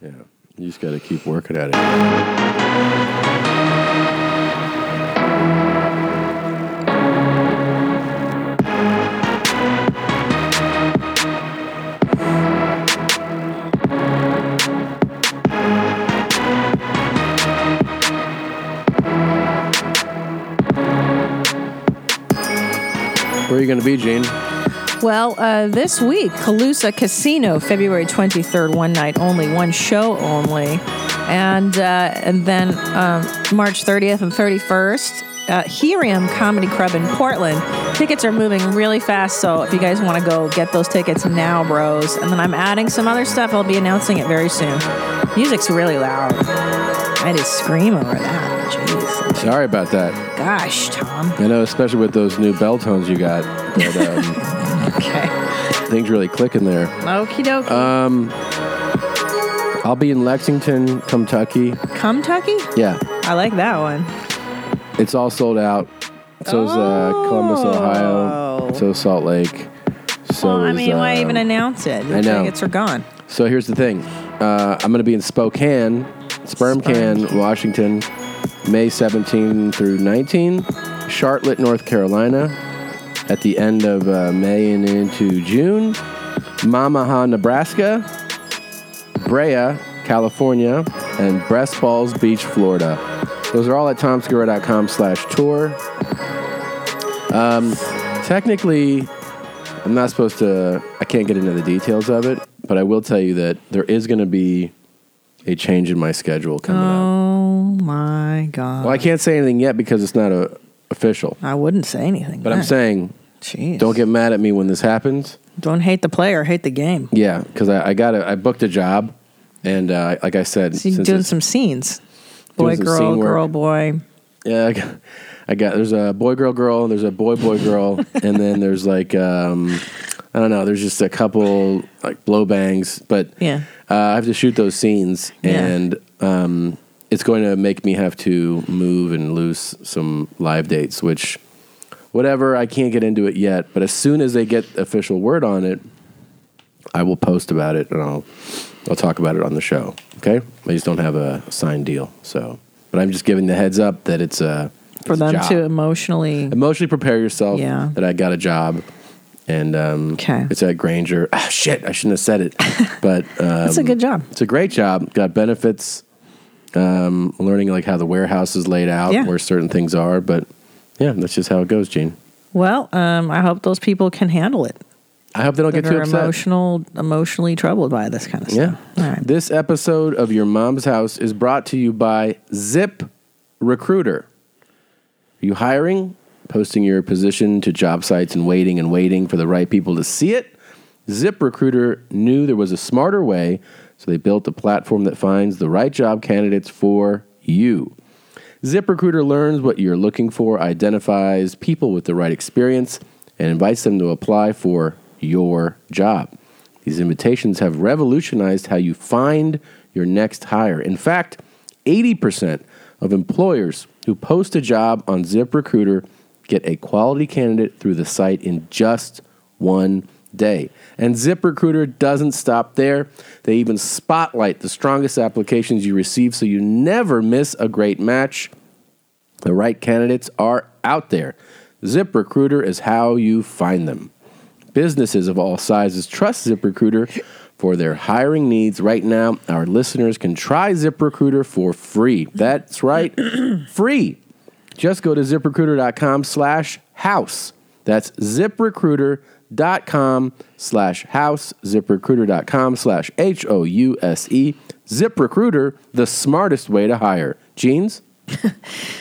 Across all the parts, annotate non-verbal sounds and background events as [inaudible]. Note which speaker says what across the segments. Speaker 1: Yeah. You just got to keep working at it. Where are you going to be, Gene?
Speaker 2: Well, uh, this week, Calusa Casino, February 23rd, one night only, one show only. And, uh, and then um, March 30th and 31st, uh, Helium Comedy Club in Portland. Tickets are moving really fast, so if you guys want to go, get those tickets now, bros. And then I'm adding some other stuff. I'll be announcing it very soon. Music's really loud. I just scream over that. Jeez.
Speaker 1: Sorry about that.
Speaker 2: Gosh, Tom.
Speaker 1: I know, especially with those new bell tones you got, but um,
Speaker 2: Okay.
Speaker 1: things really clicking there.
Speaker 2: Okie dokie.
Speaker 1: I'll be in Lexington, Kentucky.
Speaker 2: Kentucky?
Speaker 1: Yeah,
Speaker 2: I like that one.
Speaker 1: it's all sold out. So is uh, Columbus, Ohio.
Speaker 2: Oh.
Speaker 1: So is Salt Lake. So
Speaker 2: well, I
Speaker 1: is,
Speaker 2: mean, why even
Speaker 1: um,
Speaker 2: announce it? The
Speaker 1: I know.
Speaker 2: Tickets are gone.
Speaker 1: So here's the thing. Uh, I'm going to be in Spokane, Sperm Can, Washington, May 17 through 19, Charlotte, North Carolina, at the end of uh, May and into June, Omaha, Nebraska, Brea, California, and Breast Falls Beach, Florida. Those are all at tomsgura.com slash tour. Um, technically, I'm not supposed to. I can't get into the details of it, but I will tell you that there is going to be a change in my schedule coming up.
Speaker 2: Oh my god!
Speaker 1: Well, I can't say anything yet because it's not a, official.
Speaker 2: I wouldn't say anything.
Speaker 1: But I'm
Speaker 2: then.
Speaker 1: saying,
Speaker 2: Jeez.
Speaker 1: don't get mad at me when this happens.
Speaker 2: don't hate the player, hate the game.
Speaker 1: Yeah, because I, I got a, I booked a job, and uh, like I said,
Speaker 2: So you're
Speaker 1: since
Speaker 2: doing
Speaker 1: it's-
Speaker 2: some scenes, boy,
Speaker 1: some
Speaker 2: girl,
Speaker 1: scene work.
Speaker 2: girl, boy.
Speaker 1: yeah, I got, I got there's a boy girl girl, there's a boy boy girl, and then there's like um, I don't know, there's just a couple like blow bangs, but
Speaker 2: Yeah.
Speaker 1: uh, I have to shoot those scenes,
Speaker 2: Yeah.
Speaker 1: and um, it's going to make me have to move and lose some live dates, which whatever I can't get into it yet, but as soon as they get official word on it, I will post about it and I'll I'll talk about it on the show. Okay, I just don't have a signed deal, so but I'm just giving the heads up that it's a
Speaker 2: For
Speaker 1: it's a
Speaker 2: them
Speaker 1: job. Um,
Speaker 2: to emotionally.
Speaker 1: emotionally prepare yourself
Speaker 2: Yeah.
Speaker 1: that I got a job. And um,
Speaker 2: Okay.
Speaker 1: it's at Granger. Ah, shit, I shouldn't have said
Speaker 2: [laughs]
Speaker 1: it. But um,
Speaker 2: That's a good job.
Speaker 1: it's a great job. Got benefits. Um, learning like how the warehouse is laid out,
Speaker 2: Yeah.
Speaker 1: where certain things are. But yeah, that's just how it goes, Gene.
Speaker 2: Well, um, I hope those people can handle it.
Speaker 1: I hope they don't
Speaker 2: That
Speaker 1: get too
Speaker 2: are
Speaker 1: upset.
Speaker 2: emotional, emotionally troubled by this kind of
Speaker 1: Yeah.
Speaker 2: stuff. All right.
Speaker 1: This episode of Your Mom's House is brought to you by Zip Recruiter. Are you hiring? Posting your position to job sites and waiting and waiting for the right people to see it? Zip Recruiter knew there was a smarter way, so they built a platform that finds the right job candidates for you. ZipRecruiter learns what you're looking for, identifies people with the right experience, and invites them to apply for your job. These invitations have revolutionized how you find your next hire. In fact, 80% of employers who post a job on ZipRecruiter get a quality candidate through the site in just one day. And ZipRecruiter doesn't stop there. They even spotlight the strongest applications you receive so you never miss a great match. The right candidates are out there. ZipRecruiter is how you find them. Businesses of all sizes trust ZipRecruiter for their hiring needs. Right now, our listeners can try ZipRecruiter for free. That's right, [clears throat] free. Just go to ziprecruiter.com slash house. That's ziprecruiter.com slash house, ziprecruiter.com slash H O U S E. ZipRecruiter, the smartest way to hire. Jeans?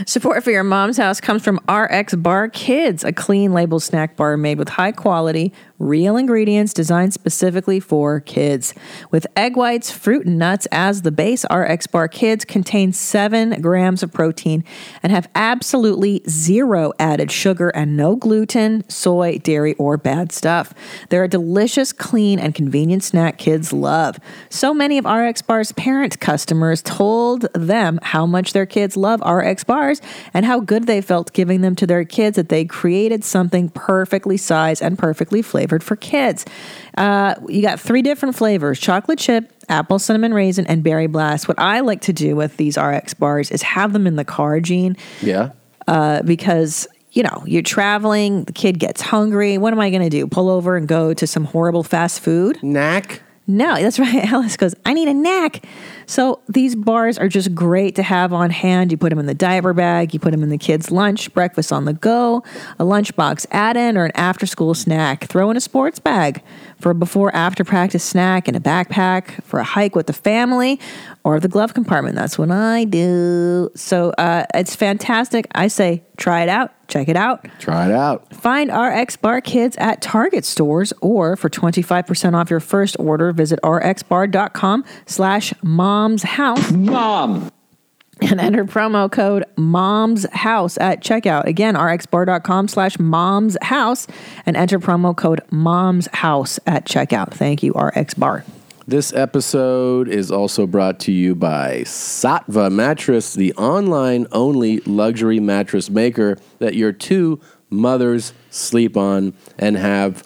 Speaker 2: Support for your mom's house comes from RX Bar Kids, a clean label snack bar made with high quality, real ingredients designed specifically for kids. With egg whites, fruit, and nuts as the base, RX Bar Kids contains 7 grams of protein and have absolutely zero added sugar and no gluten, soy, dairy, or bad stuff. They're a delicious, clean, and convenient snack kids love. So many of RX Bar's parent customers told them how much their kids love of RX bars and how good they felt giving them to their kids that they created something perfectly sized and perfectly flavored for kids. Uh, you got three different flavors chocolate chip, apple cinnamon raisin, and berry blast. What I like to do with these RX bars is have them in the car, Gene,
Speaker 1: Yeah.
Speaker 2: uh, because you know you're traveling. The kid gets hungry. What am I going to do? Pull over and go to some horrible fast food?
Speaker 1: Knack.
Speaker 2: No, that's [laughs] right. Alice goes, I need a knack. So these bars are just great to have on hand. You put them in the diaper bag, you put them in the kids' lunch, breakfast on the go, a lunchbox add in, or an after school snack. Throw in a sports bag for a before after practice snack and a backpack for a hike with the family or the glove compartment. That's what I do. So uh, it's fantastic. I say, try it out, check it out.
Speaker 1: Try it out.
Speaker 2: Find RX Bar Kids at Target stores or for 25% off your first order, visit rxbar.com slash mom's house
Speaker 3: Mom.
Speaker 2: and enter promo code mom's house at checkout. Again, rxbar.com slash mom's house and enter promo code mom's house at checkout. Thank you, RX Bar.
Speaker 1: This episode is also brought to you by Satva Mattress, the online only luxury mattress maker that your two mothers sleep on and have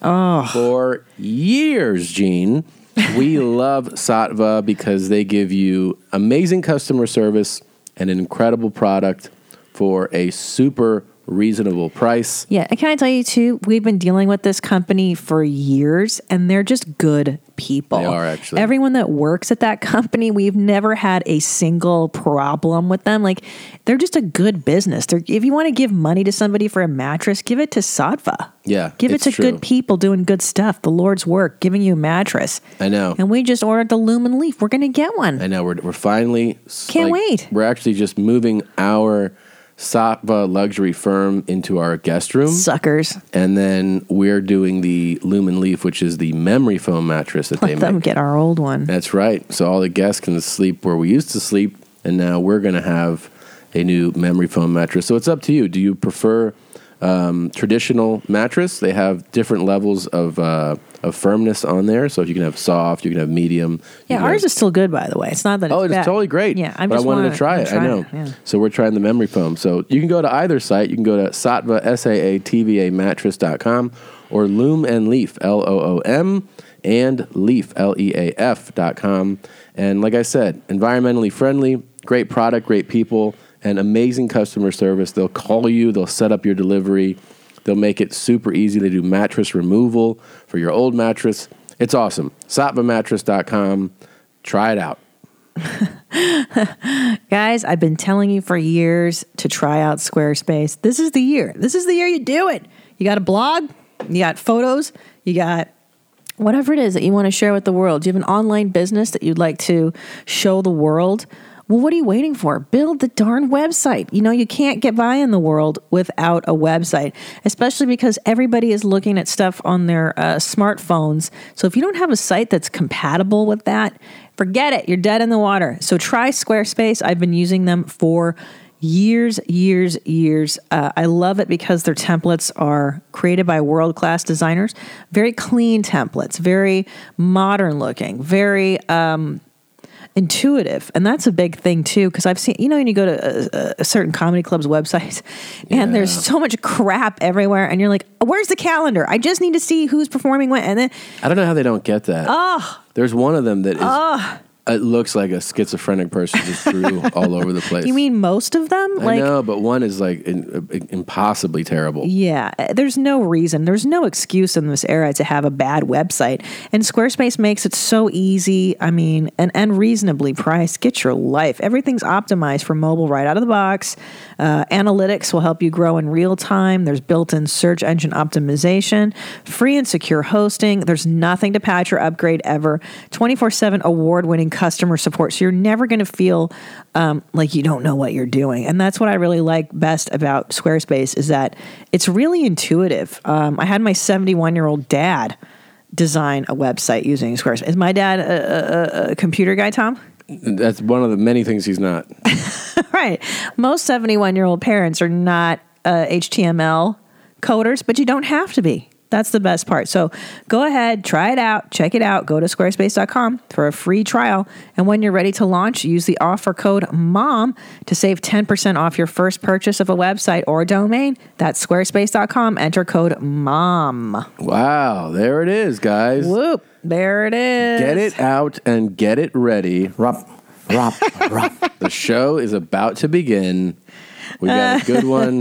Speaker 1: for years, Gene.
Speaker 2: [laughs]
Speaker 1: We love Satva because they give you amazing customer service and an incredible product for a super reasonable price.
Speaker 2: Yeah, and can I tell you too? We've been dealing with this company for years, and they're just good people.
Speaker 1: They are, actually.
Speaker 2: Everyone that works at that company, we've never had a single problem with them. Like, they're just a good business. They're, if you want to give money to somebody for a mattress, give it to Sadva.
Speaker 1: Yeah,
Speaker 2: give it
Speaker 1: it's
Speaker 2: to
Speaker 1: true.
Speaker 2: good people doing good stuff. The Lord's work, giving you a mattress.
Speaker 1: I know.
Speaker 2: And we just ordered the Lumen Leaf. We're gonna get one.
Speaker 1: I know we're we're finally s-
Speaker 2: Can't wait.
Speaker 1: We're actually just moving our Satva luxury firm into our guest room,
Speaker 2: Suckers.
Speaker 1: and then we're doing the Lumen Leaf, which is the memory foam mattress that they
Speaker 2: Let them
Speaker 1: make.
Speaker 2: get our old one.
Speaker 1: That's right. So all the guests can sleep where we used to sleep, and now we're going to have a new memory foam mattress. So it's up to you. Do you prefer um, traditional mattress? They have different levels of uh, of firmness on there. So if you can have soft, you can have medium. you
Speaker 2: Yeah,
Speaker 1: can
Speaker 2: ours
Speaker 1: have-
Speaker 2: is still good, by the way. It's not that.
Speaker 1: Oh,
Speaker 2: it's
Speaker 1: it's
Speaker 2: bad.
Speaker 1: totally great.
Speaker 2: Yeah, I'm
Speaker 1: but
Speaker 2: just
Speaker 1: I wanted
Speaker 2: wanna-
Speaker 1: to try it.
Speaker 2: wanna
Speaker 1: I know.
Speaker 2: yeah.
Speaker 1: So we're trying the memory foam. So you can go to either site. You can go to Satva, S A A T V A mattress.com or Loom and Leaf, L O O M and Leaf, L E A F.com. And like I said, environmentally friendly, great product, great people, and amazing customer service. They'll call you, they'll set up your delivery, they'll make it super easy. They do mattress removal for your old mattress. It's awesome. SatvaMattress.com. Try it out.
Speaker 2: Guys, I've been telling you for years to try out Squarespace. This is the year. This is the year you do it. You got a blog, you got photos, you got whatever it is that you want to share with the world. You have an online business that you'd like to show the world. Well, what are you waiting for? Build the darn website. You know, you can't get by in the world without a website, especially because everybody is looking at stuff on their uh, smartphones. So if you don't have a site that's compatible with that, forget it. You're dead in the water. So try Squarespace. I've been using them for years, years, years. Uh, I love it because their templates are created by world class designers. Very clean templates, very modern looking, very um, intuitive and that's a big thing too because i've seen you know when you go to a, a certain comedy club's websites [laughs] and there's
Speaker 1: Yeah.
Speaker 2: so much crap everywhere and you're like where's the calendar i just need to see who's performing when and then
Speaker 1: I don't know how they don't get that. There's one of them that is. uh, It looks like a schizophrenic person just
Speaker 2: [laughs]
Speaker 1: drew all over the place.
Speaker 2: you mean most of them
Speaker 1: I know, but one is like in, uh, impossibly terrible.
Speaker 2: Yeah, uh, there's no reason, there's no excuse in this era to have a bad website. And Squarespace makes it so easy, I mean, and, and reasonably priced. Get your life. Everything's optimized for mobile right out of the box. Uh, analytics will help you grow in real time. There's built in search engine optimization, free and secure hosting. There's nothing to patch or upgrade ever. 24 7 award winning customer support. So you're never going to feel um, like you don't know what you're doing. And that's what I really like best about Squarespace is that it's really intuitive. Um, I had my 71 year old dad design a website using Squarespace. Is my dad a, a- a, a computer guy, Tom?
Speaker 1: That's one of the many things he's not.
Speaker 2: right. Most 71 year old parents are not uh, HTML coders, but you don't have to be. That's the best part. So go ahead, try it out, check it out. Go to squarespace.com for a free trial. And when you're ready to launch, use the offer code MOM to save 10% off your first purchase of a website or domain. That's squarespace.com. Enter code MOM.
Speaker 1: Wow, there it is, guys.
Speaker 2: Whoop. There it is.
Speaker 1: Get it out and get it ready.
Speaker 3: Rop, rop,
Speaker 2: [laughs]
Speaker 3: rop.
Speaker 1: The show is about to begin. We got
Speaker 2: Uh.
Speaker 1: a good one.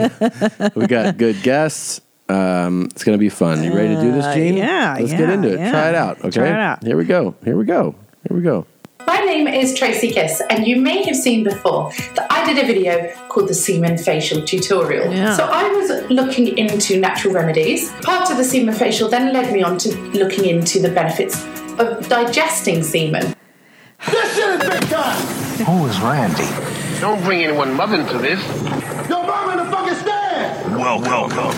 Speaker 1: We got good guests. Um, it's going to be fun. You ready to do this, Gene?
Speaker 2: Uh, yeah,
Speaker 1: Let's get
Speaker 2: yeah,
Speaker 1: into it.
Speaker 2: yeah.
Speaker 1: Try it out. Okay.
Speaker 2: Try it out.
Speaker 1: Here we go. Here we go. Here we go.
Speaker 4: My name is Tracy Kiss, and you may have seen before that I did a video called the Semen Facial Tutorial.
Speaker 2: Yeah.
Speaker 4: So I was looking into natural remedies. Part of the Semen Facial then led me on to looking into the benefits of digesting semen.
Speaker 5: This shit is big time.
Speaker 6: Who is Randy?
Speaker 7: Don't bring anyone love into this.
Speaker 5: Yo, mom in the fucking stand.
Speaker 8: Welcome.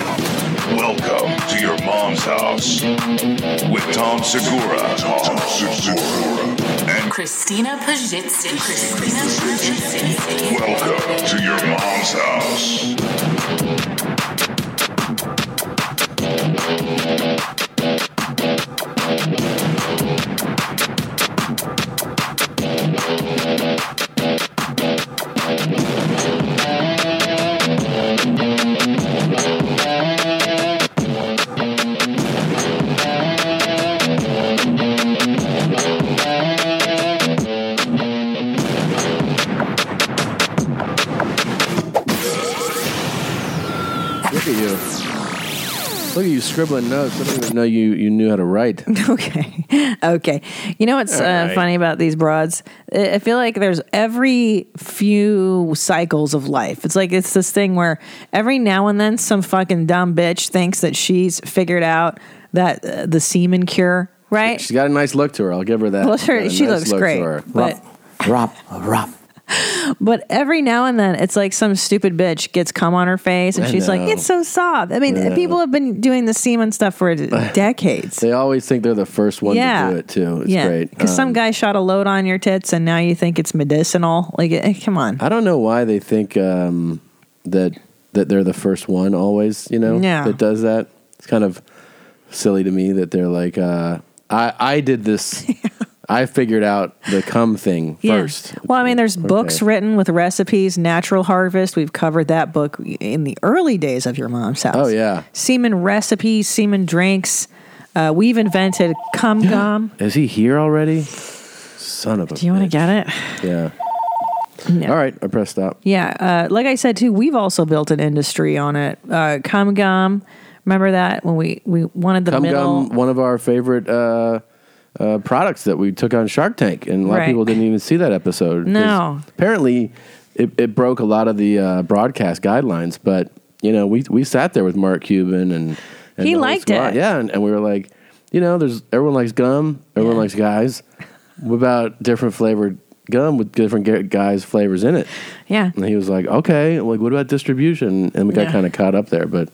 Speaker 8: Welcome to your mom's house with Tom Segura, Tom Segura. And
Speaker 9: Christina Pajitsky. Christina Pajitsky.
Speaker 8: welcome to your mom's house.
Speaker 1: Look at you. Look at you scribbling notes. I don't even know you, you knew how to
Speaker 2: [laughs]
Speaker 1: write.
Speaker 2: Okay. Okay. You know what's
Speaker 1: All
Speaker 2: uh,
Speaker 1: right.
Speaker 2: funny about these broads? I I feel like there's every few cycles of life. It's like it's this thing where every now and then some fucking dumb bitch thinks that she's figured out that uh, the semen cure, right?
Speaker 1: She's got a nice look to her. I'll give her that.
Speaker 2: Well, sure,
Speaker 1: Got a
Speaker 2: she
Speaker 1: nice
Speaker 2: looks
Speaker 1: look to
Speaker 2: great,
Speaker 1: her.
Speaker 2: but
Speaker 3: rop, rop.
Speaker 2: [laughs] but every now and then it's like some stupid bitch gets cum on her face and
Speaker 1: I
Speaker 2: she's like,
Speaker 1: know.
Speaker 2: "It's so soft." I mean,
Speaker 1: I know.
Speaker 2: people have been doing the semen stuff
Speaker 1: [sighs]
Speaker 2: for decades.
Speaker 1: They always think they're the first one
Speaker 2: yeah.
Speaker 1: to do it, too. It's
Speaker 2: yeah.
Speaker 1: great.
Speaker 2: Because some
Speaker 1: Um,
Speaker 2: guy shot a load on your tits and now you think it's medicinal. Like, eh, come on.
Speaker 1: I don't know why they think um, that that they're the first one always. You know,
Speaker 2: Yeah.
Speaker 1: that does that. It's kind of silly to me that they're like, uh, I I did
Speaker 2: [laughs]
Speaker 1: this. I figured out the cum thing
Speaker 2: Yeah.
Speaker 1: first.
Speaker 2: Well, I mean, there's books written with recipes, Natural Harvest. We've covered that book in the early days of your mom's house.
Speaker 1: Oh yeah,
Speaker 2: Semen recipes, semen drinks. Uh, we've invented
Speaker 1: [gasps]
Speaker 2: cum gum.
Speaker 1: is he here already? Son of a.
Speaker 2: Do you want to get it?
Speaker 1: get? Yeah.
Speaker 2: No.
Speaker 1: All right, I press stop.
Speaker 2: Yeah, uh, like I said too, we've also built an industry on it. Uh, cum gum, remember that when we we wanted the
Speaker 1: Cum
Speaker 2: middle.
Speaker 1: gum, one of our favorite. Uh, uh, products that we took on Shark Tank, and a lot
Speaker 2: Right.
Speaker 1: of people didn't even see that episode. 'cause
Speaker 2: No.
Speaker 1: apparently it, it broke a lot of the uh, broadcast guidelines. But you know, we we sat there with Mark Cuban and, and the
Speaker 2: He
Speaker 1: whole
Speaker 2: liked
Speaker 1: squad.
Speaker 2: it.
Speaker 1: yeah, and, and we were like, you know, there's everyone likes gum, everyone
Speaker 2: Yeah.
Speaker 1: likes guys. What about different flavored gum with different gu- guys flavors in it?
Speaker 2: Yeah.
Speaker 1: And he was like, okay, like what about distribution? And we got
Speaker 2: Yeah.
Speaker 1: kind of caught up there, but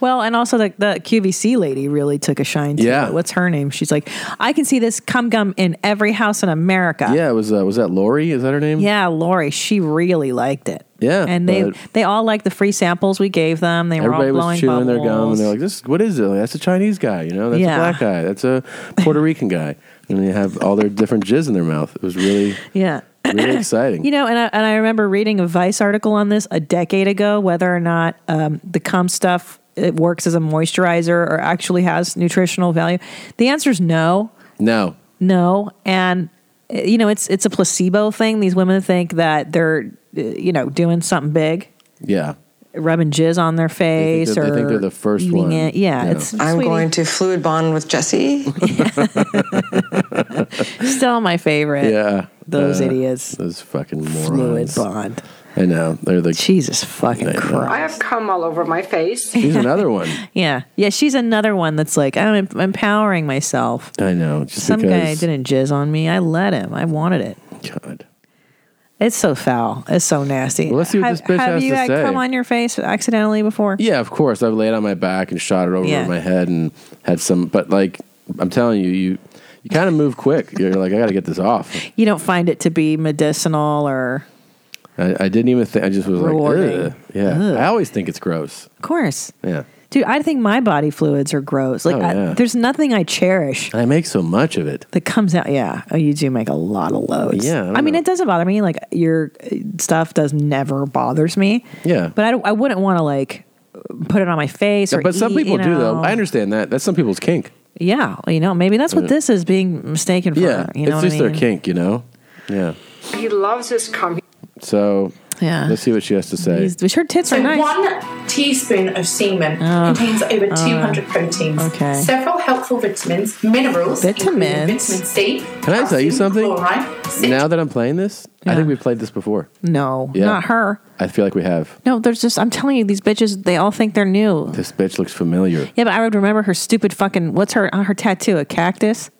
Speaker 2: Well, and also the, the QVC lady really took a shine to
Speaker 1: Yeah.
Speaker 2: it. What's her name? She's like, I can see this cum gum in every house in America.
Speaker 1: yeah, it was uh, was that Lori? Is that her name?
Speaker 2: Yeah, Lori, she really liked it.
Speaker 1: Yeah,
Speaker 2: And they
Speaker 1: but-
Speaker 2: they all liked the free samples we gave them. They were all
Speaker 1: Everybody
Speaker 2: blowing
Speaker 1: was chewing their gum,
Speaker 2: bubbles.
Speaker 1: and they're like, "This, what is it? Like, that's a Chinese guy, you know? That's
Speaker 2: Yeah.
Speaker 1: a black guy. That's a Puerto Rican guy." And they have all their different jizz in their mouth. It was really,
Speaker 2: Yeah. [laughs]
Speaker 1: really exciting.
Speaker 2: You know, and I, and I remember reading a Vice article on this a decade ago, whether or not um, the cum stuff it works as a moisturizer or actually has nutritional value. The answer is no,
Speaker 1: no,
Speaker 2: no, and uh, you know it's it's a placebo thing. These women think that they're uh, you know doing something big,
Speaker 1: yeah,
Speaker 2: rubbing jizz on their
Speaker 1: They
Speaker 2: face,
Speaker 1: think they're-
Speaker 2: or
Speaker 1: they think they're the first
Speaker 2: eating
Speaker 1: one.
Speaker 2: It. Yeah,
Speaker 1: Yeah.
Speaker 2: it's
Speaker 10: I'm
Speaker 2: sweetie,
Speaker 10: going to fluid bond with Jesse.
Speaker 2: still my favorite.
Speaker 1: yeah.
Speaker 2: those
Speaker 1: Uh,
Speaker 2: idiots,
Speaker 1: Those fucking
Speaker 2: fluid
Speaker 1: morons.
Speaker 2: bond.
Speaker 1: I know they're the.
Speaker 2: Jesus fucking
Speaker 1: I know.
Speaker 2: Christ.
Speaker 11: I have cum all over my face.
Speaker 1: She's another
Speaker 2: [laughs]
Speaker 1: one.
Speaker 2: Yeah, yeah. She's another one that's like I'm em- empowering myself.
Speaker 1: I know. Just
Speaker 2: Some guy
Speaker 1: because,
Speaker 2: didn't jizz on me. I let him. I wanted it.
Speaker 1: God.
Speaker 2: It's so foul. It's so nasty.
Speaker 1: Well, let's see what
Speaker 2: have,
Speaker 1: this bitch
Speaker 2: have
Speaker 1: has
Speaker 2: you
Speaker 1: to
Speaker 2: had
Speaker 1: say.
Speaker 2: cum on your face accidentally before?
Speaker 1: Yeah, of course. I've laid on my back and shot it over
Speaker 2: Yeah.
Speaker 1: my head and had some. But like, I'm telling you, you you kind of move quick. You're like, I got to get this off.
Speaker 2: You don't find it to be medicinal or,
Speaker 1: I, I didn't even think. I just was
Speaker 2: Rewarding.
Speaker 1: like, Ugh. yeah.
Speaker 2: Ugh.
Speaker 1: I always think it's gross.
Speaker 2: of course.
Speaker 1: Yeah.
Speaker 2: Dude, I think my body fluids are gross. Like,
Speaker 1: Oh,
Speaker 2: I-
Speaker 1: yeah.
Speaker 2: there's nothing I cherish
Speaker 1: I make so much of it.
Speaker 2: that comes out. Yeah. Oh, you do make a lot of loads.
Speaker 1: Yeah, I don't
Speaker 2: I, mean,
Speaker 1: know.
Speaker 2: it doesn't bother me. Like, your uh, stuff does never bothers me.
Speaker 1: Yeah.
Speaker 2: But I, don't- I wouldn't want to, like, put it on my face or
Speaker 1: but some
Speaker 2: eat,
Speaker 1: people
Speaker 2: you
Speaker 1: do though.
Speaker 2: know.
Speaker 1: I understand that. That's some people's kink.
Speaker 2: Yeah, you know, maybe that's what this is being mistaken for.
Speaker 1: yeah,
Speaker 2: you know
Speaker 1: it's
Speaker 2: what
Speaker 1: just
Speaker 2: I
Speaker 1: their
Speaker 2: mean?
Speaker 1: kink, you know. Yeah.
Speaker 11: He loves his cum.
Speaker 1: So
Speaker 2: Yeah,
Speaker 1: let's see what she has to say.
Speaker 2: These- her tits
Speaker 1: Oh,
Speaker 4: So
Speaker 2: are nice.
Speaker 4: one teaspoon of semen
Speaker 1: Ah.
Speaker 4: contains over 200 proteins,
Speaker 2: okay.
Speaker 4: several helpful vitamins, minerals, including
Speaker 2: Vitamins.
Speaker 4: vitamin C.
Speaker 1: Can I tell you
Speaker 4: calcium,
Speaker 1: something?
Speaker 4: Chloride, cit-
Speaker 1: Now that I'm playing this, I
Speaker 2: Yeah.
Speaker 1: think we've played this before.
Speaker 2: no,
Speaker 1: Yeah.
Speaker 2: not her.
Speaker 1: I feel like we have.
Speaker 2: No, there's just I'm telling you, these bitches, they all think they're new.
Speaker 1: This bitch looks familiar.
Speaker 2: Yeah, but I would remember her stupid fucking what's her on her tattoo, a cactus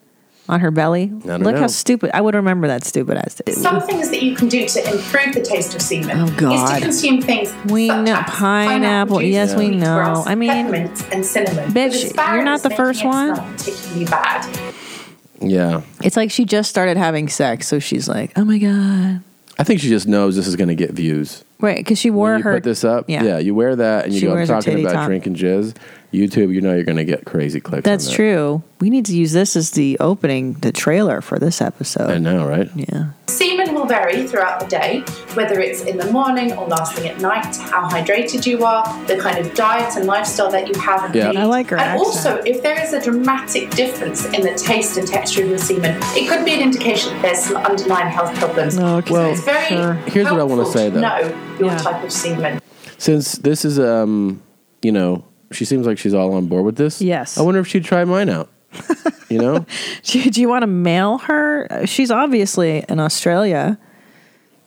Speaker 2: on her belly.
Speaker 1: don't
Speaker 2: Look
Speaker 1: know.
Speaker 2: how stupid I would remember that stupid ass. It-
Speaker 4: Some things that you can do to improve the taste of semen
Speaker 2: Oh,
Speaker 4: is
Speaker 2: God.
Speaker 4: to consume things
Speaker 2: We
Speaker 4: such
Speaker 2: know-
Speaker 4: as
Speaker 2: pineapple,
Speaker 4: juice,
Speaker 2: yes, we know.
Speaker 4: wheatgrass,
Speaker 2: I mean,
Speaker 4: peppermint and cinnamon.
Speaker 2: bitch,
Speaker 4: With
Speaker 2: you're
Speaker 4: asparagus
Speaker 2: not the
Speaker 4: making
Speaker 2: first
Speaker 4: it smell
Speaker 2: one.
Speaker 4: Particularly bad.
Speaker 1: Yeah.
Speaker 2: It's like she just started having sex, so she's like, oh my god,
Speaker 1: I think she just knows this is going to get views.
Speaker 2: right? Because she wore
Speaker 1: When you
Speaker 2: her
Speaker 1: put this up,
Speaker 2: Yeah.
Speaker 1: yeah. you wear that and you
Speaker 2: She
Speaker 1: go, I'm
Speaker 2: wears a
Speaker 1: talking
Speaker 2: titty
Speaker 1: about
Speaker 2: top.
Speaker 1: drinking jizz. YouTube, you know you're going to get crazy clicks. on
Speaker 2: That's
Speaker 1: that.
Speaker 2: true. We need to use this as the opening, the trailer for this episode.
Speaker 1: I know, right?
Speaker 2: yeah. [laughs]
Speaker 4: Semen will vary throughout the day, whether it's in the morning or last thing at night, how hydrated you are, the kind of diet and lifestyle that you have. and
Speaker 1: Yeah.
Speaker 4: lead.
Speaker 2: I like her
Speaker 4: And
Speaker 2: accent.
Speaker 4: also, if there is a dramatic difference in the taste and texture of your semen, it could be an indication that there's some underlying health problems.
Speaker 2: Oh, Okay,
Speaker 4: So it's very
Speaker 2: sure.
Speaker 1: Here's what I wanna
Speaker 4: helpful
Speaker 1: say, though.
Speaker 4: Know your
Speaker 2: Yeah.
Speaker 4: type of semen.
Speaker 1: Since this is, um, you know, she seems like she's all on board with this.
Speaker 2: Yes.
Speaker 1: I wonder if she'd try mine
Speaker 2: [laughs]
Speaker 1: out. You know?
Speaker 2: Do, do you want to mail her? Uh, She's obviously in Australia.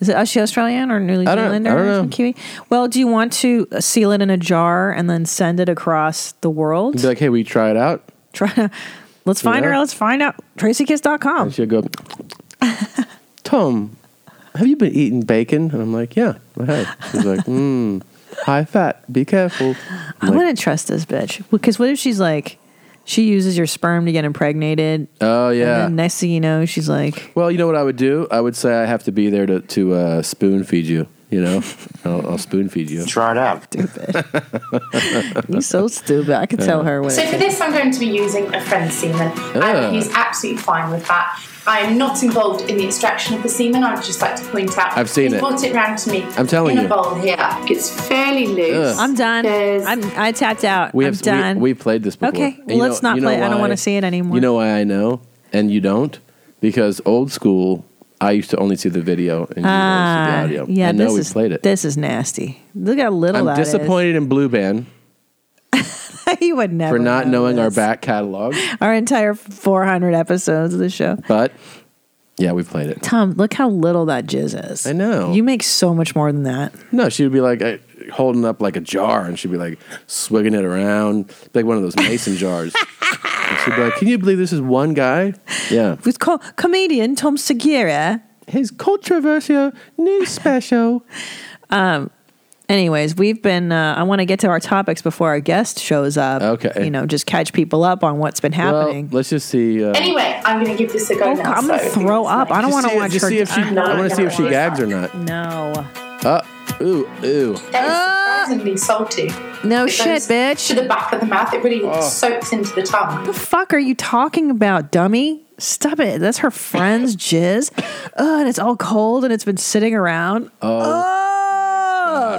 Speaker 2: Is, it, oh, is she Australian or New
Speaker 1: I don't-
Speaker 2: Zealander
Speaker 1: I don't
Speaker 2: or
Speaker 1: know.
Speaker 2: some Kiwi? Well, do you want to uh, seal it in a jar and then send it across the world?
Speaker 1: be like, hey, will you try it out?
Speaker 2: Try to, let's find
Speaker 1: Yeah.
Speaker 2: her. Let's find out. TracyKiss.com.
Speaker 1: And she'll
Speaker 2: [laughs]
Speaker 1: go, Tom, have you been eating bacon? And I'm like, yeah, I have. She's
Speaker 2: [laughs]
Speaker 1: like, mmm, high fat, be careful. I'm
Speaker 2: I
Speaker 1: like,
Speaker 2: wouldn't trust this bitch. Because what if she's like, she uses your sperm to get impregnated?
Speaker 1: oh,
Speaker 2: And
Speaker 1: yeah.
Speaker 2: then next thing you know, she's like,
Speaker 1: well, you know what I would do? I would say I have to be there to, to uh, spoon feed you, you know? I'll, I'll spoon feed you.
Speaker 5: Try it out.
Speaker 1: [laughs]
Speaker 2: you so stupid. I could tell her what
Speaker 4: So
Speaker 2: it
Speaker 4: for
Speaker 2: is.
Speaker 4: this, I'm going to be using a friend's semen,
Speaker 1: Ah.
Speaker 4: and he's absolutely fine with that. I am not involved in the extraction of the semen. I'd just like to point out.
Speaker 1: I've seen
Speaker 4: he's
Speaker 1: it.
Speaker 4: brought it round to me.
Speaker 1: I'm telling
Speaker 4: in
Speaker 1: you.
Speaker 4: a bowl here. It's fairly loose.
Speaker 1: Ugh.
Speaker 2: I'm done.
Speaker 4: There's-
Speaker 2: I'm, I tapped out.
Speaker 1: We
Speaker 2: I'm
Speaker 1: have
Speaker 2: done.
Speaker 1: We, we played this before.
Speaker 2: Okay,
Speaker 1: And
Speaker 2: well, let's not play- I don't wanna see it anymore.
Speaker 1: You know why I know and you don't? Because old school, I used to only see the video and you
Speaker 2: Ah,
Speaker 1: only see the audio.
Speaker 2: Yeah,
Speaker 1: and
Speaker 2: this
Speaker 1: now we
Speaker 2: is,
Speaker 1: played it.
Speaker 2: This is nasty. Look how little
Speaker 1: I'm
Speaker 2: that is.
Speaker 1: disappointed in Blue Band
Speaker 2: [laughs] you would never
Speaker 1: for not
Speaker 2: know
Speaker 1: knowing our
Speaker 2: this.
Speaker 1: back catalog,
Speaker 2: our entire 400 episodes of the show.
Speaker 1: but yeah, we played it.
Speaker 2: Tom, look how little that jizz is.
Speaker 1: I know.
Speaker 2: You make so much more than that.
Speaker 1: No, she would be like uh, holding up like a jar, and she'd be like swigging it around, like one of those mason jars. And she'd be like, "Can you believe this is one guy?" Yeah,
Speaker 2: With co- comedian Tom Segura.
Speaker 1: his controversial new special.
Speaker 2: Anyways, we've been. Uh, I want to get to our topics before our guest shows up.
Speaker 1: Okay.
Speaker 2: You know, just catch people up on what's been
Speaker 1: Well,
Speaker 2: happening.
Speaker 1: let's just see. Uh,
Speaker 4: Anyway, I'm going to give this a go
Speaker 2: Oh,
Speaker 4: now.
Speaker 2: I'm gonna
Speaker 4: so
Speaker 2: throw
Speaker 4: it's
Speaker 2: up.
Speaker 4: nice.
Speaker 2: I don't
Speaker 1: just
Speaker 2: wanna
Speaker 1: see-
Speaker 2: watch
Speaker 1: just
Speaker 2: her-
Speaker 1: see if she.
Speaker 4: I'm not
Speaker 1: I want to see if she
Speaker 4: gonna
Speaker 1: gags or not.
Speaker 2: no.
Speaker 1: Uh, ooh, ooh.
Speaker 4: That is surprisingly salty.
Speaker 2: No
Speaker 4: It
Speaker 2: Ah. Oh, shit,
Speaker 4: goes
Speaker 2: bitch.
Speaker 4: To the back of the mouth, it really
Speaker 1: Oh.
Speaker 4: soaks into the tongue.
Speaker 2: the fuck are you talking about, dummy? Stop it. That's
Speaker 1: [laughs]
Speaker 2: her friend's jizz. Oh, and it's all cold and it's been sitting around. Oh,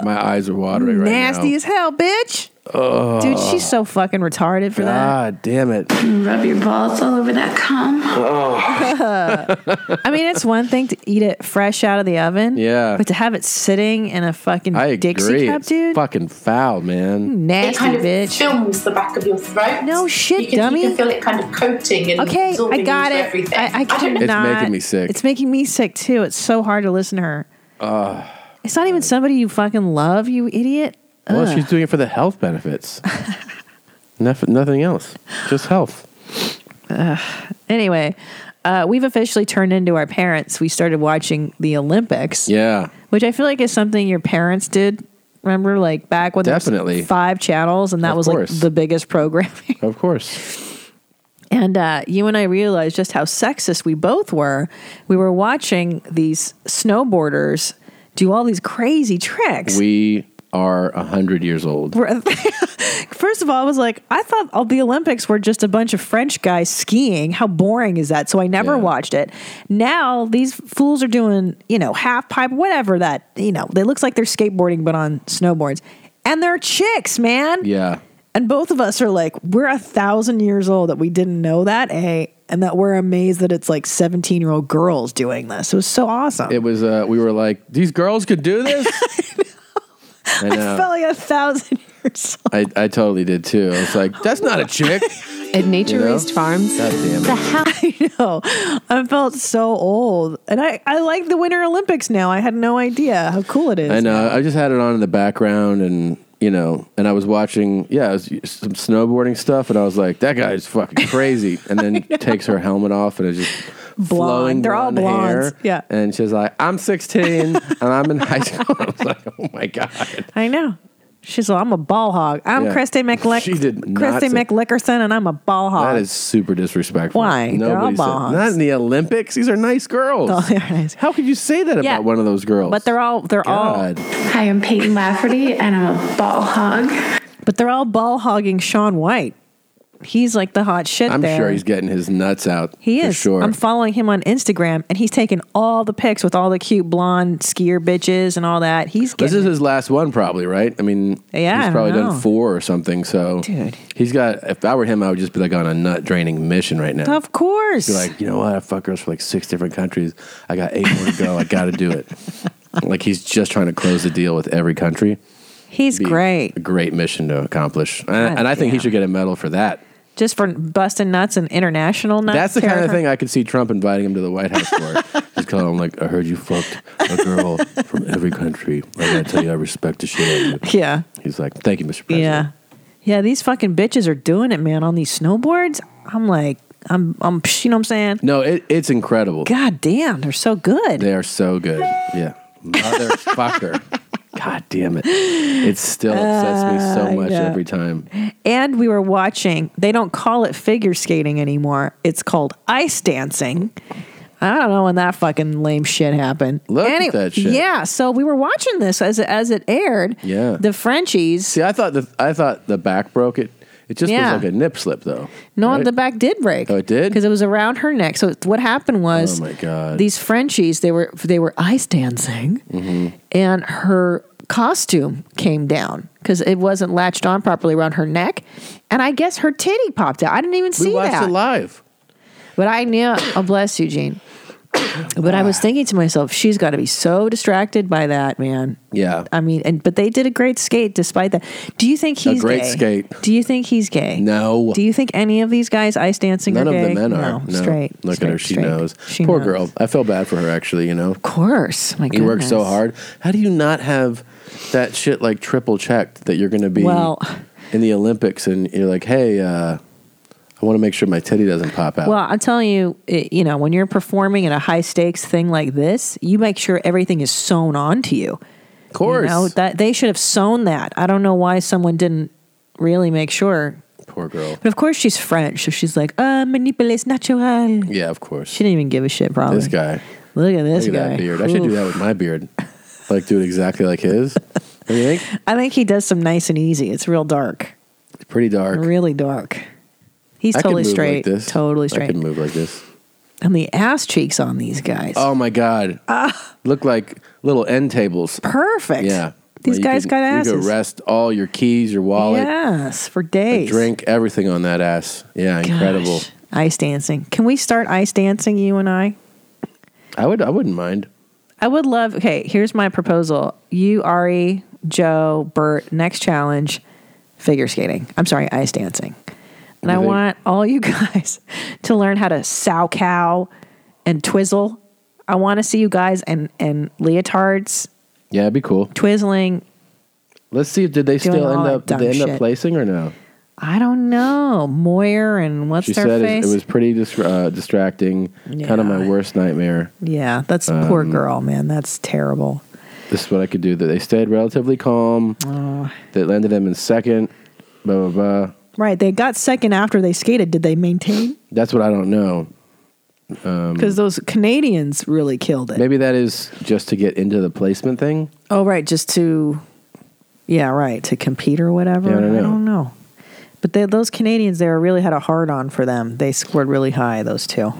Speaker 1: My eyes are watering right now.
Speaker 2: nasty as hell, bitch. Dude, she's so fucking retarded for that.
Speaker 1: God damn it!
Speaker 9: Rub your balls all over that cum.
Speaker 2: I mean, it's one thing to eat it fresh out of the oven.
Speaker 1: Yeah.
Speaker 2: But to have it sitting in a fucking
Speaker 1: I
Speaker 2: Dixie
Speaker 1: agree.
Speaker 2: cup,
Speaker 1: It's
Speaker 2: dude.
Speaker 1: fucking foul, man.
Speaker 4: It
Speaker 2: Nasty
Speaker 4: kind of
Speaker 2: bitch.
Speaker 4: films the back of your throat.
Speaker 2: No shit,
Speaker 4: you can,
Speaker 2: dummy.
Speaker 4: You can feel it kind of coating and
Speaker 2: Okay,
Speaker 4: absorbing
Speaker 2: I got
Speaker 4: into
Speaker 2: it.
Speaker 4: everything.
Speaker 2: I, I
Speaker 4: don't
Speaker 2: cannot.
Speaker 4: know.
Speaker 1: It's making me sick.
Speaker 2: It's making me sick too. It's so hard to listen to her. it's not even somebody you fucking love, you idiot.
Speaker 1: Well,
Speaker 2: Ugh.
Speaker 1: she's doing it for the health
Speaker 2: [laughs]
Speaker 1: benefits. Noth- nothing else, just health.
Speaker 2: Anyway, uh, we've officially turned into our parents. We started watching the Olympics,
Speaker 1: Yeah,
Speaker 2: which I feel like is something your parents did. Remember, like back when there was
Speaker 1: Definitely.
Speaker 2: five channels, and that
Speaker 1: Of
Speaker 2: was
Speaker 1: course.
Speaker 2: like the biggest [laughs] programming.
Speaker 1: of course.
Speaker 2: And uh, you and I realized just how sexist we both were. We were watching these snowboarders do all these crazy tricks.
Speaker 1: We are 100 years old.
Speaker 2: [laughs] First of all, I was like, I thought all the Olympics were just a bunch of French guys skiing. How boring is that? So I never
Speaker 1: Yeah.
Speaker 2: watched it. Now these fools are doing, you know, half pipe, whatever that, you know, it looks like they're skateboarding but on snowboards. And they're chicks, man.
Speaker 1: Yeah.
Speaker 2: And both of us are like, we're a thousand years old that we didn't know that, A, and that we're amazed that it's like 17 year old girls doing this. It was so awesome.
Speaker 1: It was, uh, we were like, these girls could do this? I
Speaker 2: [laughs] I felt
Speaker 1: know.
Speaker 2: like a thousand [laughs] years old.
Speaker 1: I, I totally did too. I was like, that's not a
Speaker 2: [laughs]
Speaker 1: chick.
Speaker 6: At Nature
Speaker 1: You know?
Speaker 6: Raised Farms,
Speaker 1: God damn
Speaker 6: the
Speaker 1: it.
Speaker 6: house.
Speaker 2: I know. I felt so old. And I, I like the Winter Olympics now. I had no idea how cool it is.
Speaker 1: I know. I just had it on in the background and, you know, and I was watching, yeah, it was some snowboarding stuff. And I was like, that guy's fucking
Speaker 2: [laughs]
Speaker 1: crazy. And then takes her helmet off and it's just flowing
Speaker 2: Blonde. They're all
Speaker 1: blonde hair.
Speaker 2: blondes. Yeah.
Speaker 1: And she's like, I'm 16 and I'm in high school. [laughs] I was like, oh my God.
Speaker 2: I know. She's like, I'm a ball hog. I'm
Speaker 1: Yeah.
Speaker 2: Christy
Speaker 1: [laughs]
Speaker 2: McLick-
Speaker 1: She did not
Speaker 2: Christy
Speaker 1: say-
Speaker 2: McLickerson, and I'm a ball hog.
Speaker 1: That
Speaker 2: [laughs]
Speaker 1: is super disrespectful.
Speaker 2: Why? They're all
Speaker 1: Nobody said,
Speaker 2: blondes.
Speaker 1: not in the Olympics. These are nice girls.
Speaker 2: Oh, [laughs] there it is.
Speaker 1: How could you say that
Speaker 2: Yeah.
Speaker 1: about one of those girls?
Speaker 2: But they're all they're all
Speaker 1: God.
Speaker 9: Hi, I'm Peyton Lafferty, and I'm a ball hog.
Speaker 2: but they're all ball hogging Sean White. He's like the hot shit
Speaker 1: I'm
Speaker 2: there.
Speaker 1: sure he's getting his nuts out.
Speaker 2: He
Speaker 1: for
Speaker 2: is.
Speaker 1: Sure.
Speaker 2: I'm following him on Instagram, and he's taking all the pics with all the cute blonde skier bitches and all that. He's
Speaker 1: this
Speaker 2: getting
Speaker 1: is his last one, probably, right? I mean,
Speaker 2: Yeah, I
Speaker 1: he's
Speaker 2: don't
Speaker 1: probably
Speaker 2: know.
Speaker 1: done four or something. So,
Speaker 2: Dude.
Speaker 1: he's got. If I were him, I would just be like on a nut draining mission right now.
Speaker 2: of course.
Speaker 1: Be like, you know what? I fuck girls for like six different countries. I got eight more to go. I got to do
Speaker 2: [laughs]
Speaker 1: it. Like he's just trying to close the deal with every country.
Speaker 2: he's
Speaker 1: Be
Speaker 2: great.
Speaker 1: A great mission to accomplish, and,
Speaker 2: God
Speaker 1: and I think he
Speaker 2: damn.
Speaker 1: should get a medal for that.
Speaker 2: just for busting nuts and international nuts.
Speaker 1: That's the kind of
Speaker 2: territory.
Speaker 1: thing I could see Trump inviting him to the White House
Speaker 2: [laughs]
Speaker 1: for. Just call him like, I heard you fucked a girl from every country. I gotta tell you, I respect the shit out of you.
Speaker 2: [laughs] Yeah,
Speaker 1: He's like, thank you, Mr.
Speaker 2: yeah,
Speaker 1: President.
Speaker 2: yeah. These fucking bitches are doing it, man. On these snowboards, I'm like, I'm, I'm, you know what I'm saying?
Speaker 1: No, it, it's incredible.
Speaker 2: God damn, they're so good.
Speaker 1: They are so good. Yeah.
Speaker 2: [laughs]
Speaker 1: Motherfucker. God damn it. It still upsets me so much
Speaker 2: know.
Speaker 1: every time.
Speaker 2: and we were watching. They don't call it figure skating anymore. It's called ice dancing. I don't know when that fucking lame shit happened.
Speaker 1: Look at that shit.
Speaker 2: Yeah, so we were watching this as it, as it aired.
Speaker 1: Yeah.
Speaker 2: the Frenchies.
Speaker 1: See, I thought the I thought the back broke it. It just
Speaker 2: Yeah.
Speaker 1: was like a nip slip though.
Speaker 2: No,
Speaker 1: right?
Speaker 2: the back did break.
Speaker 1: Oh, it did?
Speaker 2: because it was around her neck. So what happened was,
Speaker 1: Oh, my God.
Speaker 2: these Frenchies they were they were ice dancing, and her costume came down because it wasn't latched on properly around her neck, and I guess her titty popped out. I didn't even
Speaker 1: we
Speaker 2: see
Speaker 1: watched
Speaker 2: that,
Speaker 1: it live.
Speaker 2: but I knew. Oh, bless you, Gene. But I was
Speaker 1: Ah.
Speaker 2: thinking to myself, she's got to be so distracted by that man.
Speaker 1: Yeah.
Speaker 2: I mean, and but they did a great skate despite that. Do you think he's
Speaker 1: great
Speaker 2: gay?
Speaker 1: skate.
Speaker 2: Do you think he's gay?
Speaker 1: No.
Speaker 2: Do you think any of these guys ice dancing?
Speaker 1: None
Speaker 2: are
Speaker 1: of the
Speaker 2: gay?
Speaker 1: men are.
Speaker 2: No,
Speaker 1: No.
Speaker 2: straight.
Speaker 1: Look
Speaker 2: straight,
Speaker 1: at her. She
Speaker 2: straight.
Speaker 1: knows.
Speaker 2: She
Speaker 1: Poor
Speaker 2: knows.
Speaker 1: girl.
Speaker 2: Of
Speaker 1: I feel bad for her, actually, you know.
Speaker 2: course. My
Speaker 1: You work so
Speaker 2: goodness.
Speaker 1: hard. How do you not have that shit like triple checked that you're going to be
Speaker 2: Well-
Speaker 1: in the Olympics and you're like, hey, uh, I want to make sure my titty doesn't pop out.
Speaker 2: Well, I'm telling you, it, you know, when you're performing at a high stakes thing like this, you make sure everything is sewn onto you.
Speaker 1: of course.
Speaker 2: You know, that they should have sewn that. I don't know why someone didn't really make sure.
Speaker 1: Poor girl.
Speaker 2: But of course, she's French, so she's like, "Ah, manipulés naturel."
Speaker 1: Yeah, of course.
Speaker 2: She didn't even give a shit. Probably.
Speaker 1: This guy.
Speaker 2: Look at this
Speaker 1: Look at
Speaker 2: guy.
Speaker 1: that beard. I should do
Speaker 2: Oof.
Speaker 1: that with my
Speaker 2: [laughs]
Speaker 1: beard. Like, do it exactly like his. What do you think?
Speaker 2: I think he does some nice and easy. It's real dark.
Speaker 1: It's pretty dark.
Speaker 2: Really dark. He's
Speaker 1: I could
Speaker 2: totally
Speaker 1: move like
Speaker 2: straight.
Speaker 1: this.
Speaker 2: Totally
Speaker 1: I
Speaker 2: straight.
Speaker 1: could move like this.
Speaker 2: And the ass cheeks on these guys.
Speaker 1: Oh, my God. Look like little end tables.
Speaker 2: Ah. perfect.
Speaker 1: Yeah.
Speaker 2: These
Speaker 1: Like, you
Speaker 2: guys
Speaker 1: can-
Speaker 2: got asses.
Speaker 1: You could rest all your keys, your wallet,
Speaker 2: yes, for
Speaker 1: a
Speaker 2: days.
Speaker 1: drink, everything on that ass. Yeah,
Speaker 2: Gosh.
Speaker 1: incredible.
Speaker 2: Ice dancing. Can we start ice dancing, you and I?
Speaker 1: I would I wouldn't mind.
Speaker 2: I would love. Okay, here's my proposal. You, Ari, Joe, Bert, next challenge figure skating. I'm sorry, ice dancing.
Speaker 1: do
Speaker 2: And I
Speaker 1: you think?
Speaker 2: want all you [laughs] guys to learn how to sow cow and twizzle. I want to see you guys in, in leotards,
Speaker 1: Yeah, it'd be cool.
Speaker 2: twizzling.
Speaker 1: Let's see did they
Speaker 2: Doing
Speaker 1: still
Speaker 2: all
Speaker 1: end
Speaker 2: that
Speaker 1: up did they
Speaker 2: dumb
Speaker 1: end
Speaker 2: shit.
Speaker 1: up placing or no?
Speaker 2: I don't know. Moyer and what's
Speaker 1: She
Speaker 2: their
Speaker 1: said it,
Speaker 2: face?
Speaker 1: it was pretty dis- uh, distracting, kind of my
Speaker 2: Yeah.
Speaker 1: worst nightmare.
Speaker 2: yeah, that's poor
Speaker 1: Um,
Speaker 2: girl, man. That's terrible.
Speaker 1: This is what I could do. That they stayed relatively calm. That landed them in second. Blah blah blah.
Speaker 2: Right. They got second after they skated. Did they maintain?
Speaker 1: That's what I don't know. Um,
Speaker 2: Because those Canadians really killed it.
Speaker 1: Maybe that is just to get into the placement thing.
Speaker 2: Oh, right. Just to, yeah, right, to compete or whatever.
Speaker 1: Yeah, I don't know.
Speaker 2: know. But they, those Canadians there really had a hard on for them. They scored really high, those two.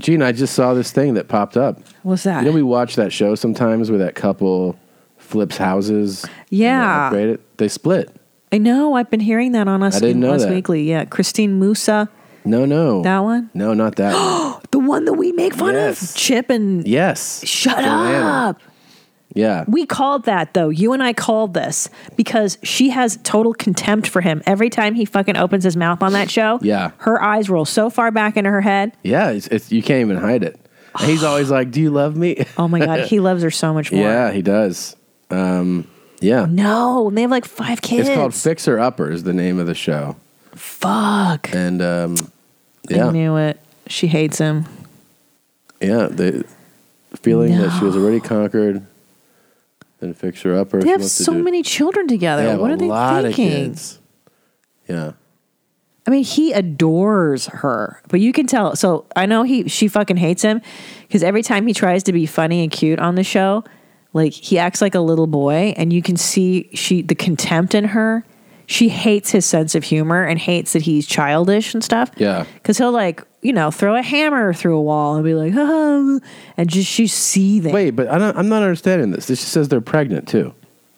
Speaker 1: Gene, I just saw this thing that popped up.
Speaker 2: What's that?
Speaker 1: You know, we watch that show sometimes where that couple flips houses. and they
Speaker 2: Yeah.
Speaker 1: upgrade it. They split.
Speaker 2: I know. I've been hearing that on Us,
Speaker 1: I didn't know
Speaker 2: Us
Speaker 1: that.
Speaker 2: Weekly. Yeah, Christine Musa,
Speaker 1: No, no.
Speaker 2: that one,
Speaker 1: No, not that
Speaker 2: [gasps]
Speaker 1: one.
Speaker 2: the one that we make fun
Speaker 1: Yes.
Speaker 2: of, Chip and
Speaker 1: Yes.
Speaker 2: Shut
Speaker 1: Joanna.
Speaker 2: up.
Speaker 1: Yeah.
Speaker 2: We called that though. You and I called this because she has total contempt for him. Every time he fucking opens his mouth on that show,
Speaker 1: Yeah.
Speaker 2: her eyes roll so far back into her head.
Speaker 1: Yeah. It's, it's, you can't even hide it. And
Speaker 2: [gasps]
Speaker 1: he's always like, Do you love me? [laughs]
Speaker 2: Oh my god, he loves her so much more.
Speaker 1: yeah, he does. Um, yeah.
Speaker 2: No, and they have like five kids.
Speaker 1: It's called Fixer Upper, is the name of the show.
Speaker 2: Fuck.
Speaker 1: And um, yeah.
Speaker 2: I knew it. She hates him.
Speaker 1: Yeah, the feeling that she was already conquered, then fix her up. Or
Speaker 2: They
Speaker 1: she
Speaker 2: have
Speaker 1: wants to
Speaker 2: so
Speaker 1: do-
Speaker 2: many children together.
Speaker 1: They have
Speaker 2: what
Speaker 1: a
Speaker 2: are they
Speaker 1: lot
Speaker 2: thinking?
Speaker 1: Of kids. Yeah,
Speaker 2: I mean, he adores her, but you can tell. So I know he she fucking hates him because every time he tries to be funny and cute on the show, like he acts like a little boy, and you can see she the contempt in her. She hates his sense of humor and hates that he's childish and stuff.
Speaker 1: Yeah.
Speaker 2: because he'll like you know throw a hammer through a wall and be like, oh, and just she's seething.
Speaker 1: wait, but I don't, I'm not understanding this. This just says they're pregnant too.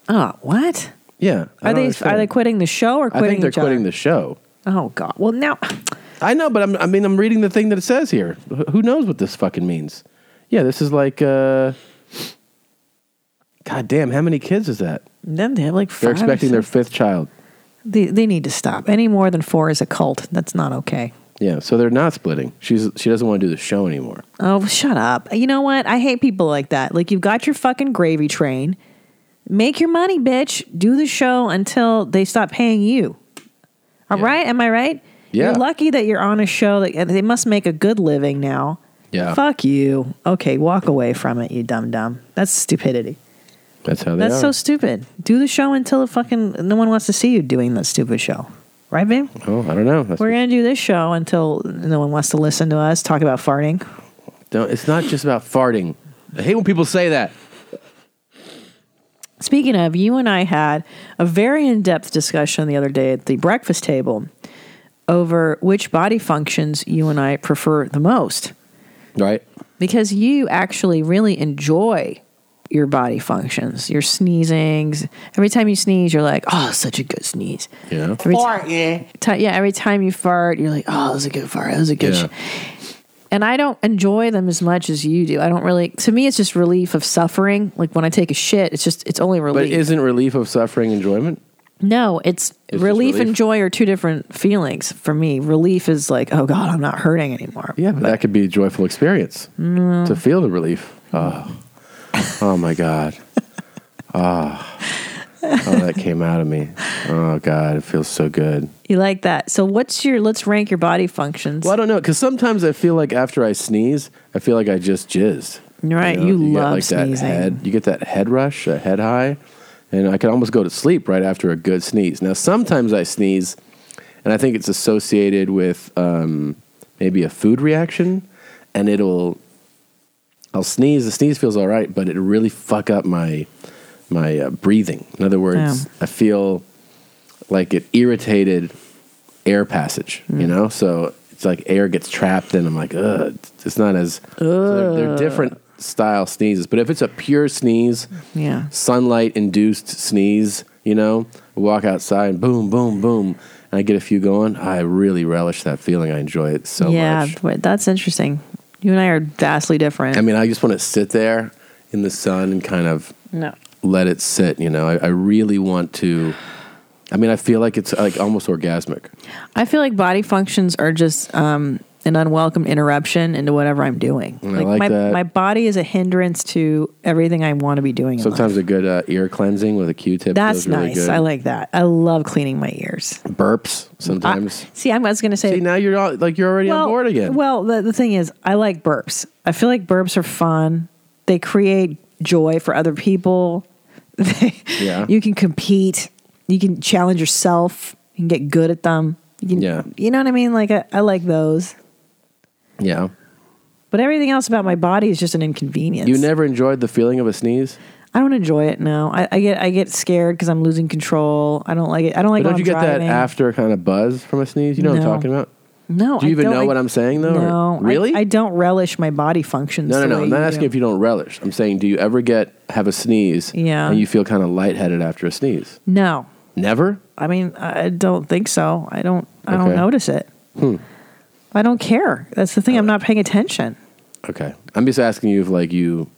Speaker 2: oh, what
Speaker 1: Yeah, I
Speaker 2: are
Speaker 1: don't
Speaker 2: they? Are
Speaker 1: understand.
Speaker 2: they quitting the show or
Speaker 1: I think
Speaker 2: quitting?
Speaker 1: they're
Speaker 2: each other?
Speaker 1: quitting the show.
Speaker 2: Oh God! Well, now
Speaker 1: I know, but I'm, I mean, I'm reading the thing that it says here. Wh- Who knows what this fucking means? Yeah, this is like, uh, God damn, how many kids is that?
Speaker 2: then they have like
Speaker 1: They're
Speaker 2: five or
Speaker 1: expecting their
Speaker 2: six.
Speaker 1: fifth child.
Speaker 2: They, they need to stop. Any more than four is a cult. That's not okay.
Speaker 1: Yeah, so they're not splitting. She's she doesn't want to do the show anymore.
Speaker 2: Oh, shut up. You know what? I hate people like that. Like, you've got your fucking gravy train. Make your money, bitch. Do the show until they stop paying you. All right?
Speaker 1: Yeah.
Speaker 2: Am I right?
Speaker 1: Yeah.
Speaker 2: You're lucky that you're on a show that and they must make a good living now.
Speaker 1: Yeah,
Speaker 2: Fuck you. Okay, walk away from it, you dumb dumb. That's stupidity.
Speaker 1: that's how they
Speaker 2: That's
Speaker 1: are.
Speaker 2: so stupid. Do the show until the fucking no one wants to see you doing that stupid show. Right, babe?
Speaker 1: Oh, I don't know. That's
Speaker 2: We're going to do this show until no one wants to listen to us talk about farting.
Speaker 1: don't, it's not just about farting. I hate when people say that.
Speaker 2: Speaking of, you and I had a very in depth discussion the other day at the breakfast table over which body functions you and I prefer the most
Speaker 1: Right?
Speaker 2: because you actually really enjoy your body functions, your sneezings. Every time you sneeze, you're like, oh, such a good sneeze.
Speaker 1: Yeah.
Speaker 2: Every fart, yeah. yeah, every time you fart, you're like, oh, that was a good fart. That was a good
Speaker 1: Yeah.
Speaker 2: sh-" And I don't enjoy them as much as you do. I don't really, to me, it's just relief of suffering. Like when I take a shit, it's just, it's only
Speaker 1: But
Speaker 2: relief.
Speaker 1: isn't relief of suffering enjoyment?
Speaker 2: No, it's,
Speaker 1: just
Speaker 2: relief,
Speaker 1: relief.
Speaker 2: and joy are two different feelings for me. Relief is like, oh God, I'm not hurting anymore.
Speaker 1: Yeah, but Mm. that could be a joyful experience to feel the relief. Oh, oh my God. Oh. oh, that came out of me. Oh God, it feels so good.
Speaker 2: You like that. So what's your, let's rank your body functions.
Speaker 1: Well, I don't know because sometimes I feel like after I sneeze, I feel like I just jizzed.
Speaker 2: Right,
Speaker 1: know,
Speaker 2: you
Speaker 1: get,
Speaker 2: love sneezing.
Speaker 1: That head, you get that head rush, a head high, and I can almost go to sleep right after a good sneeze. Now, sometimes I sneeze, and I think it's associated with um, maybe a food reaction, and it'll I'll sneeze. The sneeze feels all right, but it really fuck up my my uh, breathing. In other words,
Speaker 2: Yeah.
Speaker 1: I feel like it irritated air passage.
Speaker 2: Mm.
Speaker 1: You know, so it's like air gets trapped, and I'm like, ugh, it's not as. so they're, they're different style sneezes, but if it's a pure sneeze,
Speaker 2: yeah.
Speaker 1: sunlight induced sneeze, you know, walk outside and boom, boom, boom, and I get a few going. I really relish that feeling. I enjoy it so
Speaker 2: yeah.
Speaker 1: much.
Speaker 2: but That's interesting. You and I are vastly different.
Speaker 1: I mean, I just want to sit there in the sun and kind of
Speaker 2: no.
Speaker 1: let it sit. You know, I, I really want to. I mean, I feel like it's like almost orgasmic.
Speaker 2: I feel like body functions are just um, an unwelcome interruption into whatever I'm doing.
Speaker 1: I like
Speaker 2: my,
Speaker 1: that.
Speaker 2: my body is a hindrance to everything I want to be doing. in life.
Speaker 1: Sometimes a good uh, ear cleansing with a Q-tip.
Speaker 2: That's
Speaker 1: feels really
Speaker 2: nice.
Speaker 1: Good.
Speaker 2: I like that. I love cleaning my ears.
Speaker 1: burps sometimes.
Speaker 2: I- see, I was going to say.
Speaker 1: See, now you're all, like you're already on board again.
Speaker 2: Well, the, the thing is, I like burps. I feel like burps are fun. They create joy for other people. [laughs]
Speaker 1: Yeah.
Speaker 2: You can compete. You can challenge yourself. You can get good at them. You can,
Speaker 1: Yeah.
Speaker 2: You know what I mean? Like I, I like those.
Speaker 1: yeah.
Speaker 2: But everything else about my body is just an inconvenience.
Speaker 1: You never enjoyed the feeling of a sneeze.
Speaker 2: I don't enjoy it now. I, I get I get scared because I'm losing control. I don't like it. I don't like.
Speaker 1: But
Speaker 2: when
Speaker 1: don't you
Speaker 2: I'm
Speaker 1: get
Speaker 2: driving.
Speaker 1: that after kind of buzz from a sneeze? You know what
Speaker 2: No.
Speaker 1: I'm talking about?
Speaker 2: No,
Speaker 1: Do you
Speaker 2: I
Speaker 1: even
Speaker 2: don't
Speaker 1: know
Speaker 2: like-
Speaker 1: what I'm saying though? or-
Speaker 2: No, I-
Speaker 1: really?
Speaker 2: I, don't relish my body functions.
Speaker 1: No, no,
Speaker 2: the
Speaker 1: no.
Speaker 2: way
Speaker 1: I'm not
Speaker 2: you
Speaker 1: asking
Speaker 2: do.
Speaker 1: if you don't relish. I'm saying, do you ever get have a sneeze?
Speaker 2: Yeah.
Speaker 1: And you feel kind of lightheaded after a sneeze?
Speaker 2: No,
Speaker 1: Never.
Speaker 2: I mean I don't think so. I don't. I don't
Speaker 1: Okay.
Speaker 2: notice it.
Speaker 1: Hmm. Uh,
Speaker 2: I don't care. That's the thing. I'm not paying attention.
Speaker 1: Okay. I'm just asking you if like you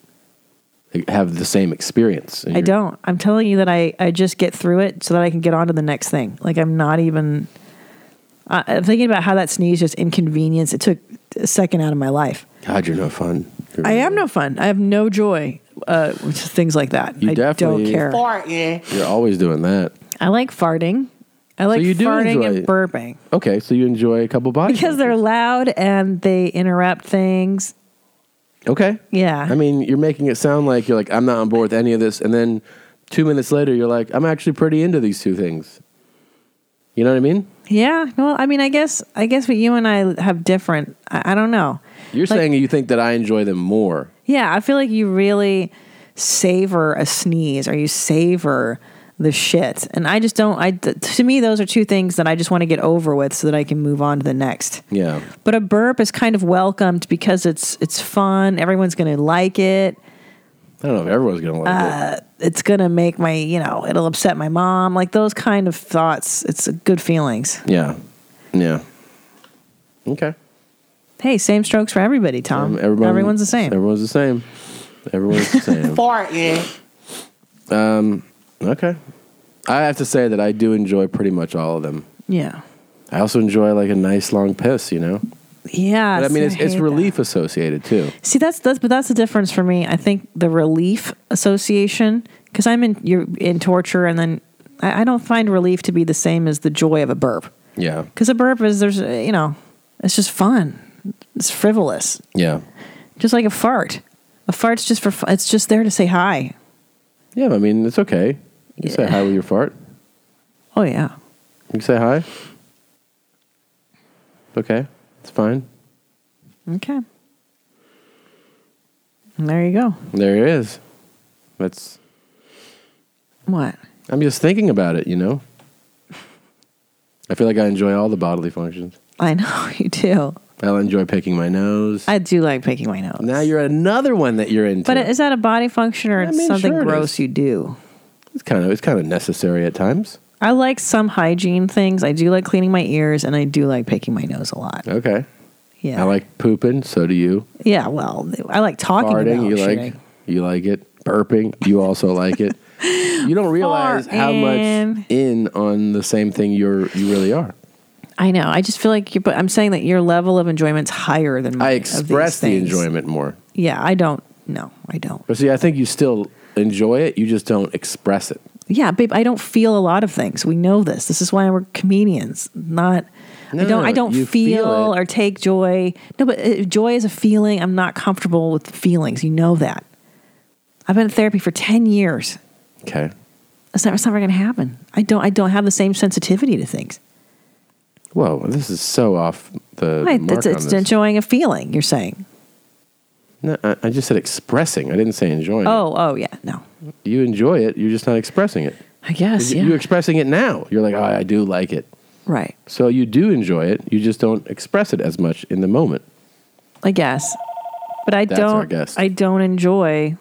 Speaker 1: have the same experience. and
Speaker 2: I
Speaker 1: you're-
Speaker 2: don't. I'm telling you that I, I just get through it so that I can get on to the next thing. Like I'm not even. I I'm thinking about how that sneeze just inconvenienced. It took a second out of my life.
Speaker 1: God, you're no fun. You're-
Speaker 2: I am no fun. I have no joy. Uh, with things like that.
Speaker 1: You
Speaker 2: I
Speaker 1: definitely-
Speaker 2: don't care.
Speaker 1: You're always doing that.
Speaker 2: I like farting. I like
Speaker 1: you do
Speaker 2: farting
Speaker 1: enjoy
Speaker 2: and
Speaker 1: it.
Speaker 2: burping
Speaker 1: Okay, so you enjoy a couple bodies.
Speaker 2: because they're loud and they interrupt things.
Speaker 1: Okay.
Speaker 2: Yeah.
Speaker 1: I mean, you're making it sound like you're like I'm not on board with any of this, and then two minutes later, you're like I'm actually pretty into these two things. You know what I mean?
Speaker 2: Yeah. Well, I mean, I guess I guess what you and I have different. I, I don't know.
Speaker 1: You're
Speaker 2: Like-
Speaker 1: saying you think that I enjoy them more.
Speaker 2: Yeah, I feel like you really savor a sneeze or you savor the shit. And I just don't I to me those are two things that I just want to get over with so that I can move on to the next.
Speaker 1: Yeah.
Speaker 2: But a burp is kind of welcomed because it's it's fun, everyone's going to like it.
Speaker 1: I don't know if everyone's gonna like it.
Speaker 2: Uh, it's going to make my, you know, it'll upset my mom. Like those kind of thoughts, it's good feelings.
Speaker 1: Yeah. Yeah. Okay.
Speaker 2: Hey, same strokes for everybody, Tom.
Speaker 1: Um, everyone-
Speaker 2: everyone's the same.
Speaker 1: Everyone's the same. Everyone's the
Speaker 2: [laughs]
Speaker 1: same. Um, okay. I have to say that I do enjoy pretty much all of them.
Speaker 2: Yeah.
Speaker 1: I also enjoy like a nice long piss, you know?
Speaker 2: Yeah.
Speaker 1: but I mean, it's,
Speaker 2: so
Speaker 1: it's
Speaker 2: hate
Speaker 1: relief associated too.
Speaker 2: See, that's that's but that's the difference for me. I think the relief association because I'm in you're in torture, and then I, I don't find relief to be the same as the joy of a burp.
Speaker 1: Yeah.
Speaker 2: Because a burp is there's uh, you know it's just fun, it's frivolous,
Speaker 1: Yeah.
Speaker 2: just like a fart. A fart's just for fu- it's just there to say hi.
Speaker 1: Yeah. I mean, it's okay. You say hi with your fart.
Speaker 2: Oh yeah,
Speaker 1: You can say hi. Okay. It's fine.
Speaker 2: okay. And there you go.
Speaker 1: There it is. That's,
Speaker 2: What?
Speaker 1: I'm just thinking about it, you know? I feel like I enjoy all the bodily functions.
Speaker 2: I [laughs] know you do.
Speaker 1: I enjoy picking my nose.
Speaker 2: I do like picking my nose.
Speaker 1: Now you're at another one that you're into.
Speaker 2: But is that a body function or
Speaker 1: I mean,
Speaker 2: something
Speaker 1: sure it
Speaker 2: gross
Speaker 1: is.
Speaker 2: you do?
Speaker 1: it's kind of it's kind of necessary at times.
Speaker 2: I like some hygiene things. I do like cleaning my ears and I do like picking my nose a lot.
Speaker 1: Okay.
Speaker 2: Yeah.
Speaker 1: I like pooping. So do you.
Speaker 2: Yeah, well, I like talking about
Speaker 1: Farting. You
Speaker 2: shitting.
Speaker 1: like. You like it. Burping. You also like it. You don't realize how
Speaker 2: Farting.
Speaker 1: much in on the same thing you're you really are.
Speaker 2: I know. I just feel like you but I'm saying that your level of enjoyment's higher than mine.
Speaker 1: I
Speaker 2: of
Speaker 1: express
Speaker 2: these
Speaker 1: the
Speaker 2: things.
Speaker 1: enjoyment more.
Speaker 2: Yeah, I don't no, I don't.
Speaker 1: But see, I think you still enjoy it. You just don't express it.
Speaker 2: Yeah, babe, I don't feel a lot of things. We know this. This is why we're comedians. Not
Speaker 1: No,
Speaker 2: I don't I don't
Speaker 1: you
Speaker 2: feel,
Speaker 1: feel it.
Speaker 2: or take joy. No, but uh, joy is a feeling. I'm not comfortable with feelings. You know that. I've been in therapy for 10 years.
Speaker 1: Okay.
Speaker 2: That's never, it's never going to happen. I don't. I don't have the same sensitivity to things.
Speaker 1: Whoa, this is so off the
Speaker 2: Right,
Speaker 1: mark
Speaker 2: it's,
Speaker 1: on
Speaker 2: it's
Speaker 1: this.
Speaker 2: enjoying a feeling. You're saying.
Speaker 1: No, I, I just said expressing. I didn't say enjoying. it.
Speaker 2: Oh, oh yeah, no.
Speaker 1: You enjoy it. You're just not expressing it.
Speaker 2: I guess
Speaker 1: You-
Speaker 2: yeah.
Speaker 1: You're expressing it now. You're like, oh, I do like it.
Speaker 2: right.
Speaker 1: So you do enjoy it. You just don't express it as much in the moment.
Speaker 2: I guess, but I
Speaker 1: That's
Speaker 2: don't.
Speaker 1: our guess.
Speaker 2: I don't enjoy.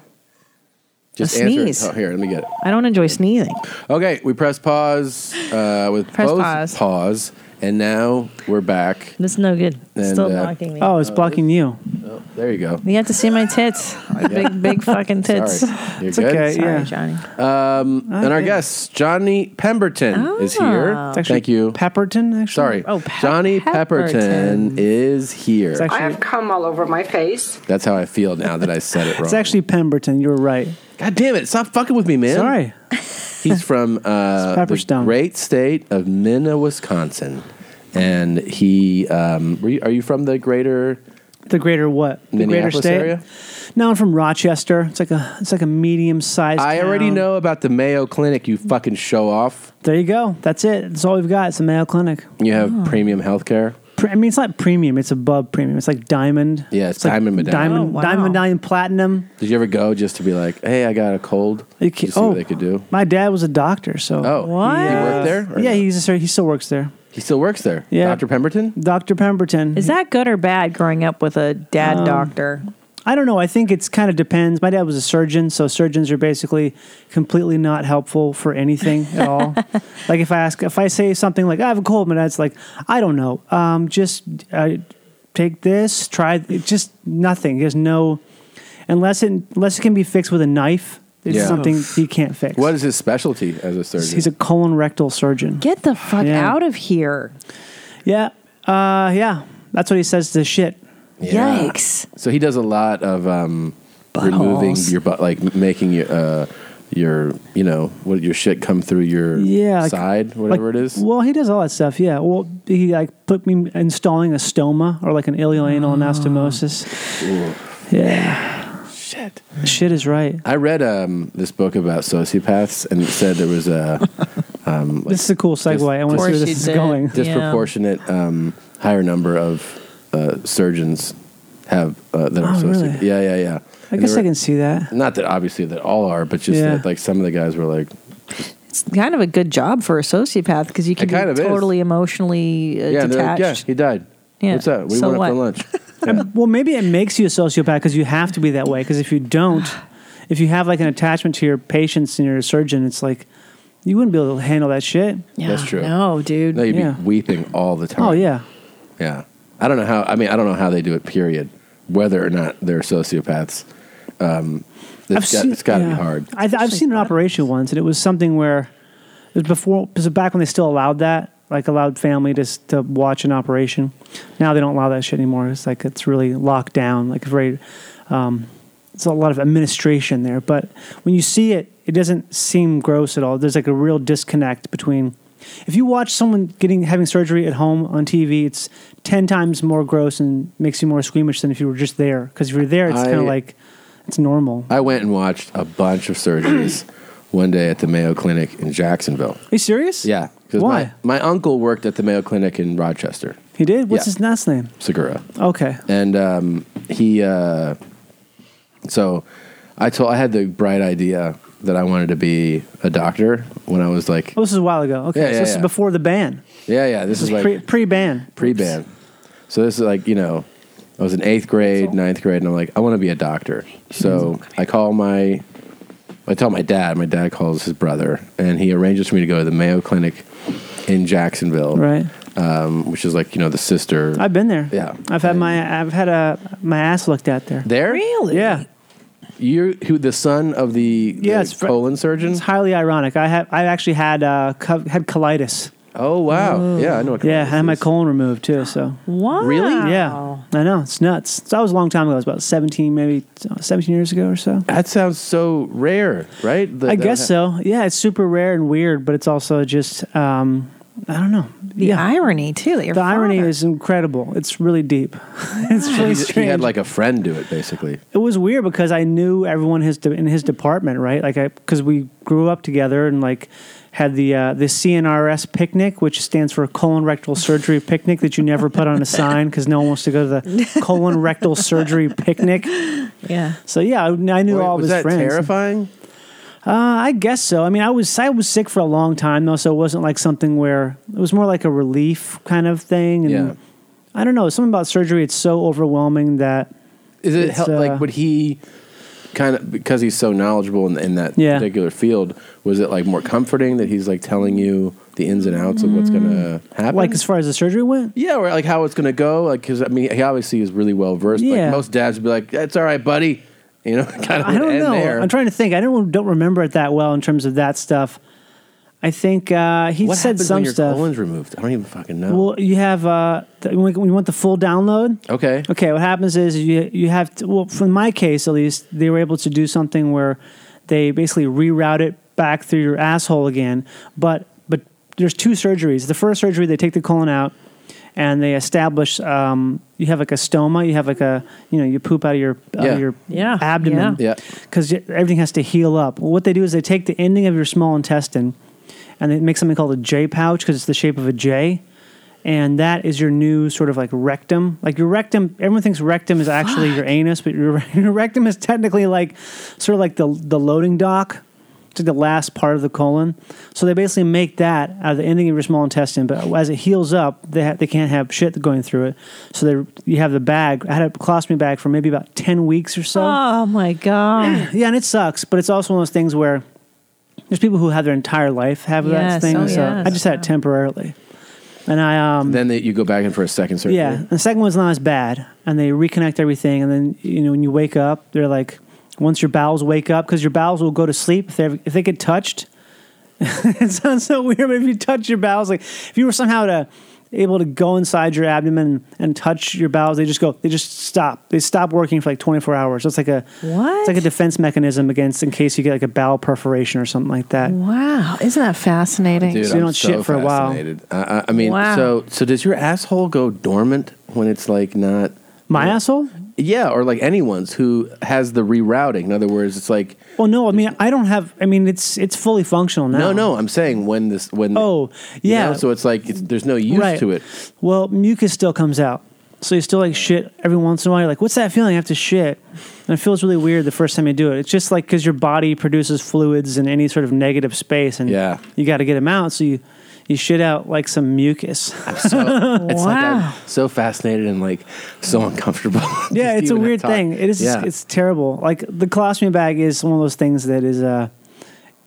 Speaker 1: Just
Speaker 2: A
Speaker 1: answer it.
Speaker 2: sneeze.
Speaker 1: Oh, here, let me get it.
Speaker 2: I don't enjoy sneezing.
Speaker 1: Okay, we press pause uh, with
Speaker 2: Press
Speaker 1: both
Speaker 2: pause.
Speaker 1: pause, and now we're back.
Speaker 2: That's no good.
Speaker 1: And,
Speaker 2: Still
Speaker 1: uh,
Speaker 2: blocking me.
Speaker 12: Oh, it's blocking you.
Speaker 1: Oh, there you go.
Speaker 2: You have to see
Speaker 1: [laughs]
Speaker 2: my tits. Big, big fucking
Speaker 12: [laughs]
Speaker 2: tits.
Speaker 1: Sorry. You're
Speaker 12: It's
Speaker 1: good.
Speaker 12: okay,
Speaker 2: Sorry,
Speaker 12: yeah.
Speaker 2: Johnny.
Speaker 1: Um, and our
Speaker 12: Okay. Ah.
Speaker 1: guest Johnny Pemberton is here.
Speaker 2: Oh. It's
Speaker 12: actually
Speaker 1: Thank you.
Speaker 12: Pepperton, actually.
Speaker 1: Sorry,
Speaker 2: Oh, Pep-
Speaker 1: Johnny Pepperton,
Speaker 2: Pepperton.
Speaker 1: is here.
Speaker 12: It's
Speaker 3: I
Speaker 12: actually,
Speaker 3: have cum all over my face.
Speaker 1: That's how I feel now that I said it wrong.
Speaker 12: it's actually Pemberton. You were right.
Speaker 1: God damn it! Stop fucking with me, man.
Speaker 12: Sorry.
Speaker 1: He's from uh,
Speaker 12: It's
Speaker 1: the
Speaker 12: Pepperstone.
Speaker 1: great state of Minna, Wisconsin, and he. Um, were you, are you from the greater
Speaker 12: The greater what? The greater
Speaker 1: Minneapolis
Speaker 12: state.
Speaker 1: area?
Speaker 12: No, I'm from Rochester. It's like a it's like a medium sized.
Speaker 1: I already know about the Mayo Clinic. You fucking show off.
Speaker 12: There you go. That's it. That's all we've got. It's the Mayo Clinic.
Speaker 1: You have premium health care.
Speaker 12: pre- I mean, it's not premium. It's above premium. It's like diamond.
Speaker 1: Yeah, it's,
Speaker 12: like
Speaker 1: diamond medallion.
Speaker 12: Diamond, diamond, diamond, platinum.
Speaker 1: Did you ever go just to be like, hey, I got a cold?
Speaker 12: You
Speaker 1: Did you
Speaker 12: can't-
Speaker 1: see
Speaker 12: oh.
Speaker 1: what they could do?
Speaker 12: My dad was a doctor, so
Speaker 1: Oh, What? he worked there, or
Speaker 12: yeah,
Speaker 1: no?
Speaker 12: he's a, he still works there.
Speaker 1: He still works there.
Speaker 12: Yeah.
Speaker 1: Dr. Pemberton?
Speaker 12: Doctor Pemberton.
Speaker 6: Is that good or bad? Growing up with a dad
Speaker 12: Um,
Speaker 6: doctor.
Speaker 12: I don't know. I think it's kind of depends. My dad was a surgeon, so surgeons are basically completely not helpful for anything at all. like if I ask, if I say something like I have a cold, my dad's like, I don't know. Um, just uh, take this, try it, just nothing. There's no unless it unless it can be fixed with a knife. It's
Speaker 1: Yeah.
Speaker 12: something he can't fix.
Speaker 1: What is his specialty as a surgeon?
Speaker 12: He's a colon rectal surgeon.
Speaker 6: Get the fuck
Speaker 12: Yeah.
Speaker 6: out of here.
Speaker 12: Yeah, uh, yeah. That's what he says to shit.
Speaker 1: Yeah.
Speaker 6: Yikes.
Speaker 1: So he does a lot of um, removing your butt, like m- making your uh, your you know what your shit come through your
Speaker 12: Yeah, like-
Speaker 1: side, whatever
Speaker 12: Like-
Speaker 1: it is.
Speaker 12: Well, he does all that stuff. Yeah. Well, he like put me installing a stoma or like an
Speaker 1: Ah.
Speaker 12: ileoanal anastomosis. Yeah.
Speaker 1: Shit.
Speaker 12: Shit is right.
Speaker 1: I read um, this book about sociopaths, and it said there was a um,
Speaker 12: this is a cool segue. I want to see where this is
Speaker 1: [laughs]
Speaker 12: going.
Speaker 1: Disproportionate um, higher number of uh, surgeons have uh, that are
Speaker 12: Oh, really?
Speaker 1: sociopaths. Yeah, yeah, yeah.
Speaker 12: I
Speaker 1: And
Speaker 12: guess
Speaker 1: there
Speaker 12: I
Speaker 1: were-
Speaker 12: can see that.
Speaker 1: Not that obviously that all are, but just
Speaker 12: Yeah.
Speaker 1: that like some of the guys were like,
Speaker 6: It's kind of a good job for a sociopath because you can
Speaker 1: It kind
Speaker 6: be
Speaker 1: of is.
Speaker 6: totally emotionally uh,
Speaker 1: yeah, they're like,
Speaker 6: detached.
Speaker 1: yeah, he died.
Speaker 6: Yeah.
Speaker 1: What's up? We
Speaker 6: So
Speaker 1: went up
Speaker 6: what?
Speaker 1: for
Speaker 12: [laughs]
Speaker 1: lunch.
Speaker 12: Well, maybe it makes you a sociopath because you have to be that way. Because if
Speaker 1: [sighs]
Speaker 12: you don't, if you have like an attachment to your patients and your surgeon, it's like you wouldn't be able to handle that shit.
Speaker 1: That's true.
Speaker 6: No, dude.
Speaker 1: No, you'd
Speaker 12: Yeah.
Speaker 1: be weeping all the time.
Speaker 12: Oh yeah.
Speaker 1: Yeah. I don't know how. I mean, I don't know how they do it. Period. Whether or not they're sociopaths, um, it's got,
Speaker 12: seen-
Speaker 1: it's got to
Speaker 12: yeah.
Speaker 1: be hard.
Speaker 12: I, I've seen an operation once, and it was something where it was before, it was back when they still allowed that, like allowed family to s- to watch an operation. Now they don't allow that shit anymore. It's like it's really locked down. Like very, um, it's a lot of administration there. But when you see it, it doesn't seem gross at all. There's like a real disconnect between. If you watch someone getting having surgery at home on TV, it's ten times more gross and makes you more squeamish than if you were just there. Because if you're there, it's
Speaker 1: I-
Speaker 12: kind of like it's normal.
Speaker 1: I went and watched a bunch of
Speaker 12: [clears throat]
Speaker 1: surgeries one day at the Mayo Clinic in Jacksonville.
Speaker 12: Are you serious?
Speaker 1: Yeah. 'Cause
Speaker 12: Why?
Speaker 1: My, my uncle worked at the Mayo Clinic in Rochester,
Speaker 12: He did. What's
Speaker 1: Yeah.
Speaker 12: his last name?
Speaker 1: Segura.
Speaker 12: Okay.
Speaker 1: and um, he uh, so I told I had the bright idea that I wanted to be a doctor when I was like
Speaker 12: Oh, this is a while ago. Okay,
Speaker 1: Yeah,
Speaker 12: so
Speaker 1: yeah,
Speaker 12: this is
Speaker 1: yeah.
Speaker 12: before the ban.
Speaker 1: yeah yeah this, is, like
Speaker 12: pre pre ban.
Speaker 1: pre-ban so this is like you know I was in eighth grade ninth grade and I'm like I want to be a doctor so I call my I tell my dad my dad calls his brother and he arranges for me to go to the Mayo Clinic in Jacksonville
Speaker 12: Right.
Speaker 1: um, which is like you know the sister
Speaker 12: I've been there.
Speaker 1: Yeah.
Speaker 12: I've had my I've had a my ass looked at there.
Speaker 1: there
Speaker 6: Really?
Speaker 12: Yeah.
Speaker 1: you're who the son of the,
Speaker 12: Yeah,
Speaker 1: the
Speaker 12: it's fr-
Speaker 1: colon surgeon
Speaker 12: It's highly ironic. I have I actually had uh co- had colitis.
Speaker 1: Oh wow! Yeah, I know. What
Speaker 12: Yeah, I had my colon removed too. So
Speaker 6: Wow.
Speaker 1: Really?
Speaker 12: yeah, I know it's nuts. So that was a long time ago. It was about seventeen, maybe uh, seventeen years ago or so.
Speaker 1: That sounds so rare, right? That-
Speaker 12: I
Speaker 1: that
Speaker 12: guess
Speaker 1: would hap-
Speaker 12: so. Yeah, it's super rare and weird, but it's also just um, I don't know.
Speaker 6: The irony too. That your
Speaker 12: The irony
Speaker 6: father-
Speaker 12: is incredible. It's really deep. [laughs] it's really
Speaker 1: He, he
Speaker 12: strange.
Speaker 1: had like a friend do it, basically.
Speaker 12: it was weird because I knew everyone his de- in his department, right? Like I because we grew up together and like had the uh, the CNRS picnic, which stands for colon rectal surgery picnic, that you never put on a sign because no one wants to go
Speaker 1: [laughs]
Speaker 12: to the colon rectal surgery picnic.
Speaker 6: yeah.
Speaker 12: So yeah, I, I knew
Speaker 1: Wait,
Speaker 12: all of
Speaker 1: was
Speaker 12: his
Speaker 1: that
Speaker 12: friends.
Speaker 1: terrifying?
Speaker 12: Uh, I guess so. I mean, I was I was sick for a long time though, so it wasn't like something where it was more like a relief kind of thing. And
Speaker 1: Yeah.
Speaker 12: I don't know, something about surgery. It's so overwhelming that
Speaker 1: Is it
Speaker 12: It's,
Speaker 1: hel-
Speaker 12: uh,
Speaker 1: like would he kind of because he's so knowledgeable in, in that
Speaker 12: Yeah.
Speaker 1: particular field? Was it like more comforting that he's like telling you the ins and outs of what's going to happen?
Speaker 12: like as far as the surgery went.
Speaker 1: yeah, or like how it's going to go? Like because I mean, he obviously is really well versed.
Speaker 12: Yeah.
Speaker 1: Like most dads would be like, "That's all right, buddy." You know, [laughs] kind of.
Speaker 12: I don't
Speaker 1: end
Speaker 12: know.
Speaker 1: There.
Speaker 12: I'm trying to think. I don't don't remember it that well in terms of that stuff. I think uh, he
Speaker 1: What
Speaker 12: said
Speaker 1: happens
Speaker 12: some
Speaker 1: when your
Speaker 12: stuff.
Speaker 1: colon's removed? I don't even fucking know.
Speaker 12: Well, you have uh, th- when you want the full download.
Speaker 1: okay.
Speaker 12: Okay, what happens is you you have to, well, from my case at least, they were able to do something where they basically reroute it back through your asshole again. But but there's two surgeries. The first surgery they take the colon out and they establish um, you have like a stoma. You have like a you know you poop out of your out
Speaker 1: Yeah.
Speaker 12: of your
Speaker 6: Yeah.
Speaker 12: abdomen
Speaker 1: Yeah.
Speaker 12: because everything has to heal up. Well, what they do is they take the ending of your small intestine and they make something called a J pouch because it's the shape of a J, and that is your new sort of like rectum. Like your rectum, everyone thinks rectum is actually your anus, but your, [laughs] your rectum is technically like sort of like the the loading dock to the last part of the colon. So they basically make that out of the ending of your small intestine. But as it heals up, they ha- they can't have shit going through it. So they you have the bag. I had a colostomy bag for maybe about ten weeks or so.
Speaker 6: Oh my
Speaker 1: [clears throat]
Speaker 6: god.
Speaker 12: yeah, and it sucks, but it's also one of those things where there's people who have their entire life have
Speaker 6: Yes,
Speaker 12: that thing.
Speaker 6: oh
Speaker 12: so
Speaker 6: yes.
Speaker 12: I just had it temporarily. And I um
Speaker 1: then they, you go back in for a second surgery.
Speaker 12: yeah, the second one's not as bad, and they reconnect everything, and then you know when you wake up, they're like, once your bowels wake up, because your bowels will go to sleep if they if they get touched. [laughs] it sounds so weird, but if you touch your bowels, like if you were somehow to able to go inside your abdomen and touch your bowels, they just go, they just stop, they stop working for like twenty four hours. So it's like a
Speaker 6: What?
Speaker 12: it's like a defense mechanism against in case you get like a bowel perforation or something like that.
Speaker 1: Mm.
Speaker 6: Wow, isn't that fascinating?
Speaker 1: Dude,
Speaker 12: So you
Speaker 1: I'm
Speaker 12: don't shit for a while.
Speaker 1: fascinated. I, I, I mean,
Speaker 6: Wow.
Speaker 1: so so does your asshole go dormant when it's like not
Speaker 12: my asshole?
Speaker 1: Yeah, or like anyone's who has the rerouting. In other words, it's like
Speaker 12: Well, no, I mean I don't have. I mean it's it's fully functional now.
Speaker 1: no, no. I'm saying when this when
Speaker 12: Oh,
Speaker 1: you
Speaker 12: yeah.
Speaker 1: know, so it's like it's, there's no use
Speaker 12: Right.
Speaker 1: to it.
Speaker 12: Well, mucus still comes out. So you still like shit every once in a while. You're like, what's that feeling? I have to shit. And it feels really weird the first time you do it. It's just like because your body produces fluids in any sort of negative space and
Speaker 1: Yeah.
Speaker 12: you got to get them out. So you, you shit out like some mucus.
Speaker 1: So it's like I'm so fascinated and like so uncomfortable. [laughs]
Speaker 12: yeah,
Speaker 1: Just
Speaker 12: it's a
Speaker 1: even
Speaker 12: weird
Speaker 1: talk.
Speaker 12: thing. It is.
Speaker 1: Yeah.
Speaker 12: It's terrible. Like the colostomy bag is one of those things that is. Uh,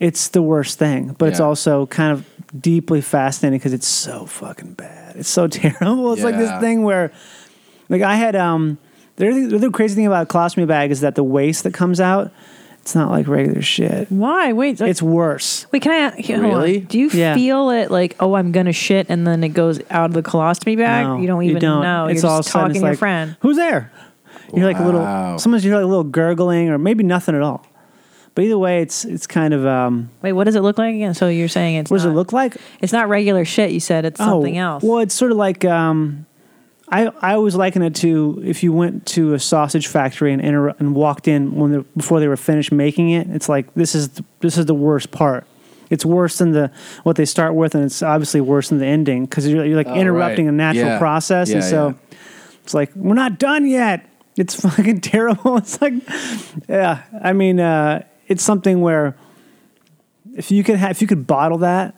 Speaker 12: it's the worst thing, but it's
Speaker 1: Yeah.
Speaker 12: also kind of deeply fascinating because it's so fucking bad. It's so [laughs] terrible. It's like this
Speaker 1: Yeah.
Speaker 12: thing where, like, I had um. The other, the other crazy thing about a colostomy bag is that the waste that comes out, it's not like regular shit.
Speaker 6: Why? Wait,
Speaker 12: It's worse.
Speaker 6: Wait, can I? Hold
Speaker 12: Really?
Speaker 6: On. Do you
Speaker 12: Yeah.
Speaker 6: feel it like, oh, I'm gonna shit, and then it goes out of the colostomy bag?
Speaker 12: No,
Speaker 6: you don't even know.
Speaker 12: It's
Speaker 6: You're
Speaker 12: all of a
Speaker 6: just
Speaker 12: sudden,
Speaker 6: talking
Speaker 12: it's
Speaker 6: to your
Speaker 12: like,
Speaker 6: friend.
Speaker 12: Who's there? You're like a
Speaker 1: Wow.
Speaker 12: little. Sometimes you hear like a little gurgling, or maybe nothing at all. But either way, it's it's kind of. Um,
Speaker 6: Wait, what does it look like again? So you're saying it's
Speaker 12: what does
Speaker 6: not,
Speaker 12: it look like?
Speaker 6: It's not regular shit. You said it's something
Speaker 12: Oh,
Speaker 6: else.
Speaker 12: Well, it's sort of like. Um, I, I always liken it to if you went to a sausage factory and inter- and walked in when they before they were finished making it. It's like this is th- this is the worst part. It's worse than the what they start with, and it's obviously worse than the ending because you're, you're like
Speaker 1: Oh,
Speaker 12: interrupting
Speaker 1: right.
Speaker 12: a natural
Speaker 1: Yeah.
Speaker 12: process, and
Speaker 1: Yeah,
Speaker 12: so
Speaker 1: yeah.
Speaker 12: it's like we're not done yet. It's [laughs] fucking terrible. [laughs] It's like, yeah. I mean, uh, it's something where if you could ha- if you could bottle that,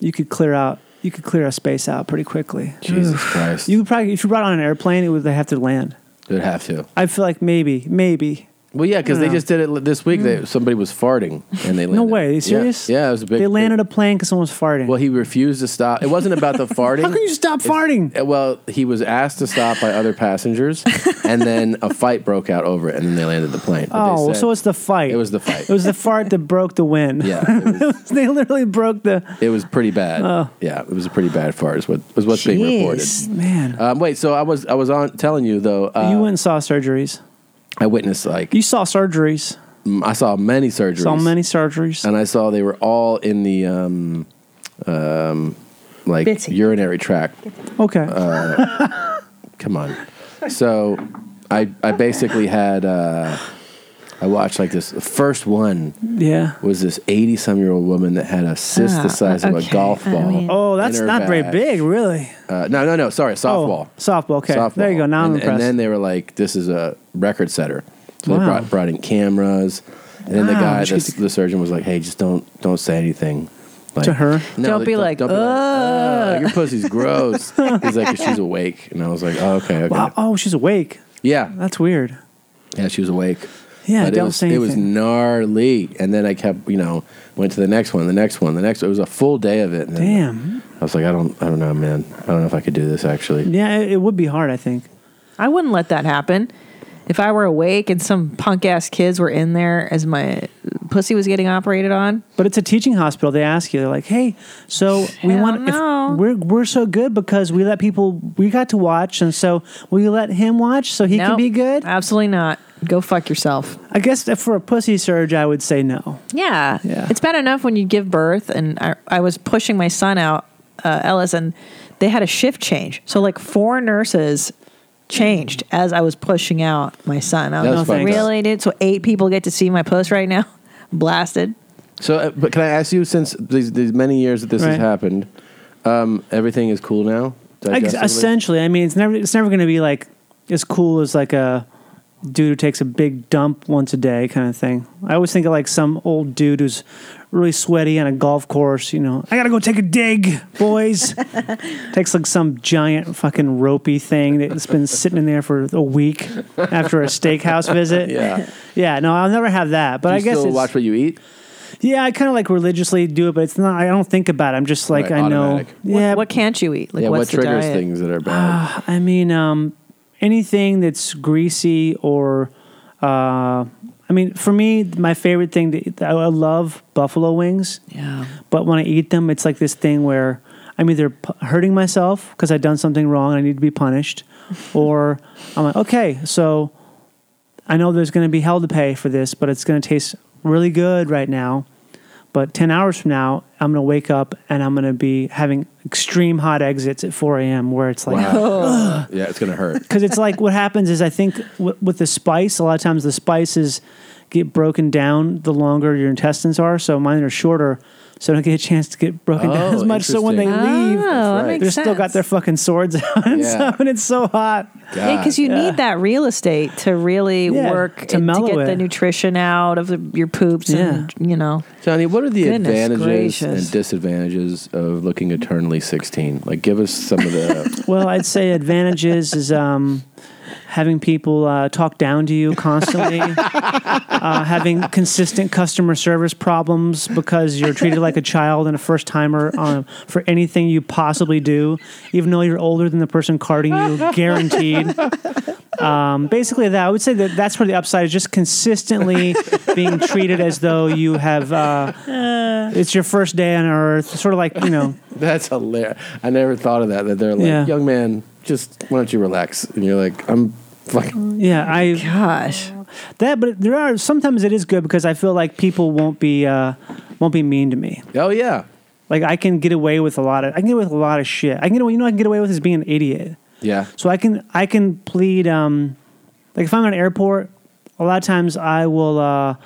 Speaker 12: you could clear out you could clear a space out pretty quickly.
Speaker 1: Jesus Christ.
Speaker 12: You could probably if you brought it on an airplane, it would they have to land.
Speaker 1: They'd have to.
Speaker 12: I feel like maybe maybe
Speaker 1: Well, yeah, because
Speaker 12: I
Speaker 1: they
Speaker 12: don't know.
Speaker 1: just did it this week. They, somebody was farting and they landed.
Speaker 12: Mm. no way. Are you
Speaker 1: uh, Yeah.
Speaker 12: serious?
Speaker 1: Yeah, it was a big.
Speaker 12: They landed a plane because someone was farting.
Speaker 1: Well, he refused to stop. It wasn't about
Speaker 12: [laughs]
Speaker 1: the farting.
Speaker 12: How can you stop farting?
Speaker 1: Uh, Well, he was asked to stop by other passengers, and then a fight broke out over it, and then they landed the plane. But they
Speaker 12: Oh,
Speaker 1: said-
Speaker 12: so it's the fight.
Speaker 1: it was the fight.
Speaker 12: [laughs] It was the fart that broke the wind.
Speaker 1: Yeah, it
Speaker 12: [laughs] they literally broke the.
Speaker 1: It was pretty bad.
Speaker 12: Oh.
Speaker 1: Yeah, it was a pretty bad fart. Is what was what's being reported.
Speaker 6: Jeez.
Speaker 12: Man,
Speaker 1: Um, wait, so I was I was on telling you though. Uh,
Speaker 12: you went and saw surgeries.
Speaker 1: I witnessed like
Speaker 12: You saw surgeries.
Speaker 1: m- I saw many surgeries.
Speaker 12: Saw many surgeries.
Speaker 1: and I saw they were all in the um, um, like
Speaker 6: Bitsy.
Speaker 1: urinary tract.
Speaker 12: Okay.
Speaker 1: uh, Come on. So I I basically had uh, I watched like this the first one
Speaker 12: yeah.
Speaker 1: was this 80 some year old woman that had a cyst
Speaker 6: Ah,
Speaker 1: the size of a
Speaker 6: okay.
Speaker 1: golf
Speaker 6: I
Speaker 1: ball.
Speaker 6: mean-
Speaker 12: Oh, that's
Speaker 1: in her
Speaker 12: not very
Speaker 1: bag.
Speaker 12: big, really.
Speaker 1: Uh, no, no, no. Sorry, softball.
Speaker 12: Oh, softball. Okay. There you go. Now I'm
Speaker 1: and,
Speaker 12: impressed.
Speaker 1: And then they were like, "This is a record setter." So they
Speaker 12: Wow.
Speaker 1: brought, brought in cameras, and then the
Speaker 12: Wow,
Speaker 1: guy,
Speaker 12: she
Speaker 1: the,
Speaker 12: gets to-
Speaker 1: the surgeon, was like, "Hey, just don't don't say anything." Like,
Speaker 12: To her?
Speaker 6: Don't be like,
Speaker 1: "Ugh, "Oh, your pussy's
Speaker 12: [laughs]
Speaker 1: gross." He's like, "She's awake," and I was like, "Oh, okay, okay,
Speaker 12: wow. Oh, she's awake.
Speaker 1: yeah,
Speaker 12: That's weird.
Speaker 1: yeah, she was awake."
Speaker 12: Yeah,
Speaker 1: But it
Speaker 12: don't
Speaker 1: was,
Speaker 12: say
Speaker 1: It was
Speaker 12: anything.
Speaker 1: gnarly, and then I kept, you know, went to the next one, the next one, the next. It was a full day of it. And then
Speaker 12: Damn.
Speaker 1: I was like, I don't, I don't know, man. I don't know if I could do this actually.
Speaker 12: Yeah, it, it would be hard, I think.
Speaker 6: I wouldn't let that happen. If I were awake and some punk ass kids were in there as my pussy was getting operated on,
Speaker 12: But it's a teaching hospital. They ask you, they're like, "Hey, so we
Speaker 6: Hell
Speaker 12: want
Speaker 6: no.
Speaker 12: if we're we're so good because we let people we got to watch, and so will you let him watch so he can
Speaker 6: Nope. Uh,
Speaker 12: be good?"
Speaker 6: Absolutely not. Go fuck yourself.
Speaker 12: I guess if for a pussy surge, I would say no.
Speaker 6: Yeah.
Speaker 12: Yeah.
Speaker 6: It's bad enough when you give birth, and I, I was pushing my son out, uh, Ellis, and they had a shift change. So, like, four nurses changed as I was pushing out my son. I
Speaker 1: That's
Speaker 6: was like,
Speaker 1: fucked up.
Speaker 6: really, dude? So, eight people get to see my post right now? [laughs] Blasted.
Speaker 1: So, uh, but can I ask you, since these, these many years that this has
Speaker 12: Right.
Speaker 1: happened, um, everything is cool now?
Speaker 12: Like,
Speaker 1: Digestively?
Speaker 12: essentially, I mean, it's never it's never going to be like as cool as like a dude who takes a big dump once a day kind of thing. I always think of like some old dude who's really sweaty on a golf course. You know, I gotta go take a dig,
Speaker 1: [laughs]
Speaker 12: boys. Takes like some giant fucking ropey thing that's been sitting in there for a week after a steakhouse visit.
Speaker 1: [laughs] Yeah.
Speaker 12: yeah. No, I'll never have that. But
Speaker 1: Do you
Speaker 12: I guess
Speaker 1: still
Speaker 12: it's,
Speaker 1: watch what you eat.
Speaker 12: yeah, I kind of like religiously do it, but it's not. I don't think about it. I'm just like
Speaker 1: Right,
Speaker 12: I know.
Speaker 1: automatic.
Speaker 12: Yeah,
Speaker 6: What can't you eat? Like,
Speaker 1: yeah,
Speaker 6: what's the
Speaker 1: what triggers
Speaker 6: diet?
Speaker 1: things that are bad?
Speaker 12: Ah, I mean, um, anything that's greasy or, uh, I mean, for me, my favorite thing to eat, I, I love buffalo wings.
Speaker 6: Yeah.
Speaker 12: But when I eat them, it's like this thing where I'm either p- hurting myself because I've done something wrong and I need to be punished, or I'm like, okay, so I know there's going to be hell to pay for this, but it's going to taste really good right now. But 10 hours from now, I'm going to wake up and I'm going to be having extreme hot exits at 4 a.m. where it's like,
Speaker 1: Wow. yeah, it's gonna hurt.
Speaker 12: because it's like what happens is I think w- with the spice, a lot of times the spices get broken down the longer your intestines are. So mine are shorter, so I don't get a chance to get broken down
Speaker 1: Oh,
Speaker 12: as much. So when they leave,
Speaker 1: interesting. Oh,
Speaker 2: Ah,
Speaker 1: that
Speaker 12: they're
Speaker 1: makes
Speaker 12: still got their fucking swords [laughs] out and
Speaker 1: Yeah.
Speaker 12: stuff, and it's so hot.
Speaker 6: Yeah, because you need that real estate to really
Speaker 12: Yeah,
Speaker 6: work
Speaker 12: to
Speaker 6: it-
Speaker 12: mellow
Speaker 6: get the
Speaker 12: it.
Speaker 6: nutrition out of the, your poops and you know.
Speaker 1: Johnny, what are the
Speaker 6: Goodness
Speaker 1: advantages
Speaker 6: gracious.
Speaker 1: and disadvantages of looking eternally 16? Like, give us some of
Speaker 12: [laughs]
Speaker 1: the.
Speaker 12: Well, I'd say advantages is um, having people uh, talk down to you constantly, uh, having consistent customer service problems because you're treated like a child and a first timer um, for anything you possibly do, even though you're older than the person carding you, guaranteed. Um, basically, that I would say that that's where the upside is just consistently being treated as though you have uh, it's your first day on earth, sort of like you know
Speaker 1: that's hilarious. I never thought of that. That they're like,
Speaker 12: Yeah.
Speaker 1: young man, just why don't you relax? And you're like, I'm fucking.
Speaker 12: Yeah, I gosh. That but there are sometimes it is good because I feel like people won't be uh won't be mean to me.
Speaker 1: Oh yeah.
Speaker 12: Like I can get away with a lot of I can get away with a lot of shit. I can get away you know what I can get away with is being an idiot.
Speaker 1: Yeah.
Speaker 12: So I can I can plead um like if I'm at an airport, a lot of times I will uh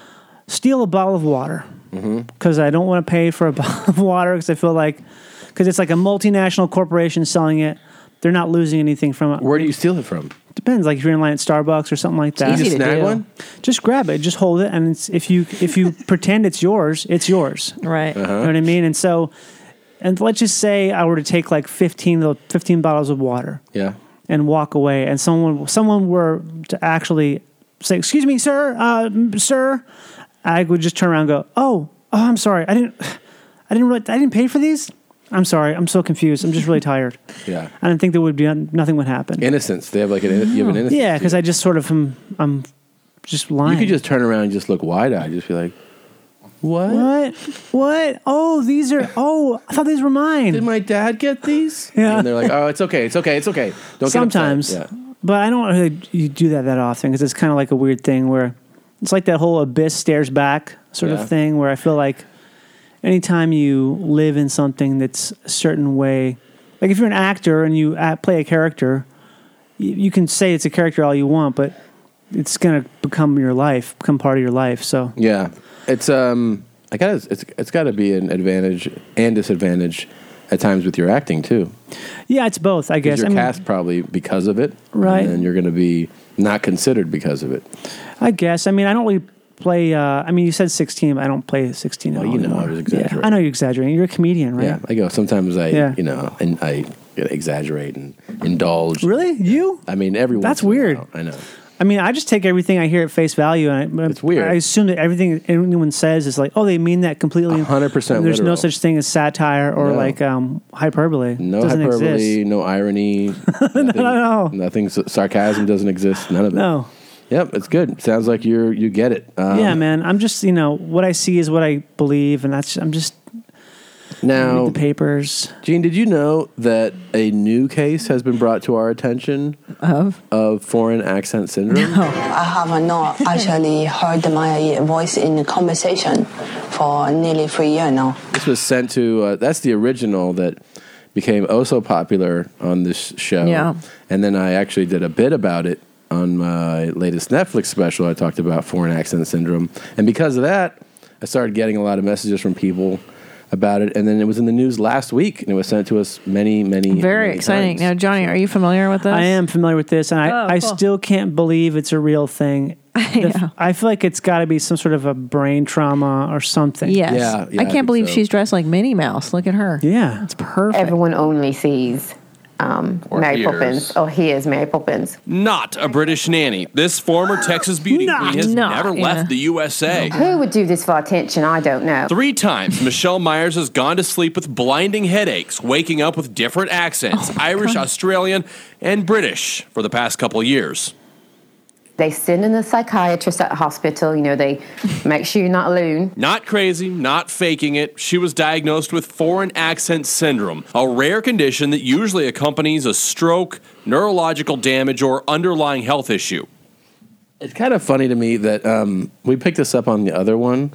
Speaker 12: steal a bottle of water
Speaker 1: Mm-hmm.
Speaker 12: because I don't want to pay for a [laughs] bottle of water because I feel like because it's like a multinational corporation selling it. They're not losing anything from it.
Speaker 1: Where do you steal it from?
Speaker 12: Depends, like if you're in line at Starbucks or something like that.
Speaker 1: It's easy You just to snag do. one?
Speaker 12: Just grab it, just hold it, and it's, if you if you [laughs] pretend it's yours, it's yours.
Speaker 6: Right.
Speaker 12: You know what
Speaker 1: Uh-huh.
Speaker 12: I mean? And so, and let's just say I were to take like 15, little- 15 bottles of water
Speaker 1: Yeah.
Speaker 12: and walk away, and someone someone were to actually say, "Excuse me, sir, uh, m- sir," I would just turn around and go, "Oh, oh, I'm sorry, I didn't, [sighs] I didn't, really, I didn't pay for these. I'm sorry, I'm so confused. I'm just really tired."
Speaker 1: Yeah.
Speaker 12: I didn't think there would be nothing would happen.
Speaker 1: Innocence. They have like an. You have an innocence.
Speaker 12: Yeah, because I just sort of am, I'm just
Speaker 1: You
Speaker 12: lying.
Speaker 1: could just turn around and just look wide eyed. Just be like, what?
Speaker 12: what? What? Oh, these are. Oh, I thought these were mine.
Speaker 1: Did my dad get these?
Speaker 12: [laughs] Yeah.
Speaker 1: And they're like, oh, it's okay. It's okay. It's okay. Don't
Speaker 12: Sometimes,
Speaker 1: get upset. Yeah.
Speaker 12: but I don't really you do that that often because it's kind of like a weird thing where it's like that whole abyss stares back sort
Speaker 1: Yeah.
Speaker 12: of thing where I feel like anytime you live in something that's a certain way, like if you're an actor and you act, play a character, you, you can say it's a character all you want, but it's gonna become your life, become part of your life. So
Speaker 1: Yeah, it's um, I got it's it's got to be an advantage and disadvantage at times with your acting too.
Speaker 12: yeah, it's both, I
Speaker 1: 'Cause
Speaker 12: guess.
Speaker 1: you're
Speaker 12: I mean,
Speaker 1: cast probably because of it,
Speaker 12: Right.
Speaker 1: And then you're going to be not considered because of it.
Speaker 12: I guess. I mean, I don't really play. Uh, I mean, you said sixteen. But I don't play sixteen. at
Speaker 1: Well,
Speaker 12: all
Speaker 1: you know,
Speaker 12: anymore.
Speaker 1: I was
Speaker 12: Yeah,
Speaker 1: exaggerating.
Speaker 12: I know you're exaggerating. You're a comedian, right?
Speaker 1: Yeah, I go. Sometimes I,
Speaker 12: Yeah.
Speaker 1: you know, and I exaggerate and indulge.
Speaker 12: Really? You?
Speaker 1: I mean, everyone.
Speaker 12: That's weird.
Speaker 1: I know.
Speaker 12: I mean, I just take everything I hear at face value, and I, it's
Speaker 1: weird.
Speaker 12: I assume that everything anyone says is like, oh, they mean that completely.
Speaker 1: 100%
Speaker 12: There's no
Speaker 1: literal.
Speaker 12: such thing as satire or
Speaker 1: No.
Speaker 12: like um, hyperbole.
Speaker 1: No
Speaker 12: Doesn't
Speaker 1: hyperbole,
Speaker 12: exist.
Speaker 1: no
Speaker 12: [laughs]
Speaker 1: irony, nothing,
Speaker 12: no, no.
Speaker 1: nothing. Sarcasm doesn't exist. None of it.
Speaker 12: No.
Speaker 1: Yep, it's good. Sounds like you're you get it. Um,
Speaker 12: yeah, man. I'm just you know what I see is what I believe, and that's I'm just
Speaker 1: Now,
Speaker 12: read the papers.
Speaker 1: Gene, did you know that a new case has been brought to our attention
Speaker 2: Of?
Speaker 1: of foreign accent syndrome?
Speaker 13: I have not actually heard my voice in conversation for nearly three years now.
Speaker 1: This was sent to, uh, that's the original that became oh so popular on this show.
Speaker 2: Yeah.
Speaker 1: And then I actually did a bit about it on my latest Netflix special. I talked about foreign accent syndrome. And because of that, I started getting a lot of messages from people about it, and then it was in the news last week, and it was sent to us many, many,
Speaker 2: Very
Speaker 1: many
Speaker 2: exciting.
Speaker 1: times.
Speaker 2: Now, Johnny, are you familiar with this?
Speaker 12: I am familiar with this, and I,
Speaker 2: Oh,
Speaker 12: I
Speaker 2: cool. [laughs]
Speaker 12: still can't believe it's a real thing. I, [laughs] I feel like it's got to be some sort of a brain trauma or something.
Speaker 2: Yes. I can't believe she's dressed like Minnie Mouse. Look at her.
Speaker 12: Yeah. It's
Speaker 2: perfect.
Speaker 14: Everyone only sees um,
Speaker 15: Or
Speaker 14: Mary
Speaker 15: hears.
Speaker 14: Poppins. Oh, he is Mary Poppins.
Speaker 15: Not a British nanny. This former Texas beauty
Speaker 14: Not-
Speaker 15: queen has
Speaker 14: not,
Speaker 15: never
Speaker 14: yeah.
Speaker 15: left the USA.
Speaker 14: Who would do this for attention? I don't know.
Speaker 15: Three times, Michelle Myers has gone to sleep with blinding headaches, waking up with different
Speaker 14: Oh,
Speaker 15: accents Irish, Australian, and British for the past couple years.
Speaker 14: They send in the psychiatrist at the hospital. You know, they make sure you're not alone.
Speaker 15: Not crazy, not faking it. She was diagnosed with foreign accent syndrome, a rare condition that usually accompanies a stroke, neurological damage, or underlying health issue.
Speaker 1: It's kind of funny to me that um, we picked this up on the other one.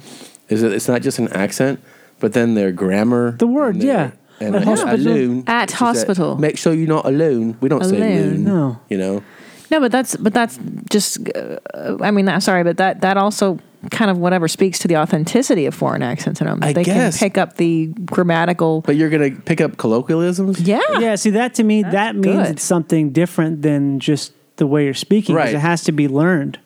Speaker 1: Is that it's not just an accent, but then their grammar, the word,
Speaker 12: yeah.
Speaker 1: and
Speaker 12: At
Speaker 1: like,
Speaker 12: hospital.
Speaker 1: alone.
Speaker 2: At
Speaker 1: She said,
Speaker 2: hospital.
Speaker 1: Make sure you're not alone. We don't say
Speaker 2: Alone.
Speaker 1: loon.
Speaker 2: No.
Speaker 1: you know.
Speaker 2: No, but that's but that's just. Uh, I mean, that, sorry, but that that also kind of whatever speaks to the authenticity of foreign accents in them.
Speaker 1: I
Speaker 2: they
Speaker 1: guess.
Speaker 2: can pick up the grammatical.
Speaker 1: But you're gonna pick up colloquialisms.
Speaker 2: Yeah.
Speaker 12: Yeah. See, that to me, that means
Speaker 2: good.
Speaker 12: it's something different than just the way you're speaking. 'cause
Speaker 1: Right.
Speaker 12: It has to be learned.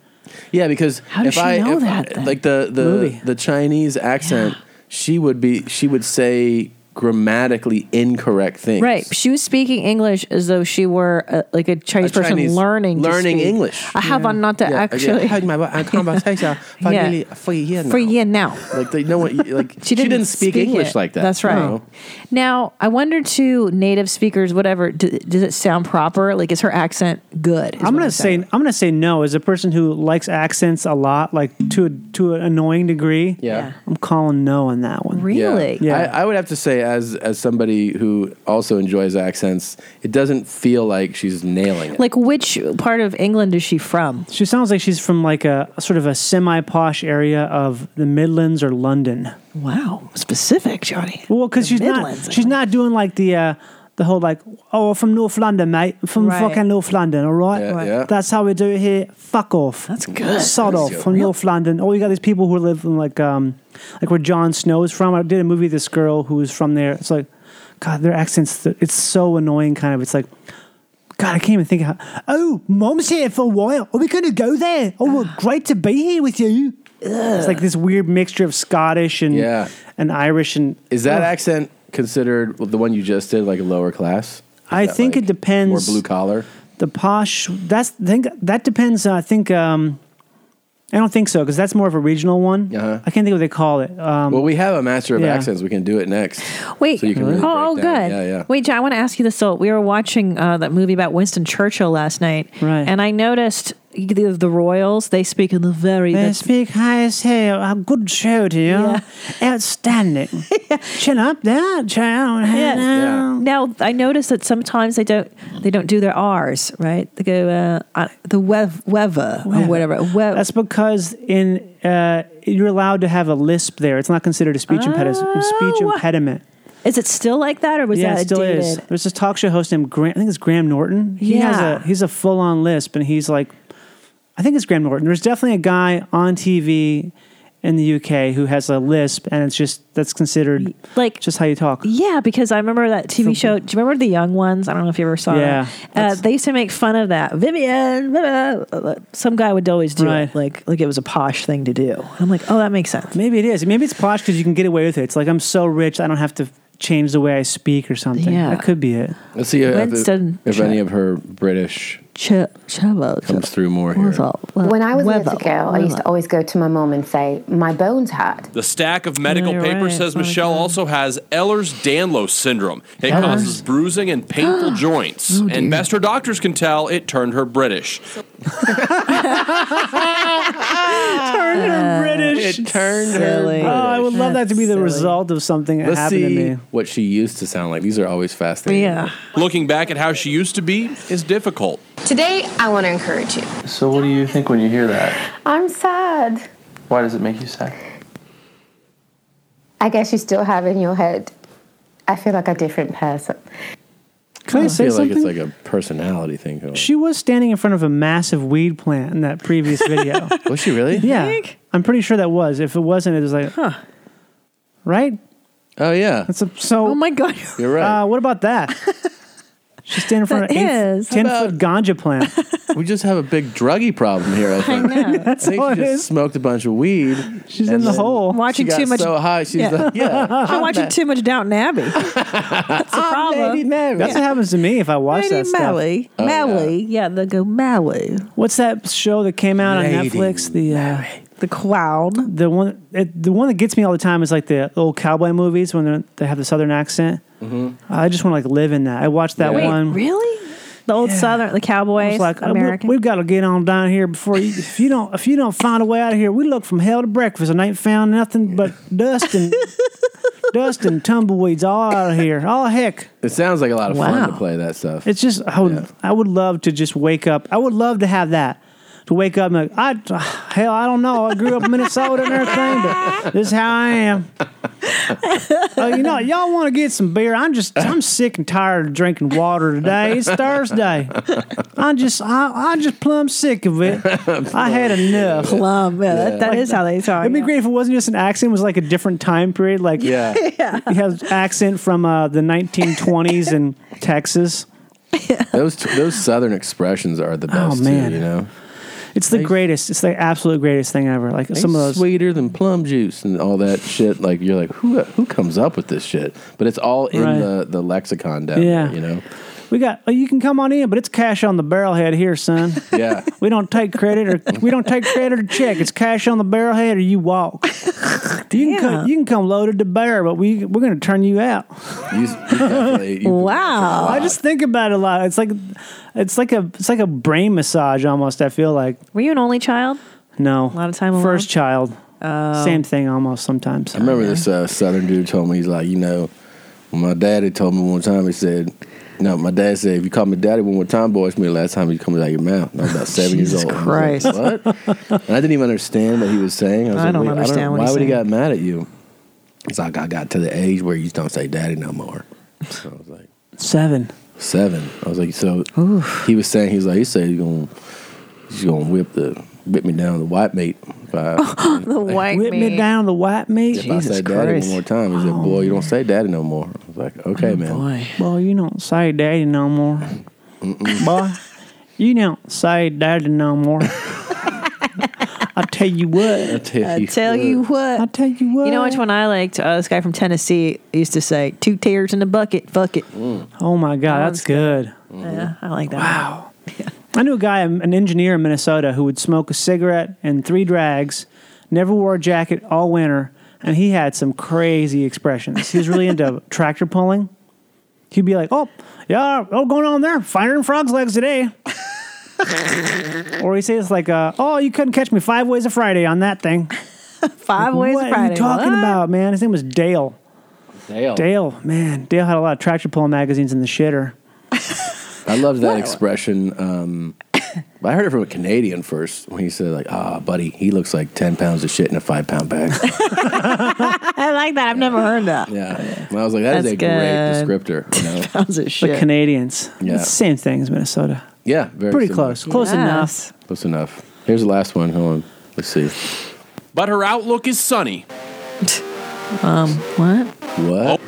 Speaker 1: Yeah, because
Speaker 12: How does
Speaker 1: if
Speaker 12: she
Speaker 1: I
Speaker 12: know
Speaker 1: if-
Speaker 12: that, then?
Speaker 1: like the the
Speaker 12: Movie.
Speaker 1: the Chinese accent, she would be she would say grammatically incorrect things.
Speaker 2: Right. She was speaking English as though she were a, like a Chinese
Speaker 1: A
Speaker 2: person
Speaker 1: Chinese-
Speaker 2: learning to
Speaker 1: learning
Speaker 2: speak.
Speaker 1: English.
Speaker 2: I have
Speaker 1: Yeah.
Speaker 2: not to
Speaker 1: Yeah, I
Speaker 2: actually
Speaker 1: had my
Speaker 2: [laughs]
Speaker 1: conversation for nearly- for a year
Speaker 2: For a
Speaker 1: now.
Speaker 2: year now.
Speaker 1: Like they no one like she didn't, speak,
Speaker 2: speak
Speaker 1: English
Speaker 2: it.
Speaker 1: like that.
Speaker 2: That's right.
Speaker 1: you know?
Speaker 2: Now, I wonder to native speakers, whatever, d does it sound proper? Like, is her accent good? is
Speaker 12: I'm
Speaker 2: what
Speaker 12: gonna say I'm gonna say no. As a person who likes accents a lot, like to a, to an annoying degree,
Speaker 1: Yeah.
Speaker 12: I'm calling no on that one.
Speaker 1: Yeah.
Speaker 12: Yeah.
Speaker 1: I, I would have to say, as as somebody who also enjoys accents, it doesn't feel like she's nailing it.
Speaker 2: Like, which part of England is she from?
Speaker 12: She sounds like she's from like a sort of a semi posh area of the Midlands or London.
Speaker 2: Wow, specific, Johnny.
Speaker 12: Well, because
Speaker 2: The
Speaker 12: she's
Speaker 2: Midlands, I
Speaker 12: not she's not doing like the uh, the whole like oh I'm from North London, mate. I'm from
Speaker 2: Right.
Speaker 12: fucking North London. All right,
Speaker 2: Yeah, Right. yeah.
Speaker 12: that's how we do it here. Fuck off. That's
Speaker 2: good.
Speaker 12: Sod
Speaker 2: That's
Speaker 12: off
Speaker 2: good.
Speaker 12: from North London. Or you got these people who live in like um like where Jon Snow's from. I did a movie with this girl who was from there. It's like God, their accents. It's so annoying. Kind of. It's like. God, I can't even think of how. Oh, mom's here for a while. Are we going to go there? Oh,
Speaker 2: [sighs]
Speaker 12: well, great to be here with you. It's like this weird mixture of Scottish and
Speaker 1: Yeah.
Speaker 12: and Irish and Oh,
Speaker 1: Is that
Speaker 12: Ugh.
Speaker 1: accent considered the one you just did, like a lower class? Is
Speaker 12: I
Speaker 1: that,
Speaker 12: think
Speaker 1: like,
Speaker 12: it depends.
Speaker 1: More blue collar.
Speaker 12: The posh. That's I think that depends. I think. Um, I don't think so because that's more of a regional one. Uh-huh. I can't think what they call it. Um,
Speaker 1: well, we have a master of
Speaker 12: yeah.
Speaker 1: accents. We can do it next.
Speaker 2: Wait.
Speaker 1: So you can really
Speaker 2: oh, oh,
Speaker 1: break down.
Speaker 2: good.
Speaker 1: Yeah, yeah.
Speaker 2: Wait, John, I want to ask you this. So we were watching uh, that movie about Winston Churchill last night, right? And I noticed the, the Royals. They speak in the very.
Speaker 12: They
Speaker 2: that's-
Speaker 12: speak high as hell. A good show to you.
Speaker 2: [laughs]
Speaker 12: Outstanding. Chin up there, child.
Speaker 2: Yeah. Now I noticed that sometimes they don't they don't do their R's right. They go uh, uh, the wev, weather or whatever.
Speaker 12: That's because in uh, you're allowed to have a lisp there. It's not considered a
Speaker 2: Oh.
Speaker 12: speech impediment. Speech impediment.
Speaker 2: Is it still like that, or was
Speaker 12: yeah,
Speaker 2: that
Speaker 12: it still
Speaker 2: dated?
Speaker 12: is. There's this talk show host named Graham. I think it's Graham Norton. He has
Speaker 2: Yeah.
Speaker 12: a he's a full on lisp, and he's like, I think it's Graham Norton. There's definitely a guy on TV in the UK who has a lisp, and it's just that's considered
Speaker 2: like
Speaker 12: just how you talk.
Speaker 2: Yeah, because I remember that TV show. Do you remember the Young Ones? I don't know if you ever saw
Speaker 12: Yeah,
Speaker 2: that. Uh, they used to make fun of that. Vivian, blah, blah, blah. some guy would always do
Speaker 12: Right.
Speaker 2: it, like like it was a posh thing to do. I'm like, oh, that makes sense.
Speaker 12: Maybe it is. Maybe it's posh because you can get away with it. It's like I'm so rich, I don't have to change the way I speak or something.
Speaker 2: Yeah.
Speaker 12: that could be it.
Speaker 1: Let's see if,
Speaker 2: Winston
Speaker 1: if
Speaker 2: Chur-
Speaker 1: any of her British
Speaker 2: Ch- Chavo
Speaker 1: comes through more here.
Speaker 2: What's up?
Speaker 14: When I was a little girl, I used to always go to my mom and say, My bones hurt.
Speaker 15: The stack of medical
Speaker 14: Yeah, you're
Speaker 15: papers
Speaker 14: right.
Speaker 15: says
Speaker 14: Oh my
Speaker 15: Michelle also has Ehlers-Danlos syndrome. It
Speaker 14: Ehlers.
Speaker 15: causes bruising and
Speaker 14: [gasps]
Speaker 15: painful joints,
Speaker 14: Oh,
Speaker 15: and
Speaker 14: dear.
Speaker 15: best her doctors can tell, it turned her British.
Speaker 12: turned her British. It
Speaker 1: turned
Speaker 12: her.
Speaker 1: Silly.
Speaker 12: Oh, I would love that to be the result of something that
Speaker 1: Let's
Speaker 12: happened to
Speaker 1: see
Speaker 12: me.
Speaker 1: what she used to sound like. These are always fascinating.
Speaker 12: Yeah.
Speaker 15: Looking back at how she used to be is difficult.
Speaker 16: Today, I want to encourage you.
Speaker 17: So, what do you think when you hear that?
Speaker 14: I'm sad.
Speaker 17: Why does it make you sad?
Speaker 14: I guess you still have in your head, I feel like a different person.
Speaker 12: Can I
Speaker 1: I
Speaker 12: say
Speaker 1: feel like
Speaker 12: something?
Speaker 1: it's like a personality thing. going on.
Speaker 12: She was standing in front of a massive weed plant in that
Speaker 2: [laughs]
Speaker 12: previous video.
Speaker 1: Was she really?
Speaker 12: yeah. I'm pretty sure that was. If it wasn't, it was like, huh. Right?
Speaker 1: Oh yeah.
Speaker 12: That's a, so. Oh
Speaker 6: my god.
Speaker 1: You're right.
Speaker 12: Uh, what
Speaker 1: [laughs]
Speaker 12: about that? She's standing in front of
Speaker 6: That
Speaker 12: an
Speaker 6: is.
Speaker 12: ten
Speaker 6: How
Speaker 12: foot ganja
Speaker 6: [laughs]
Speaker 12: plant.
Speaker 1: we just have a big druggy problem here.
Speaker 12: [laughs]
Speaker 1: I [laughs] think.
Speaker 6: know.
Speaker 1: That's I think
Speaker 12: all
Speaker 1: she
Speaker 12: it
Speaker 1: just
Speaker 12: is.
Speaker 1: smoked a bunch of weed.
Speaker 12: She's
Speaker 1: and
Speaker 12: in the
Speaker 1: then
Speaker 12: hole.
Speaker 1: she
Speaker 6: Watching
Speaker 1: got
Speaker 6: too much.
Speaker 1: So high, she's
Speaker 6: yeah.
Speaker 1: like, [laughs]
Speaker 12: [laughs]
Speaker 1: yeah.
Speaker 6: She's watching too much Downton Abbey. That's the problem.
Speaker 1: Lady Mary.
Speaker 12: That's what happens to me if I watch
Speaker 6: Lady
Speaker 12: that stuff.
Speaker 6: Mally.
Speaker 1: Oh, yeah.
Speaker 6: Mally. Yeah. they go Mally.
Speaker 12: What's that show that came out on
Speaker 1: Lady
Speaker 12: Netflix? The uh,
Speaker 6: The clown.
Speaker 12: the one it, the one that gets me all the time is like the old cowboy movies when they're- they have the southern accent. I just want to like live in that. I watched that
Speaker 1: Mm-hmm. Yeah. Wait,
Speaker 12: one.
Speaker 6: Really? The old Southern, the
Speaker 12: I
Speaker 6: Cowboys,
Speaker 12: was Mm. like, uh, we-
Speaker 6: American.
Speaker 12: we've got to get on down here before you, if you don't if you don't find a way out of here, we look from hell to breakfast and ain't found nothing but dust
Speaker 6: [laughs]
Speaker 12: and dust and tumbleweeds all out of here. Oh heck,
Speaker 1: It sounds like a lot of fun to
Speaker 6: Wow.
Speaker 1: play that stuff.
Speaker 12: it's just I would I would love to just wake up. I would love to have that. To wake up and like, I hell, I don't know. I grew up in Minnesota and everything, but this is how I am. Uh, you know, y'all want to get some beer? I'm just I'm sick and tired of drinking water today. It's Thursday. I'm just I, I just plumb sick of it. I had enough.
Speaker 6: Plum. Yeah, That, that is how they talk.
Speaker 12: It'd be
Speaker 6: yeah.
Speaker 12: great if it wasn't just an accent; it was like a different time period. Like [laughs]
Speaker 1: yeah.
Speaker 12: he has accent from uh, the 1920s in Texas.
Speaker 1: those those southern expressions are the best.
Speaker 12: Oh, man.
Speaker 1: too, you know.
Speaker 12: It's the greatest. It's the absolute greatest thing ever. Like some
Speaker 1: Ain't
Speaker 12: of those.
Speaker 1: sweeter than plum juice and all that shit. Like you're like, who who comes up with this shit? But it's all in
Speaker 12: Right.
Speaker 1: the, the lexicon down
Speaker 12: Yeah.
Speaker 1: there, you know.
Speaker 12: We got. Oh, you can come on in, but it's cash on the barrel head here, son.
Speaker 1: Yeah,
Speaker 12: We don't take credit or we don't take credit or check. It's cash on the barrel head or you walk. You can
Speaker 6: Yeah.
Speaker 12: come. You can come loaded to bear, but we we're gonna turn you out.
Speaker 1: you,
Speaker 6: [laughs]
Speaker 1: you definitely. You
Speaker 6: Wow.
Speaker 12: I just think about it a lot. It's like, it's like a it's like a brain massage almost. I feel like
Speaker 6: Were you an only child?
Speaker 12: no. A
Speaker 6: lot of time alone?
Speaker 12: First child. Same thing almost sometimes.
Speaker 1: I remember this uh, southern dude told me he's like, you know, my daddy told me one time. He said, no, my dad said if you call me daddy one more time, boy, it's me. the Last time you call me out of your mouth, And I was about seven years
Speaker 6: Jesus
Speaker 1: old. And I was like, what? And I didn't even understand what he was saying. I was
Speaker 6: I
Speaker 1: like,
Speaker 6: don't
Speaker 1: wait,
Speaker 6: understand what
Speaker 1: why
Speaker 6: he's
Speaker 1: would he
Speaker 6: saying.
Speaker 1: got mad at you? He's like, I got to the age where you don't say daddy no more. So I was like.
Speaker 12: Seven.
Speaker 1: Seven. I was like, so he was saying he's like he said he's gonna he's gonna whip the whip me down the white meat. If I,
Speaker 6: Oh. The white
Speaker 12: Whip me
Speaker 6: meat.
Speaker 12: down the white meat.
Speaker 1: if I say daddy one more time, he said, boy, you don't say daddy no more. I was like, okay, man.
Speaker 12: Oh, Boy, you don't say daddy no more. Boy, you don't say daddy no more. I tell you
Speaker 1: I
Speaker 12: what.
Speaker 1: tell
Speaker 6: I
Speaker 1: you,
Speaker 6: Uh, tell you
Speaker 12: I
Speaker 6: what.
Speaker 12: tell you what.
Speaker 6: You know which one I liked? Uh, this guy from Tennessee used to say, two tears in a bucket, fuck it.
Speaker 12: Oh my God, that's good.
Speaker 6: Yeah, I like that. Wow.
Speaker 12: I knew a guy, an engineer in Minnesota, who would smoke a cigarette and three drags, never wore a jacket all winter, and he had some crazy expressions. He was really
Speaker 1: [laughs]
Speaker 12: into tractor pulling. He'd be like, "Oh, yeah, oh, going on there, firing frog's legs today," or he says like, uh, "Oh, you couldn't catch me five ways a Friday on that thing."
Speaker 6: Five ways
Speaker 12: what
Speaker 6: of Friday.
Speaker 12: are you talking
Speaker 6: What?
Speaker 12: about, man? His name was Dale.
Speaker 1: Dale.
Speaker 12: Dale, man, Dale had a lot of tractor pulling magazines in the shitter.
Speaker 1: I loved that expression. Um, I heard it from a Canadian first when he said like, ah, buddy, he looks like ten pounds of shit in a five pound
Speaker 12: [laughs]
Speaker 1: bag.
Speaker 6: I like that. I've never heard that.
Speaker 1: yeah, and I was like, that is
Speaker 6: That's
Speaker 1: a great descriptor. You
Speaker 6: [laughs]
Speaker 1: know?
Speaker 6: Sounds as
Speaker 12: The
Speaker 6: shit.
Speaker 12: Canadians,
Speaker 1: Yeah.
Speaker 12: It's the same thing as Minnesota.
Speaker 1: Yeah, very
Speaker 12: Pretty
Speaker 1: similar.
Speaker 12: close, close enough.
Speaker 6: Yes.
Speaker 1: Close enough. Here's the last one. Hold on, let's see.
Speaker 15: But her outlook is sunny,
Speaker 6: What?
Speaker 1: What?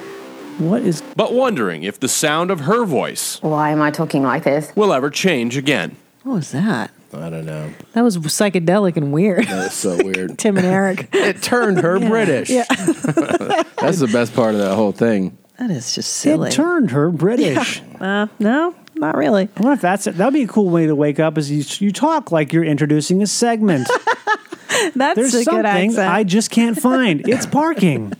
Speaker 12: What is
Speaker 15: but wondering if the sound of her voice
Speaker 14: Why am I talking like this?
Speaker 15: will ever change again.
Speaker 6: What was that?
Speaker 1: I don't know.
Speaker 6: That was psychedelic and weird.
Speaker 1: That
Speaker 6: [laughs]
Speaker 1: was so weird.
Speaker 6: Tim and
Speaker 12: [laughs]
Speaker 6: Eric.
Speaker 1: It turned
Speaker 2: [laughs]
Speaker 1: her British. That's the best part of that whole thing.
Speaker 6: That is just silly.
Speaker 12: It turned
Speaker 6: [laughs]
Speaker 12: her British.
Speaker 6: uh, no, not really.
Speaker 12: I wonder if that's it. That'd be a cool way to wake up. Is you, you talk like you're introducing
Speaker 6: [laughs]
Speaker 12: a segment.
Speaker 6: That's
Speaker 12: There's
Speaker 6: a good
Speaker 12: something
Speaker 6: accent.
Speaker 12: I just can't
Speaker 6: [laughs]
Speaker 12: find. It's parking.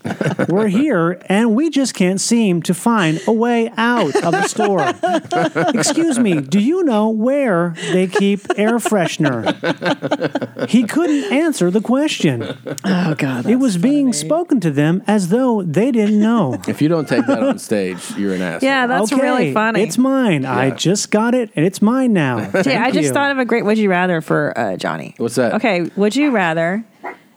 Speaker 12: We're here, and we just can't seem to find a way out of
Speaker 6: [laughs]
Speaker 12: the store. Excuse me. Do you know where they keep air freshener? He couldn't answer the question.
Speaker 6: oh god,
Speaker 12: It was being spoken to them as though they didn't know.
Speaker 1: If you don't take
Speaker 6: [laughs]
Speaker 1: that on stage, you're an asshole.
Speaker 6: Yeah, that's
Speaker 12: okay,
Speaker 6: really funny.
Speaker 12: It's mine. I just got it, and it's
Speaker 1: [laughs]
Speaker 12: mine now.
Speaker 6: Jay, I
Speaker 12: Thank
Speaker 6: just
Speaker 12: you.
Speaker 6: thought of a great would you rather for uh, Johnny.
Speaker 1: What's that?
Speaker 6: Okay, would you rather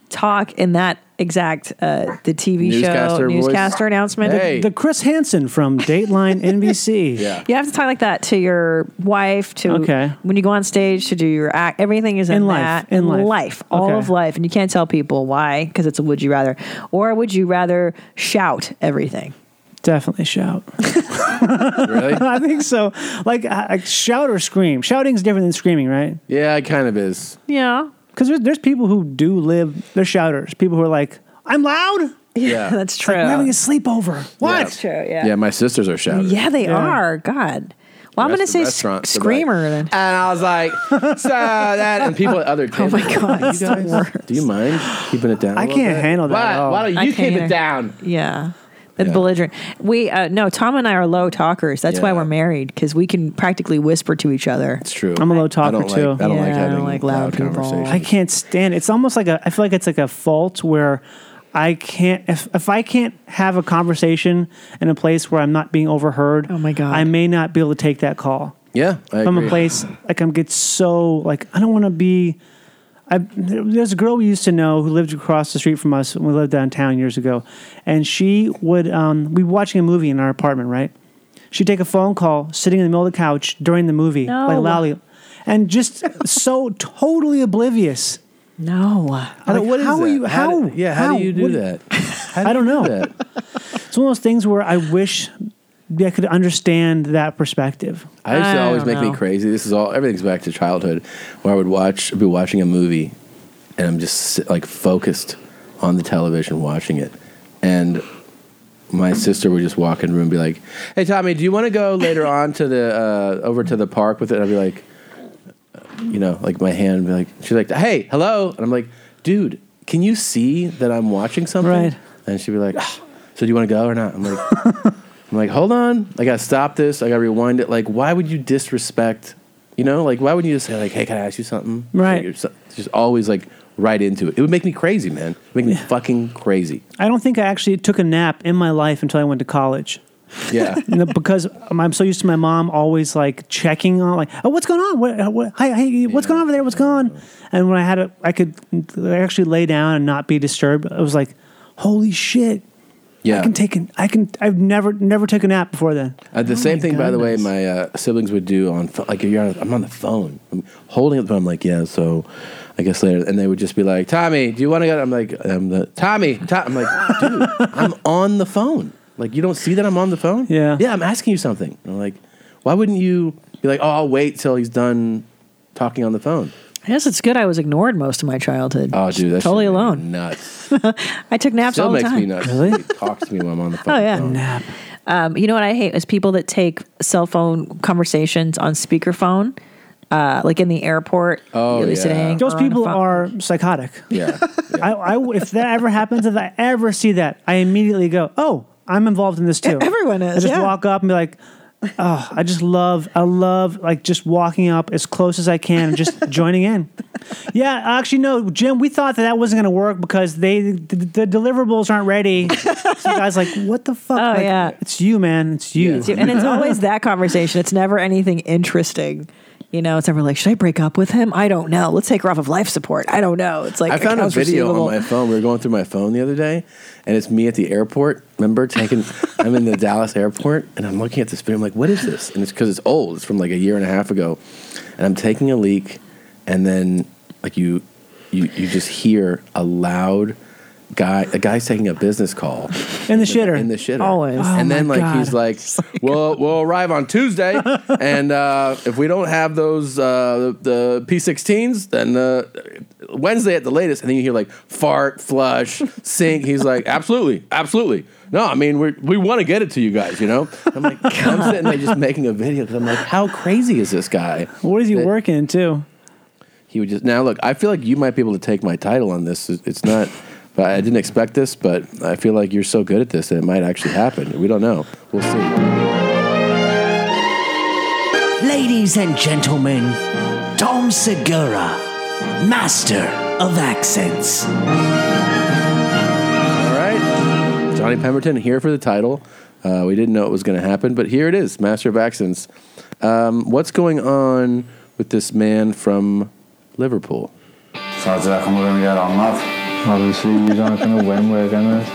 Speaker 2: talk in that exact uh, the TV show
Speaker 12: Newscaster voice.
Speaker 2: newscaster announcement.
Speaker 12: The, the Chris Hansen
Speaker 6: [laughs]
Speaker 12: from Dateline NBC. yeah.
Speaker 2: You have to talk like that to your wife, to
Speaker 12: Okay.
Speaker 2: when you go on stage, to do your act. Everything is in,
Speaker 12: In life,
Speaker 2: that.
Speaker 12: in life.
Speaker 2: all
Speaker 12: Okay.
Speaker 2: of life, and you can't tell people why because it's a would you rather or would you rather shout everything.
Speaker 12: Definitely shout. [laughs]
Speaker 1: Really?
Speaker 6: [laughs]
Speaker 12: I think so. Like, I, I- shout or scream. Shouting's different than screaming, right?
Speaker 1: Yeah, it kind of is.
Speaker 2: Yeah.
Speaker 12: Because there's, there's people who do live, they're shouters. People who are like, I'm loud.
Speaker 2: [laughs]
Speaker 1: Yeah. That's
Speaker 12: It's like,
Speaker 1: true.
Speaker 12: we're having a sleepover. What?
Speaker 1: Yeah. That's true, Yeah, my sisters are shouting.
Speaker 2: Yeah, they are. God. Well, I'm going to say sc-
Speaker 12: [laughs]
Speaker 2: screamer then.
Speaker 1: And I was like, so that and people at [laughs] other tables.
Speaker 2: Oh my god,
Speaker 1: you
Speaker 12: [laughs]
Speaker 1: guys, do you mind keeping it down? I
Speaker 12: I can't handle that. at all.
Speaker 1: Why don't
Speaker 2: I
Speaker 1: you
Speaker 2: can't
Speaker 1: keep it
Speaker 2: either.
Speaker 1: down?
Speaker 2: Yeah. The belligerent. We uh, no. Tom and I are low talkers. That's why
Speaker 1: Yeah.
Speaker 2: we're married because we can practically whisper to each other. It's
Speaker 1: true.
Speaker 12: I'm a low
Speaker 1: I
Speaker 12: talker
Speaker 1: don't like-
Speaker 12: too.
Speaker 1: I don't like Yeah, I having don't like loud loud people. conversations.
Speaker 12: I can't stand. It's almost like a. I feel like it's like a fault where I can't. If if I can't have a conversation in a place where I'm not being overheard, oh my god, I may not be able to take that call.
Speaker 1: Yeah, I
Speaker 12: If I'm a
Speaker 1: agree.
Speaker 12: place like I'm get so like I don't want to be. I, there's a girl we used to know who lived across the street from us when we lived downtown years ago, and she would um, we were watching a movie in our apartment, right? She'd take a phone call sitting in the middle of the couch during the movie,
Speaker 2: No.
Speaker 12: like loudly, and just so totally oblivious.
Speaker 2: No,
Speaker 12: I'm like, how are you? How?
Speaker 1: yeah, how, do you do
Speaker 12: What-
Speaker 1: that?
Speaker 12: I don't know. it's one of those things where I wish I could understand that perspective.
Speaker 1: I used to always make me crazy. This is all everything's back to childhood, where I would watch, I'd be watching a movie, and I'm just sit- like focused on the television watching it, and my sister would just walk in the room and be like, "Hey Tommy, do you want to go later on to the uh, over to the park with it?" And I'd be like, you know, like my hand, would be like she's like, "Hey, hello," and I'm like, "Dude, can you see that I'm watching something?" Right. And she'd be like, "Ah, "So do you want to go or not?" I'm like. I'm like, hold on, I gotta stop this. I gotta rewind it. Like, why would you disrespect? You know, like, why would you just say like, hey, can I ask you something?
Speaker 12: Right.
Speaker 1: Like, you're so- just always like right into it. It would make me crazy, man. It'd make me fucking crazy.
Speaker 12: I don't think I actually took a nap in my life until I went to college. [laughs]
Speaker 1: Yeah.
Speaker 12: You know, because I'm I'm so used to my mom always like checking on, like, oh, what's going on? What, uh, what, hi, hey, what's going on over there? What's going on? And when I had a, I could actually lay down and not be disturbed. I was like, holy shit!
Speaker 1: Yeah.
Speaker 12: I can take an, I can, I've never, never took a nap before then.
Speaker 1: Uh, the
Speaker 12: Oh
Speaker 1: same
Speaker 12: my
Speaker 1: thing, by the way,
Speaker 12: goodness.
Speaker 1: my uh, siblings would do on pho- like if you're on, I'm on the phone, I'm holding up, but I'm like, yeah, so I guess later, and they would just be like, Tommy, do you want to go? I'm like, I'm the Tommy. Tom. I'm like, dude,
Speaker 2: [laughs]
Speaker 1: I'm on the phone. Like, you don't see that I'm on the phone? Yeah, yeah, I'm asking you something. And I'm like, why wouldn't you be like, oh, I'll wait till he's done talking on the phone?
Speaker 2: I guess it's good I was ignored most of my childhood.
Speaker 1: Oh, dude, that's
Speaker 2: totally alone.
Speaker 1: Nuts.
Speaker 2: I took naps
Speaker 1: Still
Speaker 2: all the
Speaker 1: makes
Speaker 2: time.
Speaker 1: me nuts. Really? talks to me when I'm on the phone.
Speaker 2: Oh yeah, nap. Um, you know what I hate is people that take cell phone conversations on speakerphone, uh, like in the airport.
Speaker 12: Oh,
Speaker 2: you're
Speaker 12: yeah.
Speaker 2: listening
Speaker 12: Those
Speaker 2: or on the
Speaker 12: people
Speaker 2: phone.
Speaker 12: are psychotic.
Speaker 1: Yeah.
Speaker 12: [laughs] I, I, if that ever happens, if I ever see that, I immediately go, "Oh, I'm involved in this too."
Speaker 2: Everyone is,
Speaker 12: I just
Speaker 2: yeah.
Speaker 12: walk up and be like, "Oh, I just love, I love like just walking up as close as I can and
Speaker 2: [laughs]
Speaker 12: just joining in." Yeah, actually, no, Jim. We thought that that wasn't going to work because they the, the deliverables aren't
Speaker 2: [laughs]
Speaker 12: ready. So you guys like, what the fuck?
Speaker 2: Oh,
Speaker 12: Like,
Speaker 2: yeah.
Speaker 12: it's you, man. It's you.
Speaker 2: It's you- and
Speaker 12: [laughs]
Speaker 2: it's always that conversation. It's never anything interesting. You know, it's never like, should I break up with him? I don't know. Let's take her off of life support. I don't know. It's like
Speaker 1: I found a
Speaker 2: accounts
Speaker 1: video
Speaker 2: receivable.
Speaker 1: on my phone. We were going through my phone the other day, and it's me at the airport. Remember,
Speaker 2: [laughs]
Speaker 1: taking I'm in the Dallas airport, and I'm looking at this video. I'm like, "What is this?" And it's because it's old. It's from like a year and a half ago, and I'm taking a leak, and then like you, you, you just hear a loud guy. A guy's taking a business call
Speaker 12: in the shitter.
Speaker 1: In the shitter.
Speaker 12: Always. Oh,
Speaker 1: and then
Speaker 12: my
Speaker 1: like
Speaker 12: God.
Speaker 1: he's
Speaker 12: [laughs]
Speaker 1: like, "Well, we'll arrive on Tuesday, and uh, if we don't have those uh, the P16s, then uh, Wednesday at the latest." And then you hear like fart, flush, sink. He's like, "Absolutely, absolutely." No, I mean we we want to get it to you guys, you know. I'm like,
Speaker 12: [laughs]
Speaker 1: I'm sitting there just making a video because I'm like, how crazy is this guy?
Speaker 12: What is he working too?
Speaker 1: He would just now look. I feel like you might be able to take my title on this. It- It's not. But I didn't expect this, but I feel like you're so good at this that it might actually happen. We don't know. We'll see.
Speaker 18: Ladies and gentlemen, Tom Segura, master of accents.
Speaker 1: All right. Johnny Pemberton here for the title. Uh, we didn't know it was going to happen, but here it is Master of Accents. Um, what's going on with this man from Liverpool?
Speaker 17: Sadece rakamı ben bir yer anlat. Obviously, you're not going to win. We're going to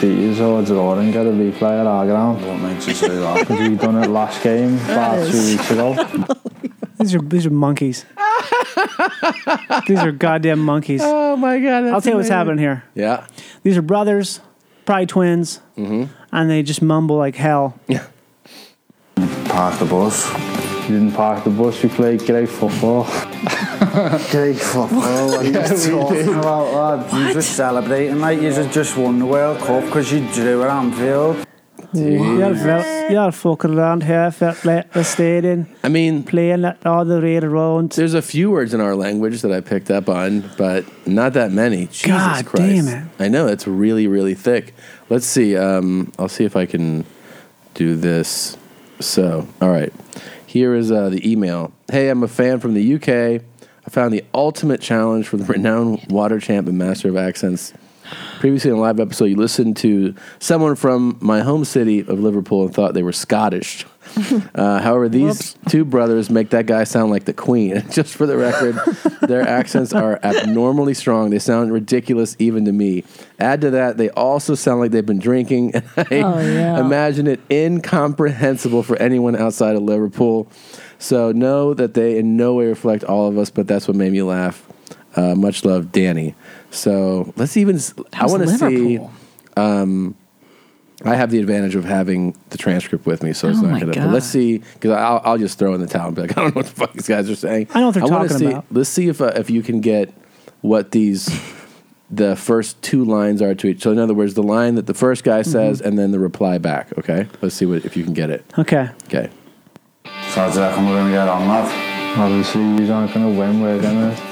Speaker 17: beat you, so it's all and get a replay at our ground. What makes you say that? Because we done it last game, about two
Speaker 18: [laughs]
Speaker 17: weeks ago. [laughs]
Speaker 12: These are these
Speaker 1: [laughs]
Speaker 12: are monkeys. these are goddamn monkeys.
Speaker 1: Oh my god!
Speaker 12: I'll tell you what's happening here.
Speaker 1: Yeah.
Speaker 12: These are brothers, probably twins,
Speaker 1: Mm-hmm.
Speaker 12: and they just mumble like hell.
Speaker 1: Yeah.
Speaker 17: Park the bus. You didn't park the bus, we played great [laughs] football.
Speaker 19: Great
Speaker 17: [laughs]
Speaker 19: football. What are you talking about, lad? You're just celebrating like you just, just won the World Cup because you drew at Anfield.
Speaker 12: You're, fel- you're fucking around here, fair play, the stadium.
Speaker 1: I mean,
Speaker 12: playing it all the way around.
Speaker 1: There's a few words in our language that I picked up on, but not that many. Jesus
Speaker 12: God
Speaker 1: Christ.
Speaker 12: damn it.
Speaker 1: I know, it's really, really thick. Let's see. Um, I'll see if I can do this. So, all right. Here is uh, the email Hey, I'm a fan from the UK. I found the ultimate challenge for the [laughs] renowned water champ and master of accents. Previously in a live episode, you listened to someone from my home city of Liverpool and thought they were Scottish. [laughs] Uh, however, these two brothers make that guy sound like the Queen. [laughs] Just for
Speaker 18: [laughs]
Speaker 1: the record, their accents are abnormally strong. They sound ridiculous even to me. Add to that, they also sound like they've been drinking, [laughs] and I
Speaker 18: Oh, yeah.
Speaker 1: imagine it incomprehensible for anyone outside of Liverpool. So know that they in no way reflect all of us, but that's what made me laugh. Uh, much love, Danny. So let's even. s- I
Speaker 2: How's
Speaker 1: want to see.
Speaker 2: Liverpool?
Speaker 1: Um, I have the advantage of having the transcript with me, so it's
Speaker 12: Oh
Speaker 1: not
Speaker 12: my
Speaker 1: going to.
Speaker 12: God.
Speaker 1: Let's see, because I'll, I'll just throw in the towel and be like, [laughs] I don't know what the fuck these guys are saying.
Speaker 12: I know what they're
Speaker 1: wanna
Speaker 12: talking
Speaker 1: see,
Speaker 12: about.
Speaker 1: Let's see if uh, if you can get what these the first two lines are to each. So in other words, the line that the first
Speaker 12: Mm-hmm.
Speaker 1: guy says, and then the reply back. Okay, let's see what if you can get it.
Speaker 12: Okay.
Speaker 1: Okay.
Speaker 17: So do you reckon we're going to get on, lad? Obviously, you're not going to win. We're going to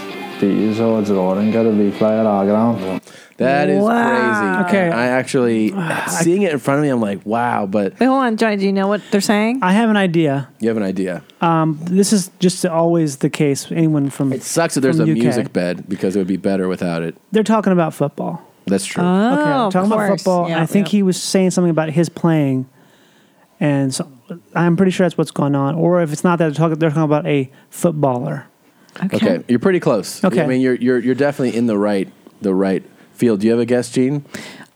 Speaker 17: beat you, so it's all and get a replay at our ground.
Speaker 1: That is
Speaker 2: Wow.
Speaker 1: crazy.
Speaker 2: Okay.
Speaker 1: And I actually
Speaker 12: Ah,
Speaker 1: seeing it in front of me, I'm like, wow. But
Speaker 2: Wait, hold on, Johnny. Do you know what they're saying?
Speaker 12: I have an idea.
Speaker 1: you have an idea.
Speaker 12: Um, this is just always the case. Anyone from
Speaker 1: It sucks that there's a
Speaker 12: from UK.
Speaker 1: music bed because it would be better without it.
Speaker 12: They're talking about football.
Speaker 1: That's true.
Speaker 12: okay, we're talking about football. and I think he was saying something about his playing, and so I'm pretty sure that's what's going on. Or if it's not that, they're talking, they're talking about a footballer.
Speaker 1: Okay. you're pretty close.
Speaker 12: Okay.
Speaker 1: I mean, you're you're you're definitely in the right the right field. Do you have a guess, Gene?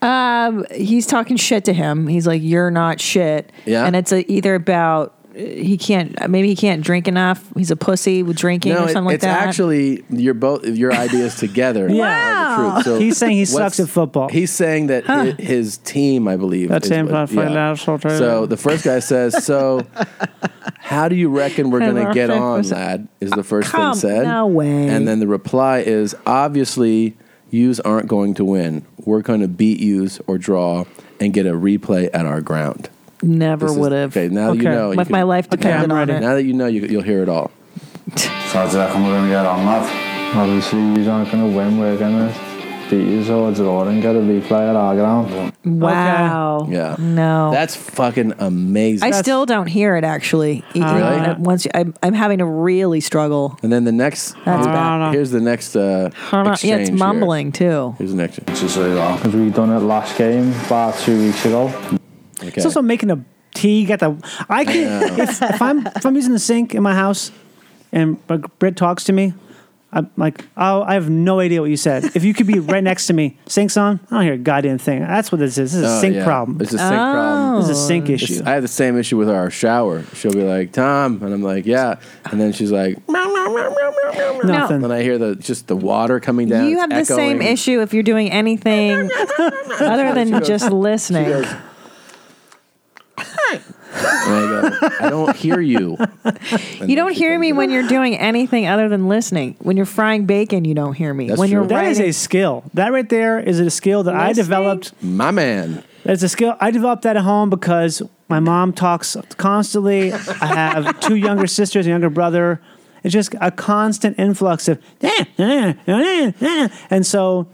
Speaker 2: Um, he's talking shit to him. He's like, "You're not shit."
Speaker 1: Yeah.
Speaker 2: And it's a, either about uh, he can't maybe he can't drink enough. He's a pussy with drinking
Speaker 1: no,
Speaker 2: or
Speaker 1: it-
Speaker 2: something like
Speaker 1: it's
Speaker 2: that.
Speaker 1: actually your both your ideas
Speaker 2: [laughs]
Speaker 1: together.
Speaker 2: Yeah.
Speaker 1: are the
Speaker 2: Wow.
Speaker 1: truth. So
Speaker 12: He's saying he
Speaker 1: what's-
Speaker 12: sucks at football.
Speaker 1: He's saying that
Speaker 12: Huh.
Speaker 1: hi- his team, I believe,
Speaker 12: That's
Speaker 1: is
Speaker 12: him,
Speaker 1: what-
Speaker 12: but I find out so true.
Speaker 1: So the first guy says,
Speaker 12: [laughs]
Speaker 1: "So, how do you reckon we're going to get on,
Speaker 2: 100%.
Speaker 1: lad?" Is the first
Speaker 2: Come,
Speaker 1: thing said.
Speaker 2: no way.
Speaker 1: And then the reply is, "Obviously, yous aren't going to win. We're going to beat yous or draw and get a replay at our ground."
Speaker 2: never
Speaker 1: This is-
Speaker 2: would have.
Speaker 1: Okay, now that you know, you
Speaker 2: with
Speaker 1: can-
Speaker 2: my life depended on it.
Speaker 1: Now that you know, you, you'll hear it all.
Speaker 17: So do you reckon we're going to get on, lad? Obviously, you're not going to win. We're going to beat you, so it's all and get a replay at our ground.
Speaker 2: Wow.
Speaker 1: Yeah.
Speaker 2: No.
Speaker 1: That's fucking amazing.
Speaker 2: I still don't hear it actually. E-
Speaker 1: Really?
Speaker 2: uh, Once you, I'm, I'm having to really struggle.
Speaker 1: And then the next, uh,
Speaker 2: That's bad.
Speaker 1: here's the next uh,
Speaker 2: Yeah,
Speaker 1: exchange.
Speaker 2: it's
Speaker 1: here.
Speaker 2: mumbling too.
Speaker 1: Here's the next.
Speaker 17: Because we done it last game, about two weeks ago.
Speaker 1: Okay.
Speaker 12: It's also making a tea. You got the I can
Speaker 17: Yeah.
Speaker 12: if, if I'm if I'm using the sink in my house, and like, Britt talks to me. I'm like, oh, I have no idea what you said. If you could be right [laughs] next to me, sink's on. I don't hear a goddamn thing. That's what this is. This is a
Speaker 1: Oh,
Speaker 12: sink
Speaker 1: yeah.
Speaker 12: problem.
Speaker 1: It's a sink
Speaker 2: Oh.
Speaker 1: problem.
Speaker 12: This is a sink issue.
Speaker 1: I have the same issue with our shower. She'll be like, Tom. And I'm like, yeah. And then she's like,
Speaker 2: Nothing.
Speaker 1: And I hear the just the water coming down.
Speaker 2: you
Speaker 1: it's
Speaker 2: have the
Speaker 1: echoing.
Speaker 2: same issue if you're doing
Speaker 1: [laughs]
Speaker 2: anything other
Speaker 1: She
Speaker 2: than
Speaker 1: goes-
Speaker 2: just listening.
Speaker 1: she goes, And I go, I don't hear you.
Speaker 2: you don't hear me when you're doing anything other than listening. When you're frying bacon, you don't hear me. when you're
Speaker 12: that is
Speaker 2: writing,
Speaker 12: a skill. That right there is a skill that I
Speaker 2: Listening?
Speaker 12: developed
Speaker 1: My man.
Speaker 12: That's a skill. I developed that at home because my mom talks constantly. I have two younger sisters, a younger brother. It's just a constant influx of, "Eh, eh, eh, eh," and so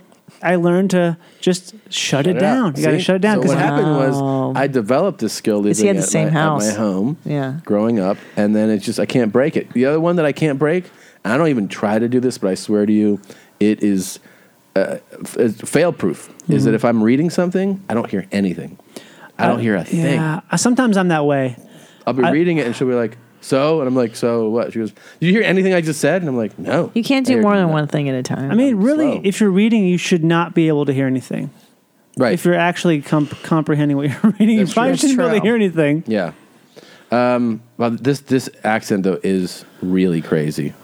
Speaker 12: I learned to just shut,
Speaker 1: Shut
Speaker 12: it
Speaker 1: up.
Speaker 12: down. You got to
Speaker 1: See?
Speaker 12: shut it down.
Speaker 1: So what
Speaker 12: I-
Speaker 1: happened was I developed this skill living
Speaker 12: Because he had
Speaker 1: at,
Speaker 12: the same
Speaker 1: my, at my
Speaker 12: house.
Speaker 1: home
Speaker 2: yeah.
Speaker 1: growing up, and then it's just I can't break it. The other one that I can't break, and I don't even try to do this, but I swear to you, it is uh, fail proof. Is
Speaker 12: Mm-hmm.
Speaker 1: that if I'm reading something, I don't hear anything. I don't hear a thing.
Speaker 12: Yeah, I- sometimes I'm that way.
Speaker 1: I'll be
Speaker 12: I-
Speaker 1: reading it, and she'll be like, So, and I'm like, so what? She goes, did you hear anything I just said? And I'm like, no.
Speaker 6: You can't
Speaker 1: I
Speaker 6: do
Speaker 1: heard
Speaker 6: more than
Speaker 1: nothing.
Speaker 6: one thing at a time.
Speaker 12: I mean, really,
Speaker 1: slow.
Speaker 12: if you're reading, you should not be able to hear anything.
Speaker 1: Right.
Speaker 12: If you're actually comp- comprehending what you're [laughs] reading,
Speaker 1: That's
Speaker 12: you probably
Speaker 1: true.
Speaker 12: shouldn't be able to
Speaker 1: That's true.
Speaker 12: hear anything.
Speaker 1: Yeah. Um, well, this this accent though is really crazy.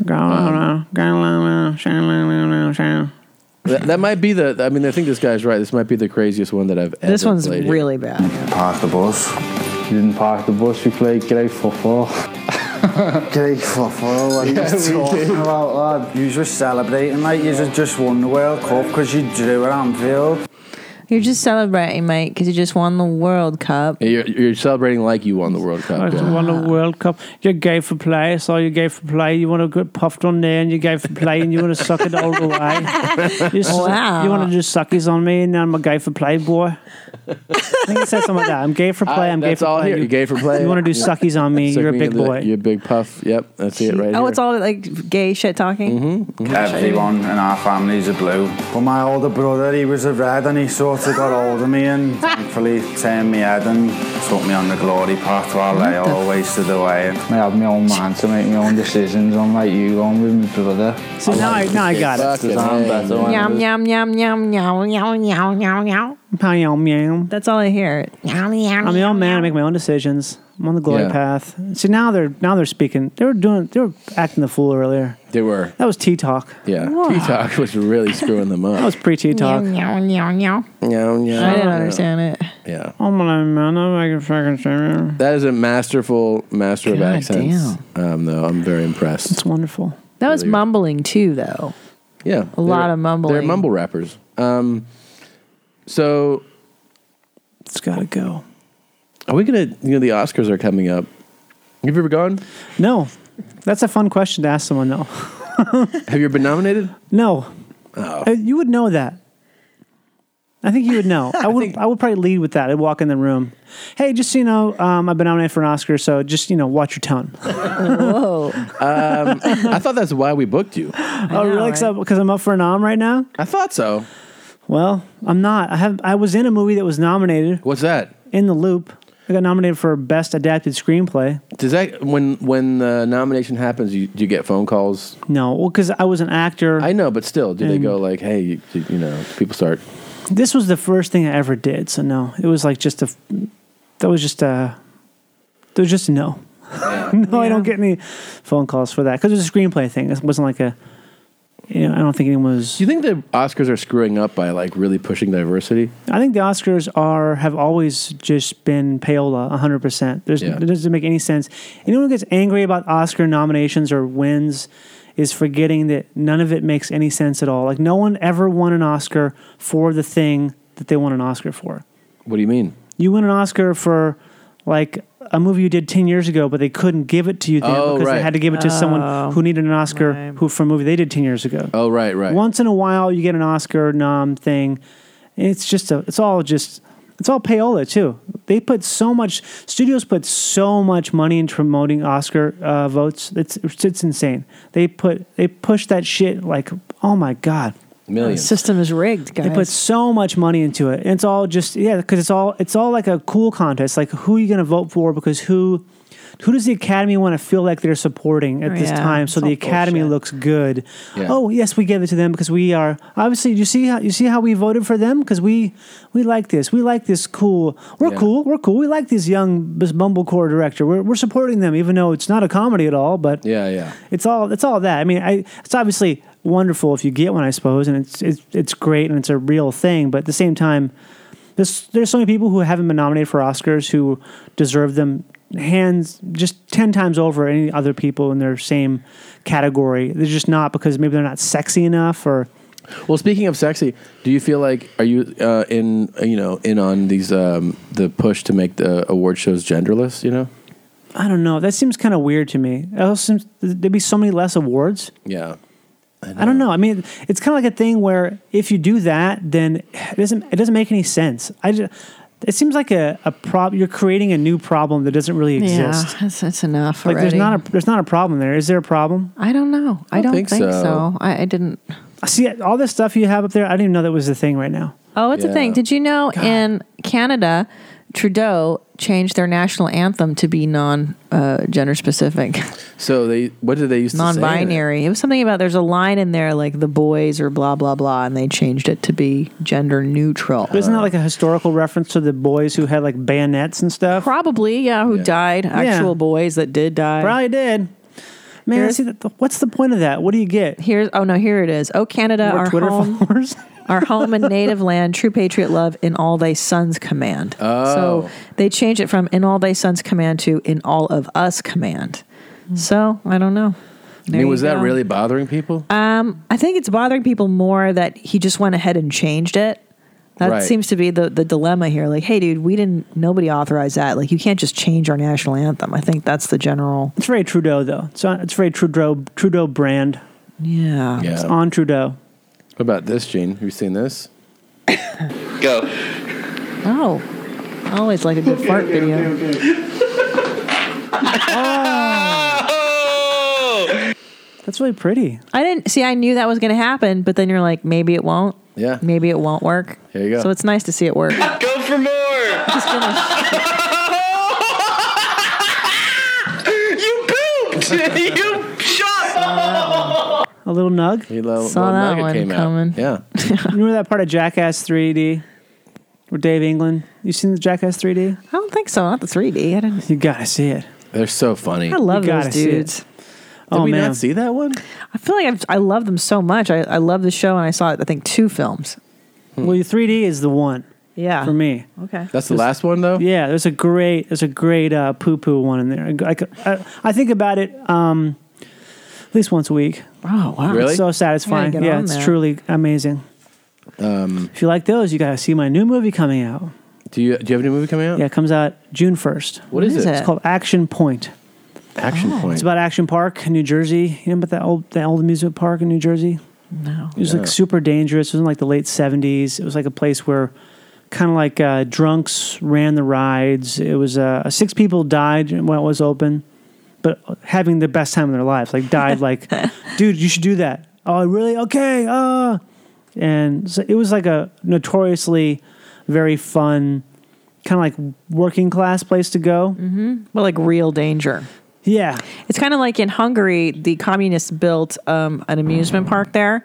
Speaker 1: That, that might be the. I mean, I think this guy's right. This might be the craziest one that I've ever.
Speaker 6: This one's
Speaker 1: played.
Speaker 6: really bad.
Speaker 17: Park the bus. You didn't park the bus, we played great football.
Speaker 19: [laughs] Great football. What are
Speaker 17: Yeah, we
Speaker 19: you talking
Speaker 17: did.
Speaker 19: about, lad? You just celebrating like you just won the World Cup because you drew at Anfield.
Speaker 6: You're just celebrating, mate, because you just won the World Cup.
Speaker 1: You're, you're celebrating like you won the World Cup.
Speaker 12: I
Speaker 1: yeah.
Speaker 12: won the World Cup. You're gay for play, so you're gay for play. You want to get puffed on there, and you're gay for play, and you want to suck it all
Speaker 6: [laughs]
Speaker 12: the way. You, su-
Speaker 6: Wow.
Speaker 12: you want to do suckies on me, and I'm a gay for play boy. I think it says something like that. I'm gay for play.
Speaker 1: Alright,
Speaker 12: I'm gay
Speaker 1: that's
Speaker 12: for
Speaker 1: all
Speaker 12: play.
Speaker 1: here. You're gay for play.
Speaker 12: You want to do
Speaker 1: Yeah.
Speaker 12: suckies on me?
Speaker 1: Suck
Speaker 12: You're a
Speaker 1: me
Speaker 12: big
Speaker 1: into the-
Speaker 12: boy.
Speaker 1: You're a big puff. Yep, that's it right
Speaker 6: oh,
Speaker 1: here.
Speaker 6: it's all like gay shit talking. Mm-hmm.
Speaker 19: Everyone in our family's a blue. But my older brother, he was a red and he sort of got hold of me and thankfully turned me head and took me on the glory path
Speaker 17: [laughs]
Speaker 19: while they all wasted away. And
Speaker 17: I had my own man to make my own decisions. I'm like you going with my brother.
Speaker 12: So now I- now I got it.
Speaker 17: Because I'm better when I
Speaker 6: Yum
Speaker 17: was-
Speaker 6: yum yum yum yum yum yum yum yum.
Speaker 12: Meow, meow.
Speaker 6: That's all I hear. Yum yum.
Speaker 12: I'm my own man. I make my own decisions. I'm on the glory
Speaker 1: Yeah.
Speaker 12: path. See now they're now they're speaking. They were doing. They were acting the fool earlier.
Speaker 1: They were.
Speaker 12: That was tea talk.
Speaker 1: Yeah.
Speaker 12: Wow.
Speaker 1: Tea talk was really screwing them up.
Speaker 12: That was pre tea talk.
Speaker 6: Meow, meow, meow.
Speaker 1: Yeah, yeah,
Speaker 6: I didn't
Speaker 1: yeah.
Speaker 6: understand it.
Speaker 1: Yeah.
Speaker 12: Oh my man, I'm making fucking shame.
Speaker 1: That is a masterful master of
Speaker 6: God
Speaker 1: accents. Um, though I'm very impressed.
Speaker 12: It's wonderful.
Speaker 6: That was mumbling too, though.
Speaker 1: Yeah,
Speaker 6: A lot
Speaker 1: they're-
Speaker 6: of mumbling.
Speaker 1: They're mumble rappers. Um, so
Speaker 12: it's got to go.
Speaker 1: Are we gonna? You know, the Oscars are coming up. Have you ever gone?
Speaker 12: No, that's a fun question to ask someone. No,
Speaker 1: Have you ever been nominated?
Speaker 12: no,
Speaker 1: Oh,
Speaker 12: Uh, you would know that. I think you would know. [laughs] I would. I, would probably lead with that. I'd walk in the room. Hey, just so you know, um, I've been nominated for an Oscar, so just you know, watch your tone.
Speaker 6: [laughs] Whoa.
Speaker 1: um, I thought that's why we booked you. I
Speaker 12: oh, really?
Speaker 6: eh?
Speaker 12: Because I'm up for a nom right now.
Speaker 1: thought so.
Speaker 12: Well, I'm not. I have. I was in a movie that was nominated.
Speaker 1: What's that?
Speaker 12: In the loop, I got nominated for best adapted screenplay.
Speaker 1: Does that when when the nomination happens, you do you get phone calls?
Speaker 12: No, well, because I was an actor.
Speaker 1: I know, but still, do they
Speaker 12: And-
Speaker 1: go like, hey, you, you know, people start?
Speaker 12: This was the first thing I ever did, so no, it was like just a. That was just a. That was just a no. [laughs] no, I don't get any phone calls for that because it was a screenplay thing. It wasn't like a. You know, I don't think anyone was.
Speaker 1: Do you think the Oscars are screwing up by like really pushing diversity?
Speaker 12: I think the Oscars are have always just been payola, hundred percent. There's
Speaker 1: Yeah.
Speaker 12: it doesn't make any sense. Anyone who gets angry about Oscar nominations or wins is forgetting that none of it makes any sense at all. Like no one ever won an Oscar for the thing that they won an Oscar for.
Speaker 1: What do you mean?
Speaker 12: You win an Oscar for like a movie you did ten years ago, but they couldn't give it to you then
Speaker 1: Oh,
Speaker 12: because
Speaker 1: right.
Speaker 12: they had to give it to someone who needed an Oscar who for a movie they did ten years ago.
Speaker 1: Oh, right, right.
Speaker 12: Once in a while, you get an Oscar nom thing. It's just a. It's all just. It's all payola too. They put so much. Studios put so much money into promoting Oscar uh, votes. It's it's insane. They put they push that shit like oh my god.
Speaker 6: The
Speaker 1: Millions.
Speaker 6: system is rigged, guys.
Speaker 12: They put so much money into it, and it's all just yeah, because it's all it's all like a cool contest. Like who are you going to vote for? Because who who does the Academy want to feel like they're supporting at this
Speaker 6: Yeah,
Speaker 12: time? So
Speaker 6: it's
Speaker 12: the
Speaker 6: all
Speaker 12: Academy looks good.
Speaker 6: Yeah.
Speaker 12: Oh yes, we give it to them because we are obviously. You see how you see how we voted for them because we we like this. We like this cool. We're
Speaker 1: Yeah.
Speaker 12: cool. We're cool. We like this young this Bumblecore director. We're we're supporting them even though it's not a comedy at all. But
Speaker 1: Yeah, yeah.
Speaker 12: it's all it's all that. I mean, I it's obviously wonderful if you get one, I suppose, and it's it's it's great and it's a real thing. But at the same time, there's there's so many people who haven't been nominated for Oscars who deserve them hands just ten times over any other people in their same category. They're just not because maybe they're not sexy enough or
Speaker 1: Well, speaking of sexy, do you feel like are you uh, in uh, you know in on these um, the push to make the award shows genderless? You know,
Speaker 12: I don't know. That seems kind of weird to me. It also seems, there'd be so many less awards.
Speaker 1: yeah,
Speaker 12: I don't know. I mean, it's kind of like a thing where if you do that, then it doesn't it doesn't make any sense. I just it seems like a a prob you're creating a new problem that doesn't really
Speaker 6: yeah,
Speaker 12: exist.
Speaker 6: that's, that's enough.
Speaker 12: Like
Speaker 6: already.
Speaker 12: there's not a there's not a problem there. Is there a problem?
Speaker 6: I don't know. I don't, think, so. I, I didn't.
Speaker 12: See all this stuff you have up there. I didn't even know that was a thing right now.
Speaker 6: Oh, it's a
Speaker 12: Yeah.
Speaker 6: thing. Did you know in Canada,
Speaker 2: Trudeau changed their national anthem to be non uh, gender specific,
Speaker 1: So they what did they used to
Speaker 2: non
Speaker 1: say?
Speaker 2: binary. It was something about there's a line in there like the boys or blah blah blah, and they changed it to be gender neutral.
Speaker 12: Isn't that like a historical reference to the boys who had like bayonets and stuff?
Speaker 2: Probably, yeah. Who died? Actual boys that did die.
Speaker 12: Probably did. Man,
Speaker 2: Here's-
Speaker 12: see that, what's the point of that? What do you get?
Speaker 2: Here's oh no, here it is. Oh Canada,
Speaker 12: More
Speaker 2: our
Speaker 12: Twitter
Speaker 2: home, our home and native land, true patriot love in all thy sons command.
Speaker 1: Oh.
Speaker 2: So they changed it from in all thy sons command to in all of us command. So I don't know.
Speaker 1: I
Speaker 2: There
Speaker 1: mean, was
Speaker 2: you
Speaker 1: that
Speaker 2: go.
Speaker 1: really bothering people?
Speaker 2: Um, I think it's bothering people more that he just went ahead and changed it. That
Speaker 1: Right.
Speaker 2: seems to be the, the dilemma here. Like, hey, dude, we didn't. Nobody authorized that. Like, you can't just change our national anthem. I think that's the general.
Speaker 12: [laughs] It's very Trudeau though. It's on, it's very Trudeau Trudeau brand.
Speaker 2: Yeah.
Speaker 1: Yeah.
Speaker 12: It's on Trudeau.
Speaker 1: What about this, Gene? Have you seen this?
Speaker 18: Go.
Speaker 2: Oh, I always like a good fart video.
Speaker 12: That's really pretty.
Speaker 2: I didn't see. I knew that was going to happen, but then you're like, maybe it won't.
Speaker 1: Yeah.
Speaker 2: Maybe it won't work.
Speaker 1: There you go.
Speaker 2: So it's nice to see it work.
Speaker 18: Go for more. you pooped. you shot.
Speaker 12: A little nug.
Speaker 1: A little,
Speaker 2: Saw little that nugget one came out. coming.
Speaker 1: Yeah.
Speaker 12: you remember that part of Jackass 3D with Dave England? You seen the Jackass 3D?
Speaker 2: I don't think so. Not the 3D. I didn't.
Speaker 12: You gotta see it.
Speaker 1: They're so funny.
Speaker 2: [laughs] I love
Speaker 12: You gotta
Speaker 2: those
Speaker 12: see it.
Speaker 2: dudes.
Speaker 1: Did
Speaker 12: Oh
Speaker 1: we
Speaker 12: man,
Speaker 1: not see that one?
Speaker 2: I feel like I've, I love them so much. I, I love the show, and I saw I think two films.
Speaker 12: well, your 3D is the one
Speaker 2: Yeah.
Speaker 12: for me.
Speaker 2: Okay.
Speaker 1: That's the last one though.
Speaker 12: Yeah, there's a great there's a great uh, poo poo one in there. I, I, I think about it um, at least once a week.
Speaker 2: Oh wow.
Speaker 1: Really?
Speaker 12: It's so satisfying.
Speaker 2: Yeah, get
Speaker 12: Yeah,
Speaker 2: on
Speaker 12: it's
Speaker 2: that.
Speaker 12: truly amazing.
Speaker 1: Um,
Speaker 12: If you like those, you gotta see my new movie coming out.
Speaker 1: do you do you have any movie coming out?
Speaker 12: Yeah, it comes out June first.
Speaker 1: What is,
Speaker 2: What is
Speaker 1: it?
Speaker 2: it?
Speaker 12: It's called Action Point.
Speaker 1: Action Point.
Speaker 12: It's about Action Park in New Jersey. You know about that old that old amusement park in New Jersey?
Speaker 2: No.
Speaker 12: It was
Speaker 1: Yeah.
Speaker 12: like super dangerous. It was in like the late seventies. It was like a place where kind of like uh, drunks ran the rides. It was uh, six people died when it was open, but having the best time of their lives. Like died like, dude, you should do that. Oh, really? Okay. Uh. And so it was like a notoriously very fun, kind of like working class place to go.
Speaker 2: But like real danger.
Speaker 12: Yeah.
Speaker 2: It's kind of like in Hungary, the communists built um, an amusement park there.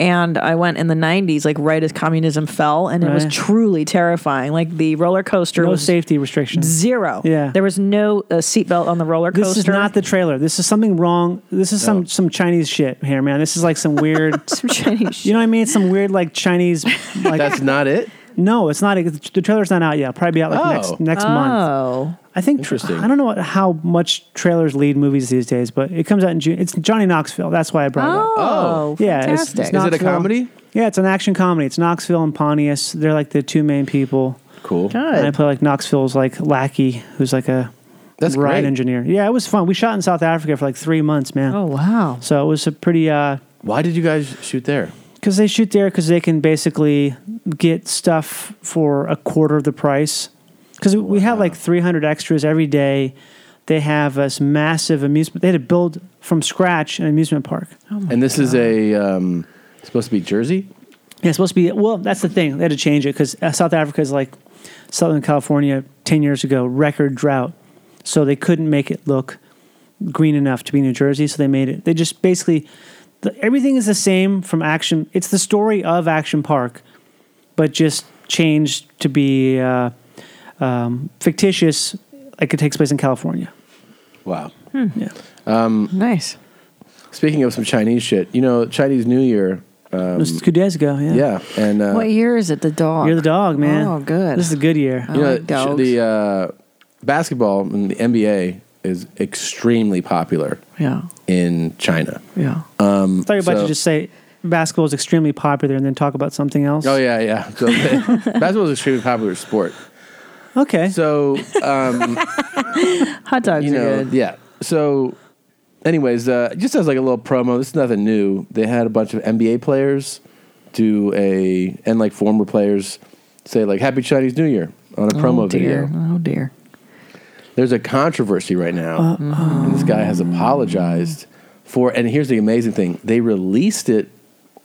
Speaker 2: And I went in the 90s, like right as communism fell, and it was
Speaker 12: Right.
Speaker 2: truly terrifying. Like the roller coaster
Speaker 12: No
Speaker 2: was
Speaker 12: safety restrictions.
Speaker 2: zero.
Speaker 12: Yeah.
Speaker 2: There was no uh, seatbelt on the roller coaster.
Speaker 12: This is not the trailer. This is something wrong. This is some some Chinese shit here, man. This is like some
Speaker 1: [laughs]
Speaker 12: weird.
Speaker 2: [laughs] Some Chinese
Speaker 12: you know what I mean? Some weird like Chinese. Like
Speaker 1: That's not it.
Speaker 12: no, it's not. it's- The trailer's not out yet. It'll probably be out like
Speaker 1: Oh.
Speaker 12: next next month.
Speaker 2: Oh.
Speaker 12: I think. tra-
Speaker 1: Interesting.
Speaker 12: I don't know what, how much trailers lead movies these days, but it comes out in June. It's Johnny Knoxville. That's why I brought it up.
Speaker 2: Oh.
Speaker 1: Oh.
Speaker 12: Yeah, it's-
Speaker 2: fantastic.
Speaker 12: it's
Speaker 1: Is it a
Speaker 12: Knoxville.
Speaker 1: comedy?
Speaker 12: Yeah, it's an action comedy. It's Knoxville and Pontius. They're like the two main people.
Speaker 1: Cool.
Speaker 12: And I
Speaker 2: Good.
Speaker 12: play like Knoxville's like lackey, who's like a
Speaker 1: That's
Speaker 12: ride
Speaker 1: great.
Speaker 12: engineer. Yeah, it was fun. We shot in South Africa for like three months, man.
Speaker 2: Oh, wow.
Speaker 12: So it was a pretty, uh,
Speaker 1: Why did you guys shoot there?
Speaker 12: because they shoot there because they can basically get stuff for a quarter of the price. Because we had like 300 extras every day. They have this massive amusement. They had to build from scratch an amusement park.
Speaker 1: and this is a um, supposed to be Jersey.
Speaker 12: Yeah, it's supposed to be. Well, that's the thing. They had to change it because South Africa is like Southern California 10 years ago, record drought. So they couldn't make it look green enough to be New Jersey. So they made it. They just basically, the, everything is the same from Action. It's the story of Action Park, but just changed to be uh, um, fictitious, like it takes place in California.
Speaker 1: Wow.
Speaker 2: Hmm.
Speaker 12: Yeah.
Speaker 2: Nice.
Speaker 1: Speaking of some Chinese shit, you know, Chinese New Year.
Speaker 12: it was two days ago. Yeah.
Speaker 1: Yeah, and uh,
Speaker 2: what year is it? The dog.
Speaker 12: You're the dog, man.
Speaker 2: Oh, good. Oh,
Speaker 12: This is a good year.
Speaker 1: you know,
Speaker 2: like dogs.
Speaker 1: the uh, basketball and the NBA is extremely popular
Speaker 2: yeah.
Speaker 1: in China.
Speaker 2: Yeah.
Speaker 1: Um,
Speaker 12: I thought you were about
Speaker 1: so-
Speaker 12: to just say basketball is extremely popular and then talk about something else.
Speaker 1: Oh yeah, yeah. So, basketball is an extremely popular sport.
Speaker 12: Okay.
Speaker 1: So um,
Speaker 2: Hot dogs
Speaker 1: you know,
Speaker 2: are good.
Speaker 1: yeah. So, anyways, uh, just as like a little promo, this is nothing new. They had a bunch of NBA players do a and like former players say like Happy Chinese New Year on a promo
Speaker 2: oh, dear.
Speaker 1: video.
Speaker 2: Oh, dear.
Speaker 1: There's a controversy right now, and this guy has apologized for. And here's the amazing thing: they released it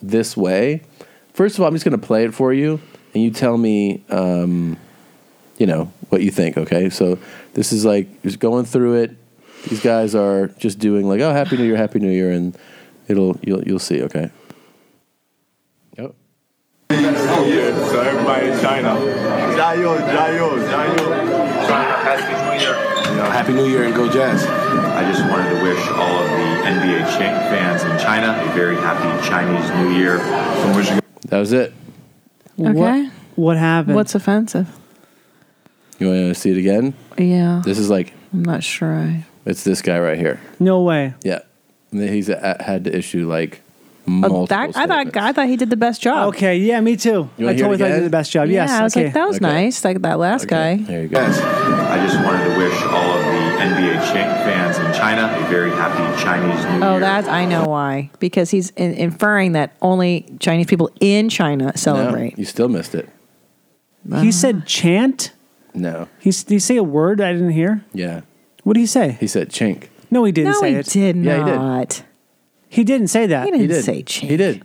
Speaker 1: this way. First of all, I'm just going to play it for you, and you tell me um, you know what you think. Okay, so this is like just going through it. These guys are just doing like, oh, happy New Year, happy New Year, and it'll you'll you'll see. Okay,
Speaker 18: Oh yeah, so everybody in China. Jayo, Jayo, Jayo. China, happy New Year. You know, happy New Year and go Jazz. I just wanted to wish all of the NBA cha- fans in China a very happy Chinese New Year. From which
Speaker 1: that was it.
Speaker 6: Okay.
Speaker 12: What happened?
Speaker 6: What's offensive?
Speaker 1: You want to see it again?
Speaker 6: Yeah.
Speaker 1: This is like
Speaker 6: I'm not sure. I,
Speaker 1: it's this guy right here.
Speaker 12: No way.
Speaker 1: Yeah, and then he's a, had to issue like multiple.
Speaker 6: oh, that, I thought I thought he did the best job.
Speaker 12: Okay. Yeah. Me too.
Speaker 1: You wanna hear
Speaker 12: I
Speaker 1: it
Speaker 12: totally thought you
Speaker 1: again?
Speaker 12: did the best job.
Speaker 6: Oh. Yeah,
Speaker 12: Oh, yes.
Speaker 6: I was
Speaker 12: okay.
Speaker 6: like, that was nice. Like that last guy.
Speaker 1: There you
Speaker 18: go. I just wanted to wish all of the NBA cha- fans in China a very happy Chinese New
Speaker 6: Oh,
Speaker 18: Year.
Speaker 6: that I know why. Because he's in, inferring that only Chinese people in China celebrate.
Speaker 1: No, you still missed it.
Speaker 12: He said chant.
Speaker 1: No.
Speaker 12: He s- did he say a word I didn't hear?
Speaker 1: Yeah.
Speaker 12: What did he say?
Speaker 1: He said chink.
Speaker 12: No, he didn't
Speaker 6: No,
Speaker 12: say
Speaker 6: he
Speaker 12: it.
Speaker 6: did
Speaker 1: Yeah, he did.
Speaker 6: not.
Speaker 12: Uh, He didn't say that.
Speaker 6: He didn't He did. say chink.
Speaker 1: He did.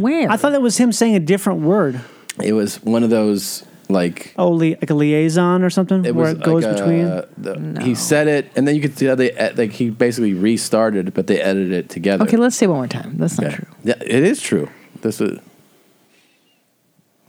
Speaker 6: Where?
Speaker 12: I thought that was him saying a different word.
Speaker 1: It was one of those like
Speaker 12: Oh, li- like a liaison or something
Speaker 1: it
Speaker 12: where
Speaker 1: was
Speaker 12: it goes
Speaker 1: like, uh,
Speaker 12: between.
Speaker 1: the- He said it, and then you could see how they e- like he basically restarted, but they edited it together.
Speaker 6: Okay, let's say one more time. That's not
Speaker 1: Okay.
Speaker 6: true.
Speaker 1: Yeah, it is true. This is.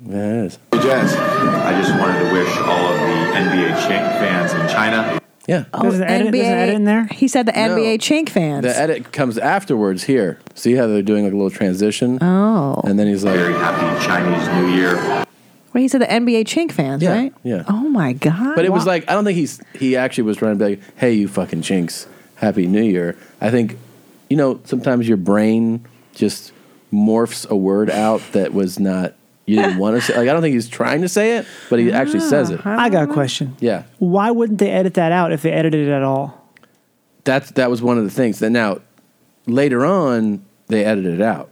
Speaker 1: Yeah, it is.
Speaker 18: Jazz. I just wanted to wish all of the NBA cha- fans in China.
Speaker 1: Yeah.
Speaker 12: There's
Speaker 6: Oh,
Speaker 12: an edit- there's an edit in there?
Speaker 6: He said the NBA chink fans.
Speaker 1: The edit comes afterwards here. See how they're doing like a little transition?
Speaker 6: Oh.
Speaker 1: And then he's like,
Speaker 18: Very happy Chinese New Year.
Speaker 6: Well, he said the NBA chink fans, right?
Speaker 1: Yeah.
Speaker 6: Oh my god!
Speaker 1: But it was
Speaker 6: Wow.
Speaker 1: like I don't think he's he actually was trying to be like, "Hey, you fucking chinks, happy New Year." I think, you know, sometimes your brain just morphs a word out that was not you didn't want to say. Like I don't think he's trying to say it, but he actually
Speaker 6: Ah.
Speaker 1: says it.
Speaker 12: I
Speaker 6: Uh-huh.
Speaker 12: got a question.
Speaker 1: Yeah,
Speaker 12: Why wouldn't they edit that out if they edited it at all?
Speaker 1: that's that was one of the things. That now later on they edited it out.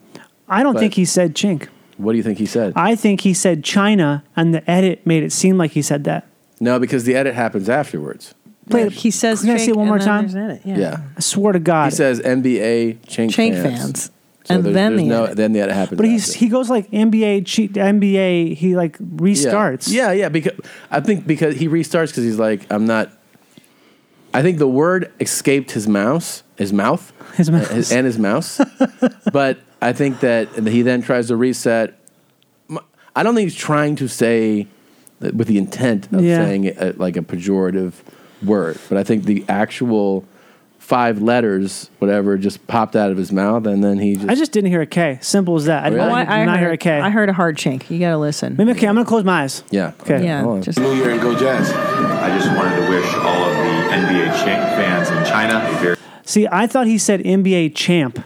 Speaker 12: I don't
Speaker 1: But-
Speaker 12: think he said chink.
Speaker 1: What do you think he said?
Speaker 12: I think he said China, and the edit made it seem like he said that.
Speaker 1: no, because the edit happens afterwards.
Speaker 12: Play
Speaker 6: he says.
Speaker 12: Can I see it
Speaker 6: chink
Speaker 12: one
Speaker 6: and
Speaker 12: more
Speaker 6: then
Speaker 12: time?
Speaker 6: there's an edit.
Speaker 1: Yeah.
Speaker 6: Yeah.
Speaker 12: I swear to God.
Speaker 1: He says NBA chink,
Speaker 6: Chink
Speaker 1: fans.
Speaker 6: fans.
Speaker 1: So
Speaker 6: And
Speaker 1: there's-
Speaker 6: then
Speaker 1: there's
Speaker 6: the
Speaker 1: no,
Speaker 6: edit.
Speaker 1: then the edit happens.
Speaker 12: but
Speaker 1: after.
Speaker 12: he's, he goes like NBA, cheat NBA. He like
Speaker 1: Yeah.
Speaker 12: restarts.
Speaker 1: Yeah, yeah. because I think because he restarts because he's like, I'm not. I think the word escaped his mouse, his mouth,
Speaker 12: his
Speaker 1: mouth, and his
Speaker 12: [laughs]
Speaker 1: mouse. but I think that he then tries to reset. M- I don't think he's trying to say that with the intent of
Speaker 12: Yeah.
Speaker 1: saying it, uh, like a pejorative word, but I think the actual five letters, whatever, just popped out of his mouth, and then he just.
Speaker 12: I just didn't hear a K. Simple as that. I did
Speaker 6: Oh,
Speaker 12: not,
Speaker 6: I,
Speaker 12: I,
Speaker 6: I
Speaker 12: hear a
Speaker 6: heard,
Speaker 12: K.
Speaker 6: I heard a hard chink. You gotta listen.
Speaker 12: Maybe okay. I'm gonna close my eyes.
Speaker 1: yeah.
Speaker 12: Okay.
Speaker 6: Yeah,
Speaker 12: hold on.
Speaker 6: just-
Speaker 18: New Year and go Jazz. I just wanted to wish all of the NBA cha- fans in China a very
Speaker 12: See, I thought he said NBA champ.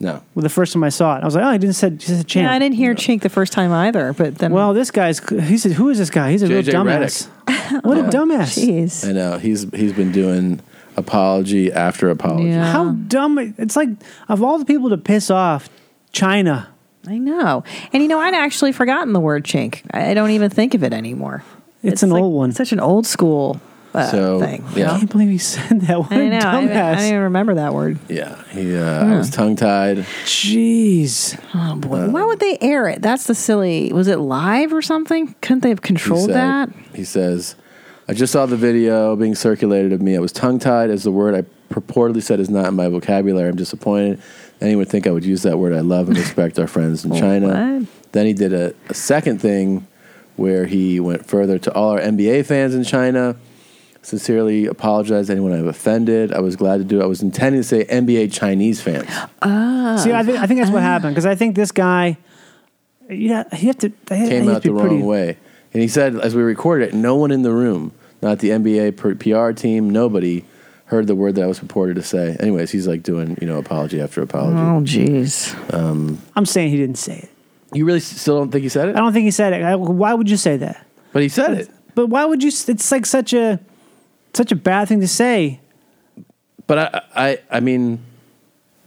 Speaker 1: No.
Speaker 12: Well, the first time I saw it, I was like, oh, he didn't said he said champ.
Speaker 6: Yeah, I didn't hear chink the first time either. But then,
Speaker 12: well, this guy's he said, who is this guy? He's a real
Speaker 1: JJ
Speaker 12: dumbass. What a dumbass.
Speaker 6: Oh, jeez.
Speaker 1: I know he's he's been doing apology after apology.
Speaker 12: How dumb! It's like of all the people to piss off, China.
Speaker 6: I know. And you know, I'd actually forgotten the word chink. I I don't even think of it anymore.
Speaker 12: It's, an
Speaker 6: like
Speaker 12: old one.
Speaker 6: Such an old school uh,
Speaker 1: So,
Speaker 6: thing. you
Speaker 1: yeah.
Speaker 12: I
Speaker 6: know?
Speaker 12: can't believe he said that. What
Speaker 6: I
Speaker 12: a
Speaker 6: know. I
Speaker 12: dumbass!
Speaker 6: didn't, I didn't even remember that word.
Speaker 1: Yeah, he. Uh, I was tongue tied.
Speaker 12: Jeez.
Speaker 6: Oh boy! Why would they air it? That's the silly. Was it live or something? Couldn't they have controlled that?
Speaker 1: He says, "I just saw the video being circulated of me. I was tongue tied as the word I purportedly said is not in my vocabulary. I'm disappointed. Anyone would think I would use that word. I love and respect our friends in China. Then he did a, a second thing where he went further to all our NBA fans in China." Sincerely apologize to anyone I've offended. I was glad to do it. I was intending to say NBA Chinese fans.
Speaker 12: See, I think I think that's what happened because I think this guy. Yeah, he have to. They,
Speaker 1: came
Speaker 12: have
Speaker 1: out the
Speaker 12: to be
Speaker 1: wrong
Speaker 12: pretty,
Speaker 1: way. And he said, as we recorded it, no one in the room, not the NBA per- PR team, nobody heard the word that I was purported to say. Anyways, he's like doing, you know, apology after apology.
Speaker 12: Mm-hmm.
Speaker 6: Oh jeez!
Speaker 12: I'm saying he didn't say it.
Speaker 1: You really s- still don't think he said
Speaker 12: I
Speaker 1: it?
Speaker 12: don't think he said it. I, why would you say that?
Speaker 1: But he said it.
Speaker 12: But why would you? s- It's like such a such a bad thing to say.
Speaker 1: But I, I, I mean,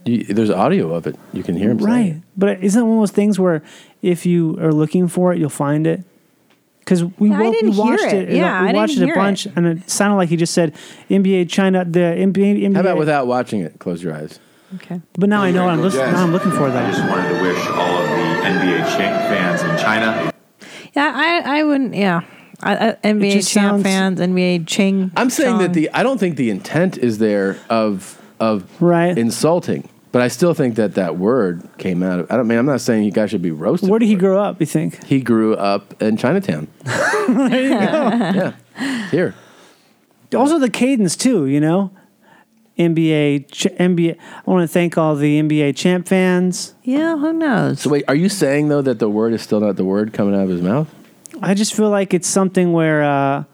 Speaker 1: you, there's audio of it. You can hear him saying
Speaker 12: Right.
Speaker 1: it.
Speaker 12: But isn't it one of those things where if you are looking for it, you'll find it? Because we,
Speaker 6: Yeah, I
Speaker 12: wa- we
Speaker 6: didn't hear
Speaker 12: watched
Speaker 6: it.
Speaker 12: it.
Speaker 6: Yeah,
Speaker 12: we
Speaker 6: I
Speaker 12: watched
Speaker 6: didn't
Speaker 12: it a
Speaker 6: hear
Speaker 12: bunch, and it sounded like he just said NBA China, the NBA. NBA
Speaker 1: How about without watching it? Close your eyes.
Speaker 6: Okay.
Speaker 12: But now I know what I'm
Speaker 18: Go
Speaker 12: listening.
Speaker 18: Jazz.
Speaker 12: Now I'm looking for
Speaker 18: I
Speaker 12: that.
Speaker 18: just wanted to wish all of the NBA cha- fans in China
Speaker 6: Yeah, I, I wouldn't. Yeah, I, I, NBA
Speaker 2: just
Speaker 6: champ
Speaker 2: sounds-
Speaker 6: fans, NBA Ching.
Speaker 1: I'm saying that
Speaker 6: Chong.
Speaker 1: the I don't think the intent is there of of insulting, but I still think that that word came out of. I don't mean I'm not saying you guys should be roasted. Where did he grow up? You think he grew up in
Speaker 12: [laughs]
Speaker 1: Chinatown? Here,
Speaker 12: Also the cadence too, you know. NBA, ch- NBA. I want to thank all the NBA champ fans.
Speaker 6: Yeah, who knows?
Speaker 1: So wait, are you saying though that the word is still not the word coming out of his mouth?
Speaker 12: I just feel like it's something where uh,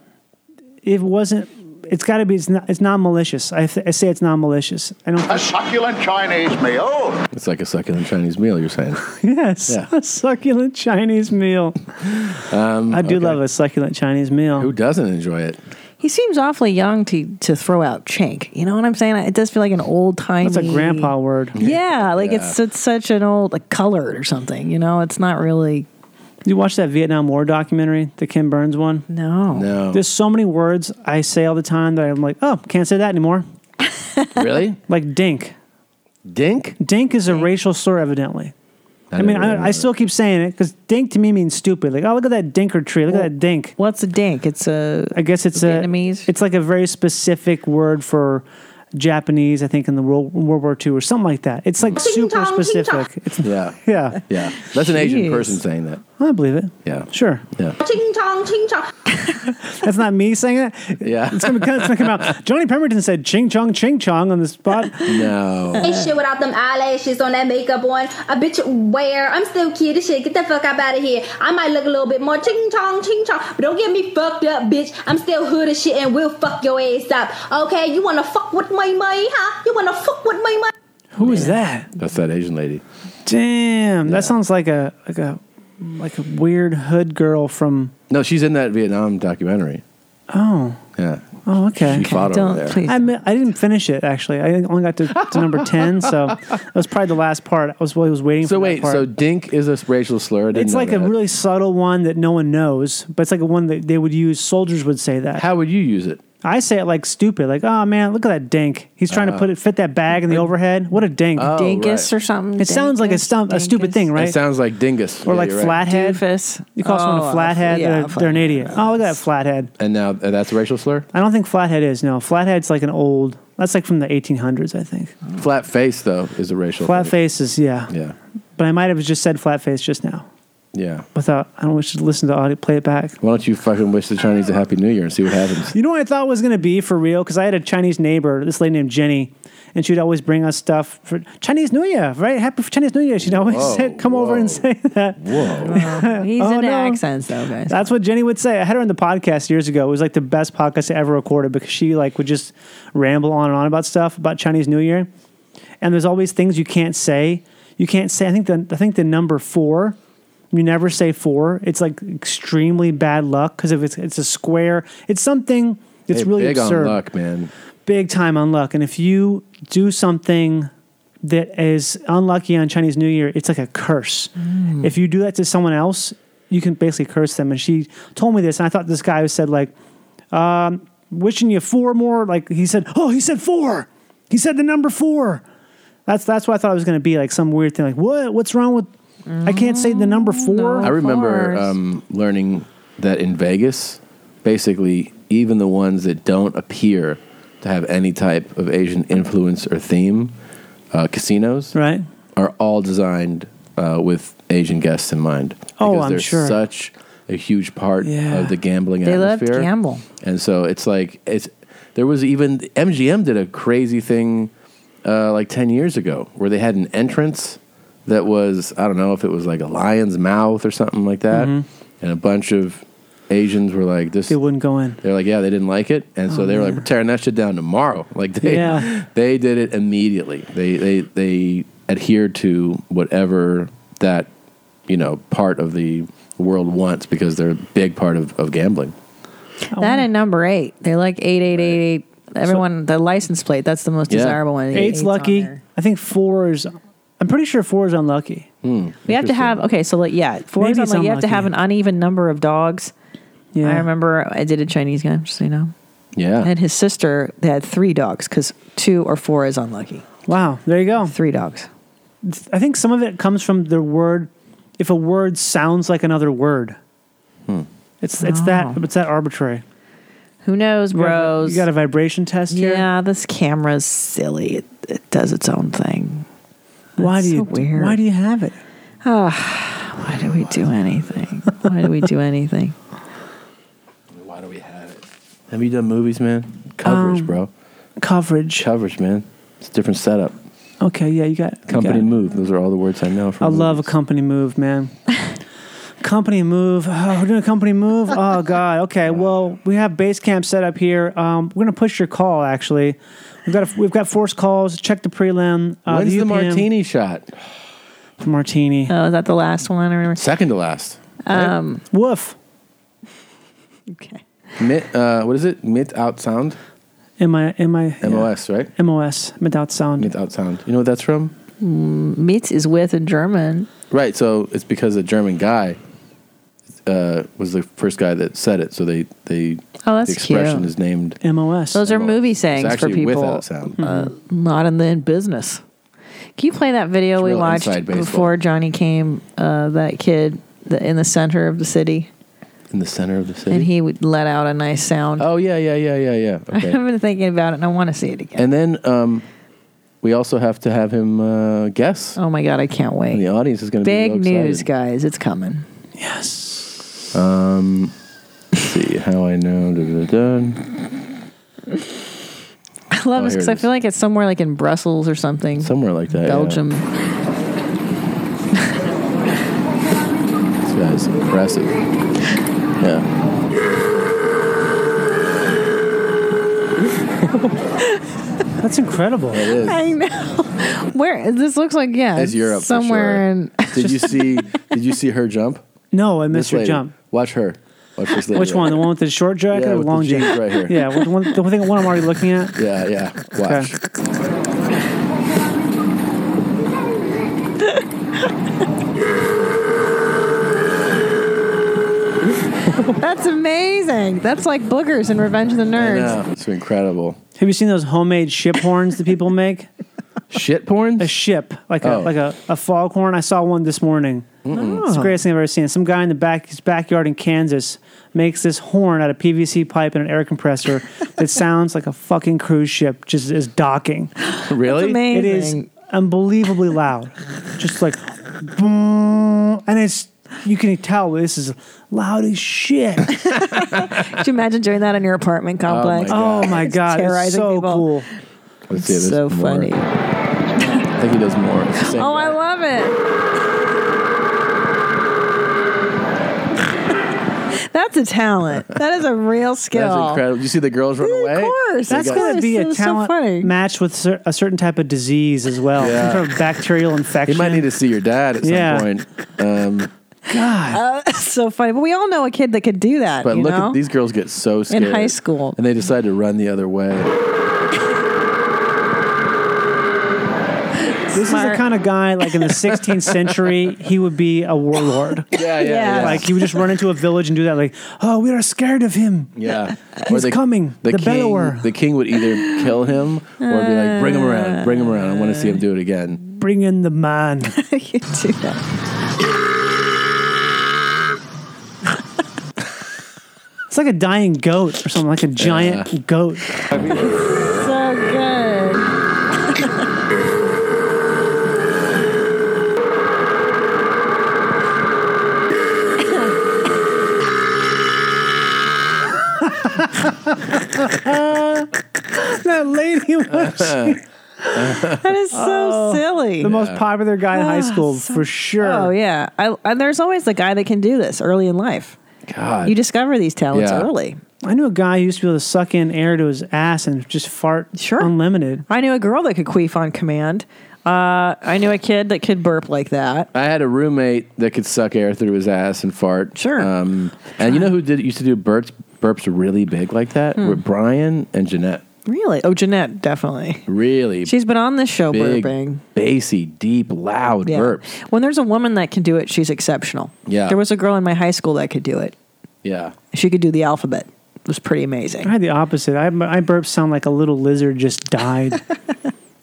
Speaker 12: it wasn't. It's got to be. It's not. It's not malicious. I, th- I say it's not malicious. I don't.
Speaker 5: A
Speaker 12: [laughs]
Speaker 5: succulent Chinese meal.
Speaker 1: It's like a succulent Chinese meal. You're saying.
Speaker 12: yes,
Speaker 1: Yeah.
Speaker 12: a succulent Chinese meal.
Speaker 1: Um,
Speaker 12: I do love a succulent Chinese meal.
Speaker 1: Who doesn't enjoy it?
Speaker 6: He seems awfully young to to throw out chink. You know what I'm saying? It does feel like an old time.
Speaker 12: That's a grandpa word.
Speaker 6: Yeah, like it's
Speaker 12: Yeah.
Speaker 6: it's such an old like colored or something. You know, it's not really.
Speaker 12: You watch that Vietnam War documentary, the Kim Burns one?
Speaker 6: No.
Speaker 1: No.
Speaker 12: There's so many words I say all the time that I'm like, oh, can't say that anymore.
Speaker 1: really?
Speaker 12: Like dink.
Speaker 1: Dink?
Speaker 12: Dink is a racial slur, evidently.
Speaker 1: I
Speaker 12: I, mean,
Speaker 1: didn't
Speaker 12: I, I still keep saying it because dink to me means stupid. Like, oh, look at that dinker tree. Look at that dink.
Speaker 6: What's a dink? It's a.
Speaker 12: I guess it's Vietnamese. a. It's like a very specific word for Japanese, I think, in the World, World War II or something like that. It's like super specific.
Speaker 1: [laughs]
Speaker 12: It's,
Speaker 1: Yeah.
Speaker 12: yeah.
Speaker 1: Yeah. That's an Asian
Speaker 12: Jeez.
Speaker 1: person saying that.
Speaker 12: I believe it.
Speaker 1: Yeah.
Speaker 12: Sure.
Speaker 1: Yeah.
Speaker 7: Ting tong, ting tong.
Speaker 12: [laughs] That's not me saying it.
Speaker 1: Yeah.
Speaker 12: It's going to come
Speaker 14: [laughs]
Speaker 12: out. Johnny Pemberton said ching chong, ching chong on the spot.
Speaker 20: Ain't shit without them eyelashes on that makeup on. A bitch wear. I'm still cute as shit. Get the fuck up out of here. I might look a little bit more ching chong ching chong, but don't get me fucked up, bitch. I'm still hood as shit and we'll fuck your ass up. Okay, you wanna fuck with my money, huh? You wanna fuck with my money?
Speaker 12: Who is that?
Speaker 1: That's that Asian lady.
Speaker 12: Damn. That sounds like a like a like a weird hood girl from
Speaker 1: No, she's in that Vietnam documentary.
Speaker 12: Oh.
Speaker 1: Yeah.
Speaker 12: Oh, okay.
Speaker 1: She fought over there.
Speaker 12: I, mi- I didn't finish it actually. I only got to, to number
Speaker 1: [laughs]
Speaker 12: ten, so that was probably the last part. I was, I was waiting
Speaker 1: So
Speaker 12: for
Speaker 1: wait,
Speaker 12: that part.
Speaker 1: so dink is a racial slur. I didn't
Speaker 12: it's
Speaker 1: know
Speaker 12: like
Speaker 1: that.
Speaker 12: a really subtle one that no one knows, but it's like a one that they would use. Soldiers would say that.
Speaker 1: How would you use it?
Speaker 12: I say it like stupid, like, oh man, look at that dink. He's trying
Speaker 1: Uh,
Speaker 12: to put it fit that bag in the overhead. What a dink.
Speaker 1: Oh, Dinkus right. or
Speaker 6: something.
Speaker 12: It sounds like a stump, a stupid thing, right?
Speaker 1: It sounds like dingus.
Speaker 12: or
Speaker 1: Yeah,
Speaker 12: like
Speaker 1: you're right.
Speaker 12: flathead. You call
Speaker 6: Oh,
Speaker 12: someone a flathead,
Speaker 6: yeah,
Speaker 12: they're, they're an idiot. Oh, look at that flathead.
Speaker 1: And now uh, that's a racial slur.
Speaker 12: I don't think flathead is. No, flathead's like an old. That's like from the 1800s, I think.
Speaker 1: Flat face though is a racial.
Speaker 12: Flat
Speaker 1: thing.
Speaker 12: face is yeah.
Speaker 1: Yeah.
Speaker 12: But I might have just said flat face just now
Speaker 1: Yeah.
Speaker 12: without. I don't. We should listen to the audio. Play it back.
Speaker 1: Why don't you fucking wish the Chinese a happy New Year and see what happens?
Speaker 12: You know what I thought was going to be for real? Because I had a Chinese neighbor, this lady named Jenny, and she'd always bring us stuff for Chinese New Year, right? Happy Chinese New Year. She'd always
Speaker 6: Whoa,
Speaker 12: say, come over and say that. [laughs]
Speaker 6: Whoa. He's
Speaker 12: Oh,
Speaker 6: into
Speaker 12: no.
Speaker 6: accents though, guys.
Speaker 12: That's what Jenny would say. I had her on the podcast years ago. It was like the best podcast I ever recorded because she like would just ramble on and on about stuff about Chinese New Year. And there's always things you can't say. You can't say. I think the I think the number four. You never say four. It's like extremely bad luck because if it's it's a square, it's something. [laughs] It's
Speaker 1: Hey,
Speaker 12: really
Speaker 1: big
Speaker 12: absurd
Speaker 1: on luck, man.
Speaker 12: big time on luck. And if you do something that is unlucky on Chinese New Year, it's like a curse. If you do that to someone else, you can basically curse them. And she told me this, and I thought this guy who said like, um, "Wishing you four more," like he said, "Oh, he said four. He said the number four. That's that's what I thought it was going to be like some weird thing. Like what? What's wrong with? I can't say the number
Speaker 2: Mm-hmm.
Speaker 12: four.
Speaker 1: I remember um, learning that in Vegas, basically, even the ones that don't appear to have any type of Asian influence or theme, uh, casinos,
Speaker 12: right,
Speaker 1: are all designed uh, with Asian guests in mind.
Speaker 12: Oh,
Speaker 1: Because
Speaker 12: I'm
Speaker 1: they're
Speaker 12: sure.
Speaker 1: Such a huge part
Speaker 12: Yeah.
Speaker 1: of the gambling
Speaker 6: They love to
Speaker 1: atmosphere.
Speaker 6: gamble.
Speaker 1: and so it's like it's. There was even MGM did a crazy thing uh, like 10 years ago where they had an entrance that was, I don't know if it was like a lion's mouth or something like that.
Speaker 12: Mm-hmm.
Speaker 1: And a bunch of Asians were like, this. They
Speaker 12: wouldn't go in.
Speaker 1: They're like, yeah, they didn't like it. And so
Speaker 12: Oh,
Speaker 1: they were like,
Speaker 12: man.
Speaker 1: we're tearing that shit down tomorrow. [laughs] Like they,
Speaker 12: Yeah.
Speaker 1: they did it immediately. They, they, they adhered to whatever that, you know, part of the world wants because they're a big part of, of gambling. Oh,
Speaker 6: That and number eight. They like eight eight eight eight. Everyone, the license plate. That's the most desirable one.
Speaker 12: Eight's
Speaker 6: on
Speaker 12: lucky.
Speaker 6: there.
Speaker 12: I think four is. I'm pretty sure four is unlucky.
Speaker 6: We have to have okay. So like, yeah, four is
Speaker 12: Maybe
Speaker 6: on,
Speaker 12: it's
Speaker 6: like, you have to have an uneven number of dogs.
Speaker 12: Yeah.
Speaker 6: I remember I did a Chinese guy, just so you know.
Speaker 1: Yeah.
Speaker 6: And his sister, they had three dogs because two or four is unlucky.
Speaker 12: Wow, there you go.
Speaker 6: Three dogs.
Speaker 12: I think
Speaker 1: Hmm.
Speaker 12: some of it comes from the word. If a word sounds like another word, It's it's that it's that arbitrary.
Speaker 2: Who knows, bros?
Speaker 12: You got a vibration test here.
Speaker 2: Yeah, this camera's silly. It, it does its own thing.
Speaker 12: Why
Speaker 2: That's
Speaker 12: do
Speaker 2: so
Speaker 12: you
Speaker 2: weird.
Speaker 12: Why do you have it?
Speaker 2: Oh, why do we do anything? Why do we do
Speaker 1: [laughs]
Speaker 2: anything?
Speaker 1: Why do we have it? Have you done movies, man? Coverage,
Speaker 12: Um,
Speaker 1: bro.
Speaker 12: Coverage.
Speaker 1: Coverage, man. It's a different setup.
Speaker 12: Okay, yeah, you got you
Speaker 1: Company
Speaker 12: got-
Speaker 1: move. Those are all the words I know from.
Speaker 12: I love a company
Speaker 1: [laughs]
Speaker 12: move, man. company move. Oh, we're doing a
Speaker 1: [laughs]
Speaker 12: company move. Oh God. Okay. Well, we have base camp set up here. Um, we're gonna push your call. Actually, we've got a, we've got forced calls. Check the prelim. Uh,
Speaker 1: When's the
Speaker 12: UPM.
Speaker 1: martini shot?
Speaker 12: The martini.
Speaker 2: Oh, is that the last one? I remember.
Speaker 1: Second to last.
Speaker 2: Um,
Speaker 12: Woof.
Speaker 1: Mit, uh, what is it? Mit out sound.
Speaker 12: Am I? Am I?
Speaker 1: MOS, right?
Speaker 12: MOS. Mit out sound.
Speaker 1: Mit out sound. You know what that's from?
Speaker 2: Meets is with a German.
Speaker 1: Right. So it's because a German guy uh, was the first guy that said it. So they they
Speaker 2: Oh, that's
Speaker 1: the expression
Speaker 2: cute.
Speaker 1: is named.
Speaker 12: MOS.
Speaker 2: Those are movie sayings
Speaker 1: It's
Speaker 2: for
Speaker 1: actually
Speaker 2: people
Speaker 1: without sound.
Speaker 2: Uh, not in the in business. Can you play that video we
Speaker 1: real
Speaker 2: watched
Speaker 1: inside baseball.
Speaker 2: before Johnny came? Uh, that kid the, in the center of the city,
Speaker 1: In the center of the city.
Speaker 2: and he would let out a nice [laughs] sound.
Speaker 1: oh yeah yeah yeah yeah yeah. Okay.
Speaker 2: I've been thinking about it, and I want to see it again.
Speaker 1: And then um, we also have to have him uh, guess.
Speaker 2: Oh my god, I can't wait!
Speaker 1: And the audience is going to be
Speaker 2: Big
Speaker 1: real excited.
Speaker 2: news, guys!
Speaker 1: [laughs]
Speaker 2: It's coming.
Speaker 1: Um, let's see how I know. Da, da, da.
Speaker 2: I love
Speaker 1: Oh,
Speaker 2: this
Speaker 1: here it
Speaker 2: because I
Speaker 1: is.
Speaker 2: feel like it's somewhere like in Brussels or something.
Speaker 1: Somewhere like that. yeah.
Speaker 2: Belgium.
Speaker 1: This guy's impressive. Yeah.
Speaker 12: That's incredible. It
Speaker 1: is.
Speaker 2: [laughs] I know. [laughs] Where this looks like yeah,
Speaker 1: That's Europe for sure.
Speaker 2: somewhere. In,
Speaker 1: Did you
Speaker 2: [laughs]
Speaker 1: see? did you see her jump?
Speaker 12: No, I
Speaker 1: This
Speaker 12: missed your
Speaker 1: lady.
Speaker 12: jump.
Speaker 1: Watch her. Watch this lady.
Speaker 12: Which
Speaker 1: right
Speaker 12: one? The
Speaker 1: here.
Speaker 12: one with the short
Speaker 1: [laughs]
Speaker 12: jacket
Speaker 1: Yeah,
Speaker 12: or
Speaker 1: with the
Speaker 12: long
Speaker 1: jeans
Speaker 12: jacket?
Speaker 1: right here.
Speaker 12: Yeah, with the one, the thing, one I'm already looking at.
Speaker 1: Yeah, yeah. Watch.
Speaker 2: That's amazing. That's like boogers in Revenge of the Nerds.
Speaker 1: It's incredible.
Speaker 12: Have you seen those homemade ship horns that people make?
Speaker 1: ship horns? [laughs]
Speaker 12: A ship, like a
Speaker 1: Oh.
Speaker 12: like a, a fog horn. I saw one this morning. It's the greatest thing I've ever seen. Some guy in the back his backyard in Kansas makes this horn out of PVC pipe and an air compressor
Speaker 1: [laughs]
Speaker 12: that sounds like a fucking cruise ship just is docking.
Speaker 1: Really?
Speaker 12: It is
Speaker 2: amazing.
Speaker 12: unbelievably loud. Just like boom, and it's you can tell this is loud as
Speaker 2: [laughs]
Speaker 12: shit.
Speaker 2: Could you imagine doing that in your apartment complex?
Speaker 12: Oh my
Speaker 2: It's
Speaker 12: god, it's
Speaker 2: terrorizing
Speaker 12: so
Speaker 2: people.
Speaker 12: cool.
Speaker 1: Let's see, there's
Speaker 2: so
Speaker 1: more.
Speaker 2: funny.
Speaker 1: I think he does more. It's the same
Speaker 2: Oh,
Speaker 1: guy.
Speaker 2: I love it. [laughs] That's a talent. That is a real skill.
Speaker 1: That's incredible. You see the girls run away? Of
Speaker 2: course,
Speaker 12: That's
Speaker 2: of
Speaker 12: going to
Speaker 2: course,
Speaker 12: be
Speaker 2: it
Speaker 12: a
Speaker 2: was so
Speaker 12: talent
Speaker 2: funny.
Speaker 12: match with cer- a certain type of disease as well,
Speaker 1: Yeah.
Speaker 12: some sort of bacterial
Speaker 1: You
Speaker 12: infection.
Speaker 1: might need to see your dad at some
Speaker 12: Yeah.
Speaker 1: point. Um,
Speaker 12: God,
Speaker 2: Uh, it's so funny. But we all know a kid that could do that.
Speaker 1: but
Speaker 2: you
Speaker 1: look
Speaker 2: know? [laughs]
Speaker 1: at these girls get so scared.
Speaker 2: high school.
Speaker 1: And they decide to run the other
Speaker 12: [laughs]
Speaker 1: way.
Speaker 12: this is the
Speaker 2: Smart.
Speaker 12: kind of guy like in the 16th century he would be a [laughs] warlord.
Speaker 1: Yeah, yeah,
Speaker 2: Yeah.
Speaker 1: yeah.
Speaker 12: Like he would just run into a village and do that. Like, oh, we are scared of him.
Speaker 1: yeah.
Speaker 12: He's coming. The
Speaker 1: king,
Speaker 12: bellower.
Speaker 1: The king would either kill him or be like, bring him around, bring him around. I want to see him do it
Speaker 2: [laughs]
Speaker 1: again. [laughs]
Speaker 12: Bring in the man.
Speaker 2: you do that.
Speaker 12: It's like a dying goat or something, like a giant goat.
Speaker 2: So good.
Speaker 12: that [laughs] lady was
Speaker 2: That is so silly.
Speaker 12: Oh, the most popular guy in high school for sure.
Speaker 2: Ah, Oh yeah, I, and there's always the guy that can do this early in life.
Speaker 1: God.
Speaker 2: You discover these talents
Speaker 1: Yeah.
Speaker 2: early.
Speaker 12: I knew a guy who used to be able to suck in air to his ass and just fart
Speaker 2: Sure.
Speaker 12: unlimited.
Speaker 2: I knew a girl that could queef on command. Uh, I knew a kid that could burp like that.
Speaker 1: I had a roommate that could suck air through his ass and fart.
Speaker 2: Sure. Hmm.
Speaker 1: Um, and you know who did used to do burps burps really big like that? Were Brian and Jeanette.
Speaker 2: Really? Oh, Jeanette, definitely.
Speaker 1: Really
Speaker 2: She's been on this show
Speaker 1: big,
Speaker 2: burping.
Speaker 1: bassy, deep, loud
Speaker 2: Yeah.
Speaker 1: burps.
Speaker 2: When there's a woman that can do it, she's exceptional.
Speaker 1: Yeah.
Speaker 2: There was a girl in my high school that could do it.
Speaker 1: Yeah.
Speaker 2: She could do the alphabet. It was pretty amazing. [laughs]
Speaker 12: I had the opposite. I, my burps sound like a little lizard just died.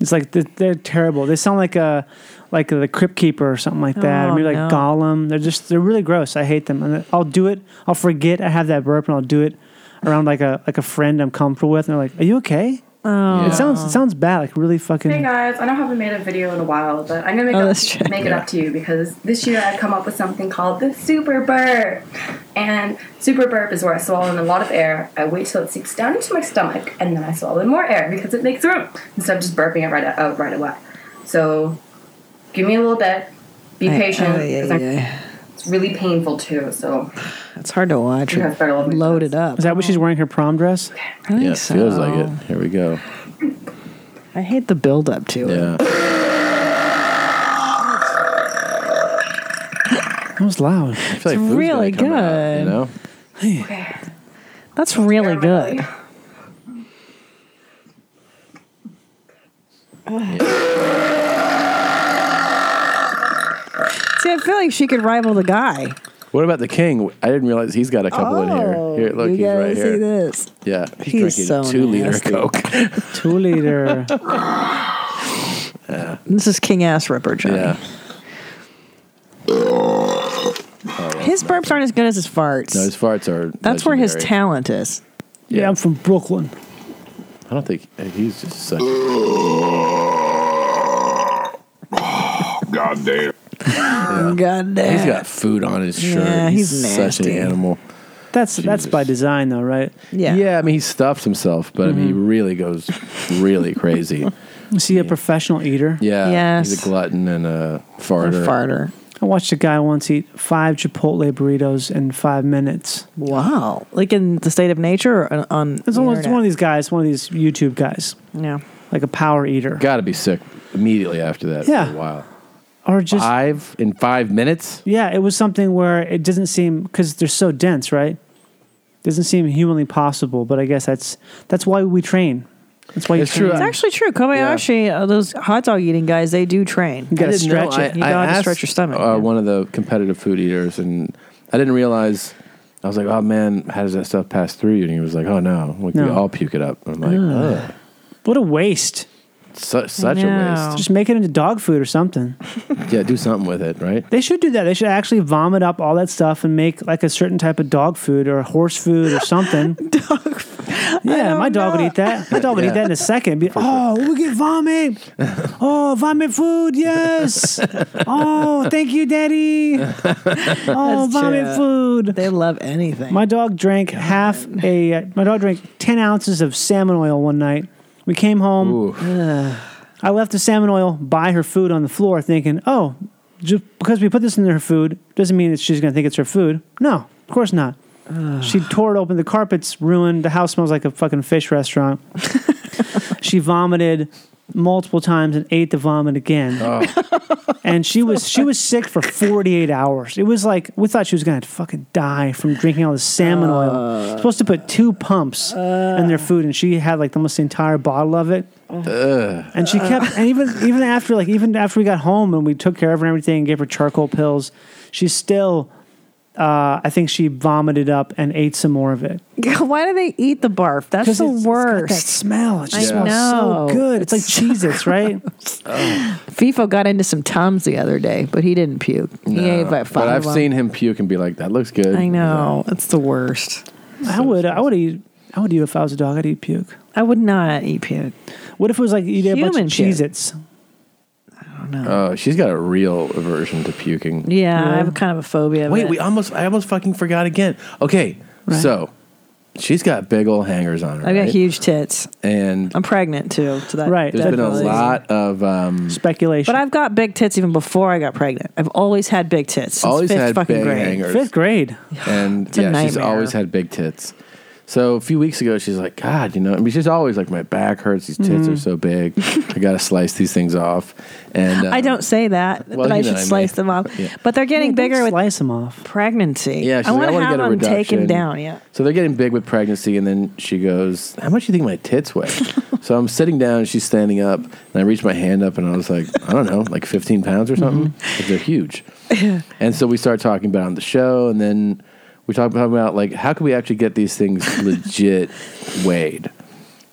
Speaker 12: It's like they're, they're terrible. They sound like a like the Crypt Keeper or something like that.
Speaker 6: Oh,
Speaker 12: or maybe like
Speaker 6: no.
Speaker 12: Gollum. They're just they're really gross. I hate them. And I'll do it. I'll forget I have that burp and I'll do it around like a like a friend I'm comfortable with. And they're like, "Are you okay?"
Speaker 6: Oh.
Speaker 12: It sounds it sounds bad. Like really fucking.
Speaker 8: Hey guys, I know I haven't made a video in a while, but I'm gonna make,
Speaker 12: Oh,
Speaker 8: up,
Speaker 12: that's true.
Speaker 8: make it
Speaker 12: Yeah.
Speaker 8: up to you because this year I've come up with something called the super burp. And super burp is where I swallow in a lot of air. I wait till it sinks down into my stomach, and then I swallow in more air because it makes room instead of just burping it right out right away. So give me a little bit. Be
Speaker 6: Ay,
Speaker 8: patient.
Speaker 2: Oh,
Speaker 6: ay, ay,
Speaker 8: 'cause I'm-
Speaker 6: ay.
Speaker 8: It's really painful too. So
Speaker 6: It's hard to watch.
Speaker 8: You have better
Speaker 6: Load Loaded up.
Speaker 12: Is that what she's wearing her prom dress?
Speaker 6: think
Speaker 1: yeah,
Speaker 6: so.
Speaker 1: feels like it. Here we go.
Speaker 6: I hate the build up to it.
Speaker 1: Yeah.
Speaker 12: That was loud.
Speaker 1: It's like food's
Speaker 6: really
Speaker 1: gonna come out,
Speaker 6: good.
Speaker 1: you know?
Speaker 6: That's really good. See, I feel like she could rival the guy.
Speaker 1: What about the king? I didn't realize he's got a couple in here. Here, look,
Speaker 6: Oh, you
Speaker 1: he's
Speaker 6: gotta
Speaker 1: right
Speaker 6: see
Speaker 1: here.
Speaker 6: this.
Speaker 1: Yeah, he's,
Speaker 6: He's so
Speaker 1: drinking two
Speaker 6: nasty.
Speaker 1: liter
Speaker 6: [laughs]
Speaker 1: Coke.
Speaker 12: Two [laughs] liter.
Speaker 6: This is King Ass Ripper Johnny. His burps aren't as good as his farts.
Speaker 1: No, his farts are.
Speaker 6: That's where his
Speaker 1: legendary.
Speaker 6: talent is.
Speaker 12: Yeah, I'm from Brooklyn.
Speaker 1: I don't think he's just such.
Speaker 18: God damn.
Speaker 6: God damn.
Speaker 1: He's got food on his shirt.
Speaker 12: Yeah,
Speaker 1: he's,
Speaker 12: he's
Speaker 1: such an
Speaker 12: nasty.
Speaker 1: animal.
Speaker 12: That's that's by design though, right?
Speaker 6: Yeah. Mm-hmm.
Speaker 1: I mean, he stuffs himself, but I mean, he really goes
Speaker 6: [laughs]
Speaker 1: really crazy.
Speaker 12: Is he a professional eater?
Speaker 1: Yeah. He's
Speaker 12: Yes.
Speaker 1: a glutton and a farter.
Speaker 12: I watched a guy once eat five Chipotle burritos in five minutes.
Speaker 6: Wow. Like in the state of nature or on- on
Speaker 12: It's
Speaker 6: the
Speaker 12: almost it's
Speaker 6: internet?
Speaker 12: one of these guys, one of these YouTube guys.
Speaker 6: Yeah.
Speaker 12: Like a power eater.
Speaker 1: Got to be sick immediately after that.
Speaker 12: Yeah.
Speaker 1: For a while.
Speaker 12: Or just
Speaker 1: five in five minutes.
Speaker 12: Yeah, it was something where it doesn't seem because they're so dense, right? Doesn't seem humanly possible, but I guess that's that's why we train. That's why you
Speaker 1: It's
Speaker 12: train.
Speaker 1: true.
Speaker 6: It's actually true. Kobayashi, uh, those hot dog eating guys, they do train.
Speaker 1: I didn't know. I-
Speaker 6: you
Speaker 1: I
Speaker 6: gotta
Speaker 1: asked,
Speaker 6: stretch your stomach.
Speaker 1: Uh, One of the competitive food eaters, and I didn't realize. I was like, "Oh man, how does that stuff pass through you?" And he was like, "Oh no, we, we
Speaker 12: No.
Speaker 1: all puke it up." And I'm like,
Speaker 12: Ugh.
Speaker 1: Ugh.
Speaker 12: What a waste.
Speaker 1: "Such such a
Speaker 6: [laughs]
Speaker 1: waste."
Speaker 12: Just make it into dog food or something.
Speaker 1: yeah, do something with it, right?
Speaker 12: They should do that. They should actually vomit up all that stuff and make like a certain type of dog food or horse food
Speaker 6: [laughs]
Speaker 12: or something. dog Yeah, my dog would eat that. My dog would
Speaker 1: Yeah.
Speaker 12: eat that in a second. Be, oh, we get vomit. Oh, vomit food, yes. Oh, thank you, Daddy. Oh,
Speaker 6: That's
Speaker 12: vomit
Speaker 6: true.
Speaker 12: food.
Speaker 6: They love anything.
Speaker 12: My dog drank half a. Uh, my dog drank ten ounces of salmon oil one night. We came home. [sighs] I left the salmon oil by her food on the floor, thinking, "Oh, just because we put this in her food doesn't mean that she's going to think it's her food." No, of course not. She tore it open. The carpet's ruined. The house smells like a fucking fish restaurant. she vomited multiple times and ate the vomit again. And she was she was sick for 48 hours. It was like we thought she was going to fucking die from drinking all this salmon oil. Supposed to put two pumps in their food and she had like almost the entire bottle of it. And she kept, and even even after like even after we got home and we took care of her and everything and gave her charcoal pills, she still, uh, I think she vomited up and ate some more of it.
Speaker 6: [laughs] Why do they eat the barf? That's
Speaker 12: 'Cause
Speaker 6: the
Speaker 12: it's- it's got
Speaker 6: worst.
Speaker 12: that smell. It
Speaker 6: I
Speaker 12: just smells
Speaker 6: know.
Speaker 12: so good. It's, like Cheez-Its,
Speaker 6: [laughs]
Speaker 12: right?
Speaker 6: FIFO got into some Tums the other day, but he didn't puke.
Speaker 1: No.
Speaker 6: He ate about five.
Speaker 1: but I've
Speaker 6: of 'em.
Speaker 1: seen him puke and be like, "That looks good."
Speaker 6: I know. It's the worst.
Speaker 12: I would I would eat I would eat if I was a dog. I'd eat puke.
Speaker 6: I would not eat puke.
Speaker 12: What if it was like you did a bunch
Speaker 6: Human
Speaker 12: of
Speaker 6: puke.
Speaker 12: Cheez-Its?
Speaker 1: Oh, she's got a real aversion to puking.
Speaker 6: Yeah, I have kind of a phobia. of
Speaker 1: Wait,
Speaker 6: it.
Speaker 1: we almost I almost fucking forgot again. Okay, so she's got big old hangers on her.
Speaker 6: I've got
Speaker 1: right?
Speaker 6: huge tits.
Speaker 1: And
Speaker 6: I'm pregnant too. So that
Speaker 12: Right,
Speaker 1: there's been a
Speaker 6: definitely-
Speaker 1: lot of um,
Speaker 12: Speculation.
Speaker 6: But I've got big tits even before I got pregnant. I've always had big tits. Since
Speaker 1: Always
Speaker 6: fifth
Speaker 1: had
Speaker 6: fucking
Speaker 1: big
Speaker 6: grade.
Speaker 1: hangers.
Speaker 12: Fifth grade.
Speaker 1: and
Speaker 6: a
Speaker 1: yeah, she's
Speaker 6: nightmare.
Speaker 1: always had big tits. So a few weeks ago, she's like, God, you know, I mean, she's always like, my back hurts. These tits are
Speaker 6: Mhm.
Speaker 1: so big. I got to slice these things off. And
Speaker 6: [laughs]
Speaker 1: um,
Speaker 6: I don't say that,
Speaker 1: well,
Speaker 6: but I
Speaker 1: you know
Speaker 6: should
Speaker 1: what I mean.
Speaker 6: slice them off.
Speaker 1: Yeah.
Speaker 6: But they're getting bigger with
Speaker 12: slice them off.
Speaker 6: pregnancy.
Speaker 1: Yeah, she's
Speaker 6: I
Speaker 1: like,
Speaker 6: want to
Speaker 1: wanna
Speaker 6: have
Speaker 1: get a
Speaker 6: them
Speaker 1: reduction.
Speaker 6: taken down. Yeah,
Speaker 1: So they're getting big with pregnancy, and then she goes, "How much do you think my tits weigh?" so I'm sitting down, and she's standing up, and I reached my hand up, and I was like, "I don't know, like 15 pounds or something." But They're huge. and so we start talking about it on the show, and then we talk about, about like how can we actually get these things legit weighed.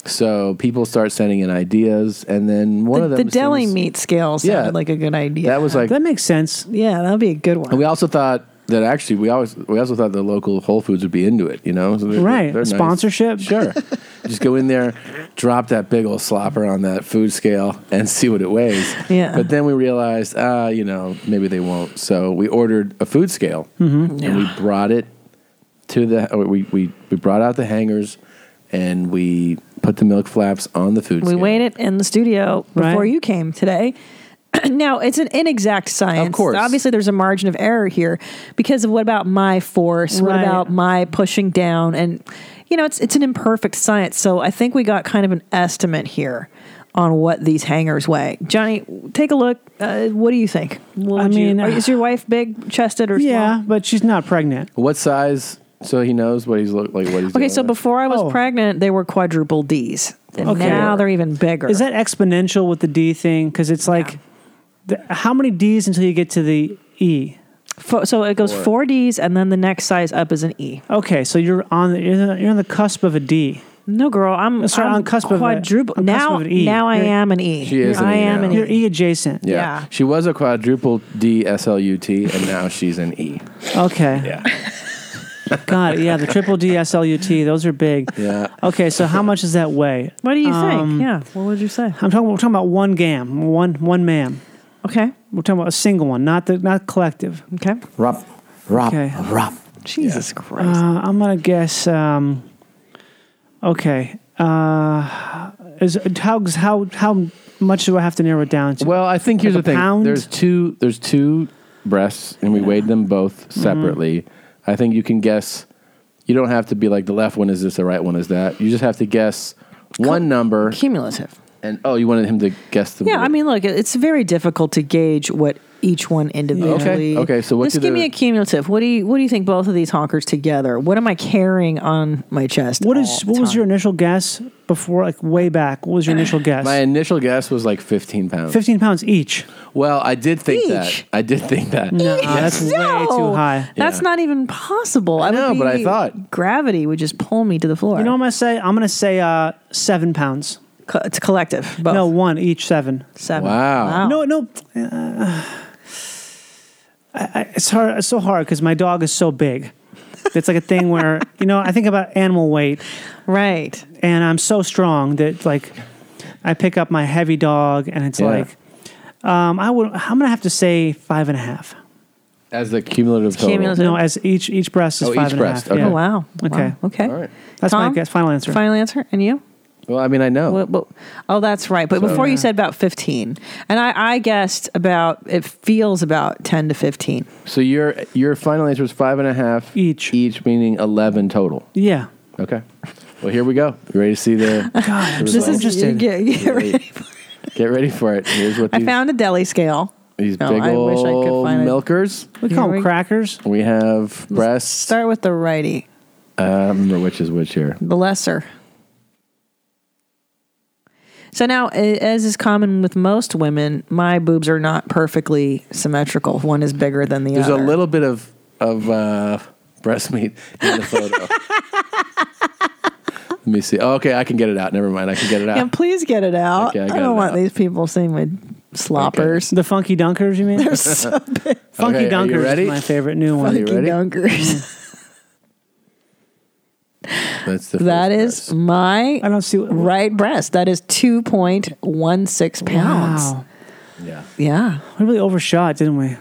Speaker 1: So people start sending in ideas, and then one
Speaker 2: the,
Speaker 1: of them
Speaker 2: the deli
Speaker 1: sends-
Speaker 2: meat scale sounded
Speaker 1: Yeah.
Speaker 2: like a good idea.
Speaker 1: That was like- That
Speaker 2: makes sense. Yeah, that would be a good one.
Speaker 1: And we also thought that actually we always we also thought the local Whole Foods would be into it, you know? So they're-
Speaker 2: Right.
Speaker 1: they're
Speaker 2: A
Speaker 1: nice.
Speaker 2: sponsorship? [laughs]
Speaker 1: Sure. Just go in there, drop that big old slopper on that food scale, and see what it weighs.
Speaker 2: Yeah.
Speaker 1: But then we realized, ah, you know, maybe they won't. So we ordered a food scale,
Speaker 2: Mhm.
Speaker 1: and we brought it to the. or We we we brought out the hangers, and we put the milk flaps on the food
Speaker 2: We
Speaker 1: scale.
Speaker 2: weighed it in the studio before
Speaker 1: Right.
Speaker 2: you came today. [clears throat] now it's an inexact science.
Speaker 1: Of course.
Speaker 2: obviously there's a margin of error here because of what about my force? What
Speaker 18: Right.
Speaker 2: about my pushing down? And you know, it's it's an imperfect science. So I think we got kind of an estimate here on what these hangers weigh. Johnny, take a look. Uh, what do you think? What
Speaker 12: I
Speaker 2: would you-
Speaker 12: mean,
Speaker 2: are- is your wife big chested or
Speaker 12: Yeah, but she's not pregnant.
Speaker 1: What size? So he knows what he's look like. What he's
Speaker 2: Okay,
Speaker 1: doing.
Speaker 2: so before I was pregnant, they were quadruple D's. And
Speaker 12: Okay.
Speaker 2: now they're even bigger.
Speaker 12: Is that exponential with the D thing? Because it's like, the, how many D's until you get to the E?
Speaker 2: Fo- so it goes
Speaker 12: Four.
Speaker 2: four D's, and then the next size up is an E.
Speaker 12: Okay, so you're on the, you're on- you're on the cusp of a D.
Speaker 2: No, girl, I'm,
Speaker 12: Sorry,
Speaker 2: I'm
Speaker 12: on cusp of a-
Speaker 2: quadruple.
Speaker 12: on cusp
Speaker 2: now,
Speaker 12: of an E.
Speaker 2: now I
Speaker 12: You're-
Speaker 2: am an E.
Speaker 1: She is an
Speaker 2: I
Speaker 1: E
Speaker 2: am
Speaker 1: now.
Speaker 2: an
Speaker 1: You're
Speaker 2: E.
Speaker 12: E adjacent.
Speaker 1: Yeah. She was a quadruple D SLUT and now she's an E.
Speaker 12: Okay. Yeah. God, yeah, the triple D S L U T. Those are big.
Speaker 1: Yeah.
Speaker 12: Okay, so how much does that weigh?
Speaker 2: What do you
Speaker 12: Um,
Speaker 2: think? Yeah. What would you say?
Speaker 12: I'm talking. We're talking about one gam, one one ma'am.
Speaker 2: Okay.
Speaker 12: We're talking about a single one, not the not collective.
Speaker 2: Okay.
Speaker 12: Rup,
Speaker 1: rup,
Speaker 12: rup.
Speaker 2: Jesus
Speaker 12: Christ. Uh, I'm gonna guess. Um, okay. Uh, is how how how much do I have to narrow it down to?
Speaker 1: [laughs] Well, I think here's
Speaker 12: Like
Speaker 1: the
Speaker 12: a
Speaker 1: thing.
Speaker 12: pound?
Speaker 1: There's two there's two breasts and we weighed them both separately. I think you can guess you don't have to be like the left one is this, the right one is that. You just have to guess one number.
Speaker 2: Cumulative.
Speaker 1: And oh, you wanted him to guess the
Speaker 2: Yeah, I mean, look, it- it's very difficult to gauge what each one individually.
Speaker 1: Okay, okay, so what
Speaker 2: just
Speaker 1: do
Speaker 2: give
Speaker 1: the-
Speaker 2: me a cumulative. What do you What do you think both of these honkers together? What am I carrying on my chest?
Speaker 12: What is what was your initial guess before, like way back? What was your
Speaker 1: [clears throat]
Speaker 12: initial guess?
Speaker 1: My initial guess was like 15 pounds.
Speaker 12: 15 pounds each.
Speaker 1: Well, I did think that.
Speaker 12: Each?
Speaker 1: I did think that.
Speaker 12: No, that's way too high.
Speaker 2: That's not even possible. I, know,
Speaker 12: but I thought-
Speaker 2: gravity would just pull me to the floor.
Speaker 12: You know what I'm gonna say? I'm gonna say uh, seven pounds.
Speaker 2: it's collective.
Speaker 12: No, one each seven.
Speaker 2: Seven.
Speaker 1: Oh.
Speaker 2: Wow. Wow.
Speaker 12: No, no. Uh, I, I, it's hard. It's so hard because my dog is so big. It's like a thing where [laughs] you know I think about animal weight,
Speaker 2: right?
Speaker 12: And I'm so strong that like I pick up my heavy dog and it's
Speaker 1: Yeah.
Speaker 12: like um, I would. I'm gonna have to say five and a half.
Speaker 1: As the cumulative total.
Speaker 12: No, as each each breast is
Speaker 1: Oh, each
Speaker 12: five and a half.
Speaker 1: breast, okay.
Speaker 12: Yeah.
Speaker 1: Oh,
Speaker 2: wow.
Speaker 12: Okay.
Speaker 2: Wow. Okay.
Speaker 12: That's my
Speaker 2: Tom?
Speaker 12: guess. Final answer.
Speaker 2: Final answer. And you?
Speaker 1: Well, I mean, I know.
Speaker 2: What- what- oh, that's right. But
Speaker 12: So-
Speaker 2: before you
Speaker 12: Yeah.
Speaker 2: said about 15, and I, I guessed about, it feels about 10 to 15.
Speaker 1: So your your final answer is five and a half
Speaker 12: each.
Speaker 1: Each meaning eleven total.
Speaker 12: Yeah.
Speaker 1: Okay. Well, here we go. You ready to see the?
Speaker 2: [laughs]
Speaker 1: the
Speaker 2: this
Speaker 1: results?
Speaker 2: is just Get, get ready.
Speaker 1: Get ready for it. Here's what
Speaker 2: I
Speaker 1: these,
Speaker 2: found a deli scale.
Speaker 1: these
Speaker 2: No,
Speaker 1: big
Speaker 2: I
Speaker 1: old
Speaker 2: wish I could find it.
Speaker 1: milkers.
Speaker 2: We call Here 'em we-
Speaker 12: crackers.
Speaker 1: We have breasts.
Speaker 2: Start with the righty,
Speaker 1: Uh, I don't remember which is which here.
Speaker 2: the lesser. So now, a- as is common with most women, my boobs are not perfectly symmetrical. One is bigger than the
Speaker 1: There's
Speaker 2: other.
Speaker 1: a little bit of of uh, breast meat in the
Speaker 2: [laughs]
Speaker 1: photo. Let me see. Oh, okay, I can get it out. Never mind. I can get it out.
Speaker 2: Yeah, please get it out.
Speaker 1: Okay, I
Speaker 2: I,
Speaker 1: got it
Speaker 2: don't want these people seeing my sloppers.
Speaker 12: The funky dunkers, you mean?
Speaker 2: [laughs] They're
Speaker 1: [laughs]
Speaker 2: so big.
Speaker 12: Funky
Speaker 1: Okay, are you
Speaker 12: Dunkers
Speaker 1: ready?
Speaker 12: is my favorite new one.
Speaker 1: Are you
Speaker 2: Funky
Speaker 1: ready? [laughs]
Speaker 2: dunkers.
Speaker 1: That's the
Speaker 2: that is my
Speaker 12: I don't see
Speaker 2: right breast. That is two point one six pounds.
Speaker 12: Wow.
Speaker 1: Yeah.
Speaker 2: Yeah.
Speaker 12: We really overshot, didn't we?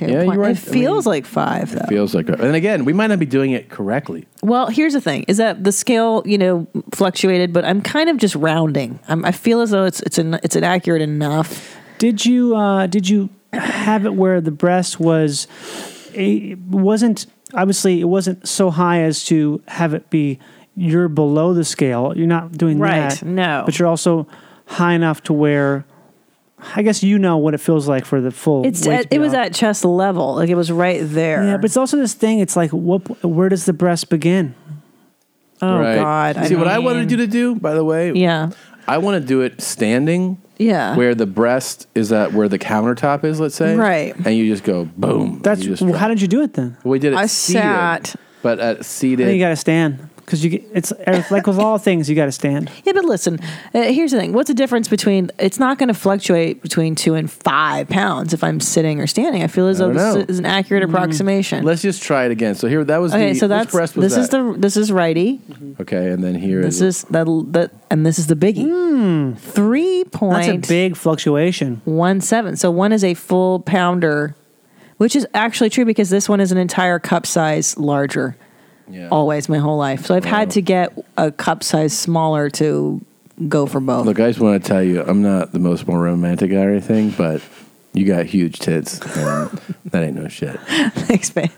Speaker 1: Yeah, you're right.
Speaker 2: It feels like five though.
Speaker 1: It feels like. And again, we might not be doing it correctly.
Speaker 2: Well, here's the thing: is that the scale, you know, fluctuated, but I'm kind of just rounding. I'm, I feel as though it's it's an it's inaccurate enough.
Speaker 12: Did you uh, did you have it where the breast was it wasn't obviously it wasn't so high as to have it be you're below the scale. You're not doing
Speaker 2: Right,
Speaker 12: that.
Speaker 2: no.
Speaker 12: But you're also high enough to where I guess you know what it feels like for the full
Speaker 2: It's
Speaker 12: weight
Speaker 2: at,
Speaker 12: to be
Speaker 2: it was
Speaker 12: off.
Speaker 2: at chest level, like it was right there.
Speaker 12: Yeah, but it's also this thing it's like what where does the breast begin?
Speaker 2: Oh
Speaker 1: Right.
Speaker 2: God!
Speaker 1: See what I wanted you to do, by the way.
Speaker 2: Yeah.
Speaker 1: I want to do it standing.
Speaker 2: Yeah.
Speaker 1: Where the breast is at where the countertop is, let's say.
Speaker 2: Right.
Speaker 1: And you just go boom.
Speaker 12: That's
Speaker 1: You just
Speaker 12: well,
Speaker 1: drop.
Speaker 12: how did you do it then?
Speaker 1: we did it
Speaker 2: I
Speaker 1: seated,
Speaker 2: sat.
Speaker 1: but at
Speaker 12: I think you
Speaker 1: seated
Speaker 12: got to stand. because you get, it's it's like with all things you got to stand.
Speaker 2: Yeah, but listen, uh, here's the thing. What's the difference between it's not going to fluctuate between two and five pounds if I'm sitting or standing? I feel as
Speaker 1: I
Speaker 2: though
Speaker 1: don't
Speaker 2: this
Speaker 1: know.
Speaker 2: is an accurate approximation.
Speaker 1: Let's just try it again. So here, that was
Speaker 2: okay,
Speaker 1: the,
Speaker 2: so
Speaker 1: which
Speaker 2: that's
Speaker 1: breast was
Speaker 2: this is the this is righty.
Speaker 1: the okay, and then here
Speaker 2: This
Speaker 1: is
Speaker 2: is the the and this is the biggie.
Speaker 1: Hmm.
Speaker 2: Three point.
Speaker 12: That's a big fluctuation.
Speaker 2: one seven. So one is a full pounder, which is actually true because this one is an entire cup size larger. Always my whole life. So I've had to get a cup size smaller to go for both. [laughs]
Speaker 1: Look, I just want to tell you, I'm not the most more romantic guy or anything, but you got huge tits. And [laughs] that ain't no shit.
Speaker 2: Thanks, babe.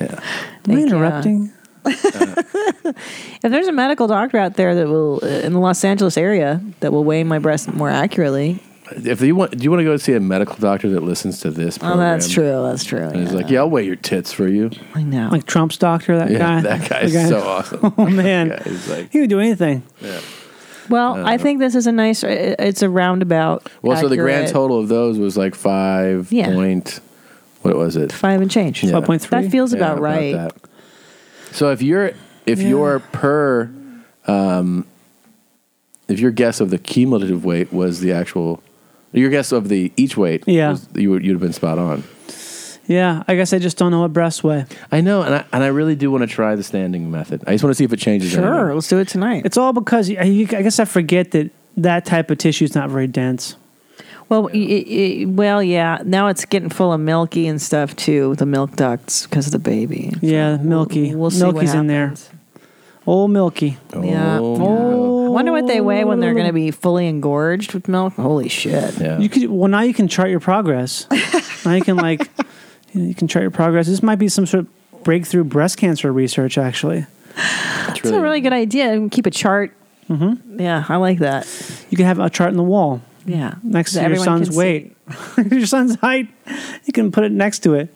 Speaker 12: Am I interrupting?
Speaker 2: If there's a medical doctor out there that will uh, in the Los Angeles area that will weigh my breast more accurately, oh,
Speaker 1: If you want, do you want to go see a medical doctor that listens to this?
Speaker 2: Oh,
Speaker 1: Program?
Speaker 2: that's true. That's true.
Speaker 1: And he's like, yeah, I'll weigh your tits for you.
Speaker 2: I know.
Speaker 12: Like Trump's doctor, that
Speaker 1: Yeah,
Speaker 12: guy.
Speaker 1: that guy
Speaker 12: The
Speaker 1: is so awesome. [laughs]
Speaker 12: [laughs] Oh man,
Speaker 1: That guy is like-
Speaker 12: he would do anything.
Speaker 1: Yeah.
Speaker 2: Well,
Speaker 1: Uh,
Speaker 2: I think this is a nice. it- It's a roundabout.
Speaker 1: Well, so the grand
Speaker 2: accurate-
Speaker 1: total of those was like five
Speaker 2: Yeah.
Speaker 1: point. What was it?
Speaker 2: Five and change. 5.3? That feels about right.
Speaker 1: that. So if you're if
Speaker 2: Yeah.
Speaker 1: your per, um, if your guess of the cumulative weight was the actual, your guess of the each weight,
Speaker 12: Yeah.
Speaker 1: was- you would you'd have been spot on.
Speaker 12: Yeah, I guess I just don't know what breasts weigh.
Speaker 1: I know, and I and I really do want to try the standing method. I just want to see if it changes. anything.
Speaker 2: let's do it tonight.
Speaker 12: It's all because I, you, I guess I forget that that type of tissue is not very dense.
Speaker 2: Well, y- y- well, yeah. Now it's getting full of milky and stuff too. The milk ducts because of the baby.
Speaker 12: Yeah, milky.
Speaker 2: we'll see what
Speaker 12: Milky's in there. Old Milky.
Speaker 2: Yeah. I wonder what they weigh when they're going to be fully engorged with milk. Holy shit.
Speaker 1: Yeah.
Speaker 12: You could well now you can chart your
Speaker 2: [laughs]
Speaker 12: progress. now you can like you, know, you can chart your progress. This might be some sort of breakthrough breast cancer research actually.
Speaker 2: That's a really good idea. Keep a chart. Mm-hmm. Yeah, I like that.
Speaker 12: You can have a chart in the wall.
Speaker 2: Yeah.
Speaker 12: Next
Speaker 2: So
Speaker 12: to your
Speaker 2: everyone
Speaker 12: son's
Speaker 2: can see.
Speaker 12: weight. [laughs] your son's height. You can put it next to it.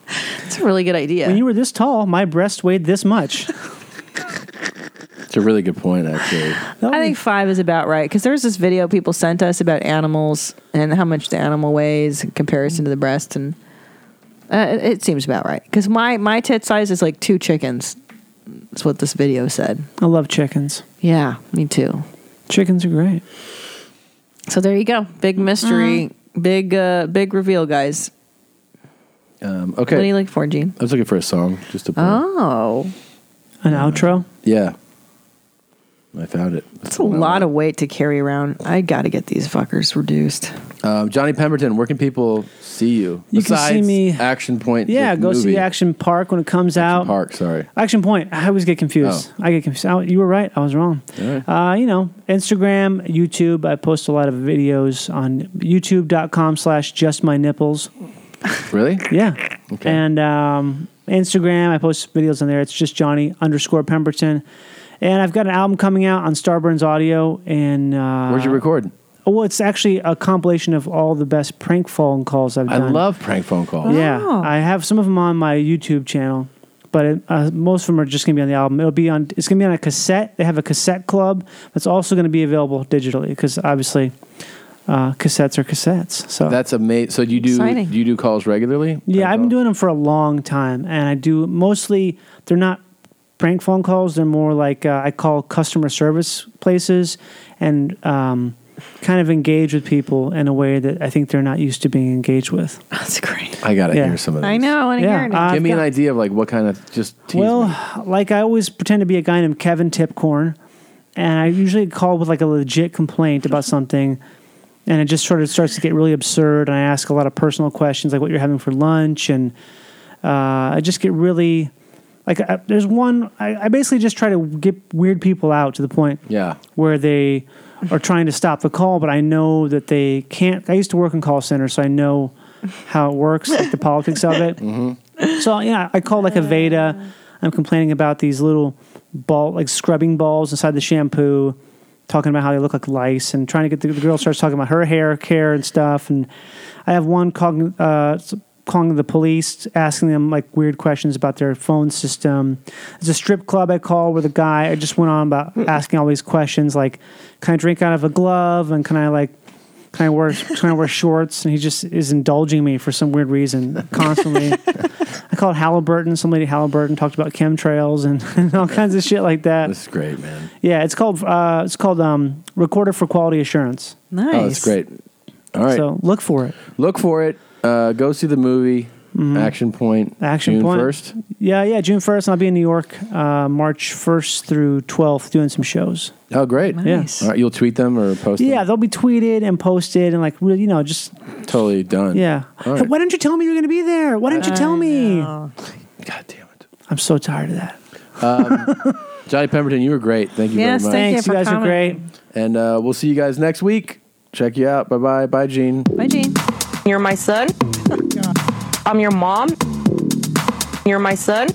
Speaker 2: It's a really good idea.
Speaker 12: When you were this tall, my breast weighed this much.
Speaker 2: [laughs]
Speaker 1: It's a really good point, actually.
Speaker 12: Oh,
Speaker 2: I think five is about right because there was this video people sent us about animals and how much the animal weighs in comparison to the breast, and uh, it, it seems about right because my my tit size is like two chickens. That's what this video said.
Speaker 12: I love chickens.
Speaker 2: Yeah, me too.
Speaker 12: Chickens are great.
Speaker 2: So there you go, big mystery, big uh, big reveal, guys.
Speaker 1: Um, okay.
Speaker 2: What do you look for, Gene?
Speaker 1: I was looking for a song, just to play.
Speaker 2: Oh,
Speaker 12: An outro.
Speaker 1: Yeah, I found it.
Speaker 2: that's a lot of weight to carry around. I got to get these fuckers reduced.
Speaker 1: Um, Johnny Pemberton, where can people see you?
Speaker 12: You can see
Speaker 1: Besides
Speaker 12: me-
Speaker 1: Action Point.
Speaker 12: Yeah,
Speaker 1: the
Speaker 12: go
Speaker 1: movie.
Speaker 12: see Action Park when it comes out.
Speaker 1: Park. Oh. Sorry.
Speaker 12: Action Point. I always get confused. I get confused. I, you were right. I was wrong. Uh, you know, Instagram, YouTube. I post a lot of videos on youtube.com slash just my nipples.
Speaker 1: Really?
Speaker 12: Yeah. Okay. And um, Instagram, I post videos on there. It's just Johnny underscore Pemberton. And I've got an album coming out on Starburns Audio. And uh,
Speaker 1: Where'd you record?
Speaker 12: Oh, Well, it's actually a compilation of all the best prank phone calls I've
Speaker 1: I
Speaker 12: done.
Speaker 1: love prank phone calls.
Speaker 12: Yeah, I have some of them on my YouTube channel, but it, uh, most of them are just going to be on the album. It'll be on. It's going to be on a cassette. They have a cassette club that's also going to be available digitally because obviously uh, cassettes are cassettes. So
Speaker 1: That's amazing. So you do
Speaker 12: Exciting.
Speaker 1: do you do calls regularly?
Speaker 12: yeah, I've been doing them for a long time, and I do mostly. They're not prank phone calls. They're more like uh, I call customer service places and um, kind of engage with people in a way that I think they're not used to being engaged with.
Speaker 2: That's great.
Speaker 1: I gotta
Speaker 12: Yeah.
Speaker 1: hear some of those.
Speaker 12: I know, I wanna Yeah, hear it. I've
Speaker 1: Give me an
Speaker 12: got-
Speaker 1: idea of like what kind of just tease
Speaker 12: well,
Speaker 1: me.
Speaker 12: like I always pretend to be a guy named Kevin Tipcorn, and I usually call with like a legit complaint about something, and it just sort of starts to get really absurd. And I ask a lot of personal questions, like what you're having for lunch, and uh, I just get really like I, there's one. I, I basically just try to get weird people out to the point
Speaker 1: Yeah.
Speaker 12: where they are trying to stop the call, but I know that they can't. I used to work in call centers, so I know how it works, like the politics of
Speaker 1: [laughs]
Speaker 12: it.
Speaker 1: Mm-hmm.
Speaker 12: So yeah, I call like a Veda. I'm complaining about these little ball, like scrubbing balls inside the shampoo, talking about how they look like lice, and trying to get the, the girl starts talking about her hair care and stuff. And I have one calling, uh, s- calling the police, asking them like weird questions about their phone system. There's a strip club I call where the guy I just went on about asking all these questions like, can I drink out of a glove, and can I like Can I wear Can I wear shorts? And he just is indulging me for some weird reason constantly. I called Halliburton. Some lady at Halliburton talked about chemtrails and, [laughs] and all kinds of shit like that.
Speaker 1: This is great, man.
Speaker 12: Yeah, it's called uh, it's called um, Recorder for Quality Assurance.
Speaker 6: Nice.
Speaker 1: Oh, it's great. All right.
Speaker 12: So look for it.
Speaker 1: Look for it. Uh, go see the movie. Action Point.
Speaker 12: Mm-hmm. Action
Speaker 1: June
Speaker 12: Point.
Speaker 1: 1st.
Speaker 12: Yeah, yeah, June first. I'll be in New York, uh, March first through twelfth, doing some shows.
Speaker 1: Oh, great.
Speaker 12: Nice.
Speaker 1: All right, you'll tweet them or post
Speaker 12: Yeah, they'll be tweeted and posted and like really, you know, just
Speaker 1: them? Totally done.
Speaker 12: yeah.
Speaker 1: All
Speaker 12: Hey,
Speaker 1: right.
Speaker 12: Why don't you tell me you're going to be there? Why don't you tell me? God damn it! I'm so tired of that.
Speaker 1: Um, Johnny Pemberton, you were great. Thank you
Speaker 12: Yes,
Speaker 1: very much.
Speaker 12: thank you Thanks, you for guys are coming. great.
Speaker 1: And uh, we'll see you guys next week. Check you out. Bye bye. Bye, Gene.
Speaker 2: Bye, Gene.
Speaker 3: You're my son. I'm your mom. You're my son.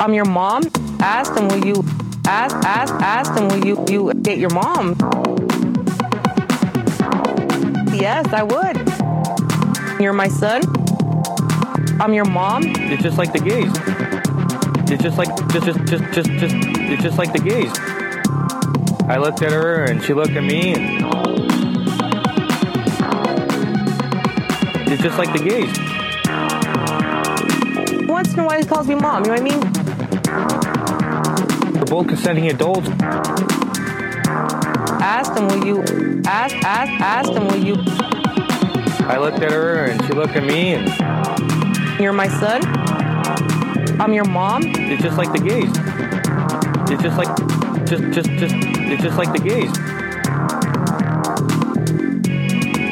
Speaker 3: I'm your mom. Ask them will you ask ask ask them will you you get your mom? Yes, I would. You're my son. I'm your mom.
Speaker 21: It's just like the gays. It's just like just just just just just it's just like the gays. I looked at her and she looked at me and it's just like the gays.
Speaker 3: Once in a while he calls me mom, you know what I mean?
Speaker 21: They're both consenting adults.
Speaker 3: Ask them will you ask ask ask them will you
Speaker 21: I looked at her and she looked at me and
Speaker 3: you're my son. I'm your mom.
Speaker 21: it's just like the gays. It's just like just just just it's just like the gays.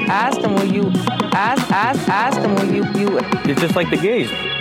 Speaker 3: Ask them will you ask ask ask them will you you
Speaker 21: It's just like the gays.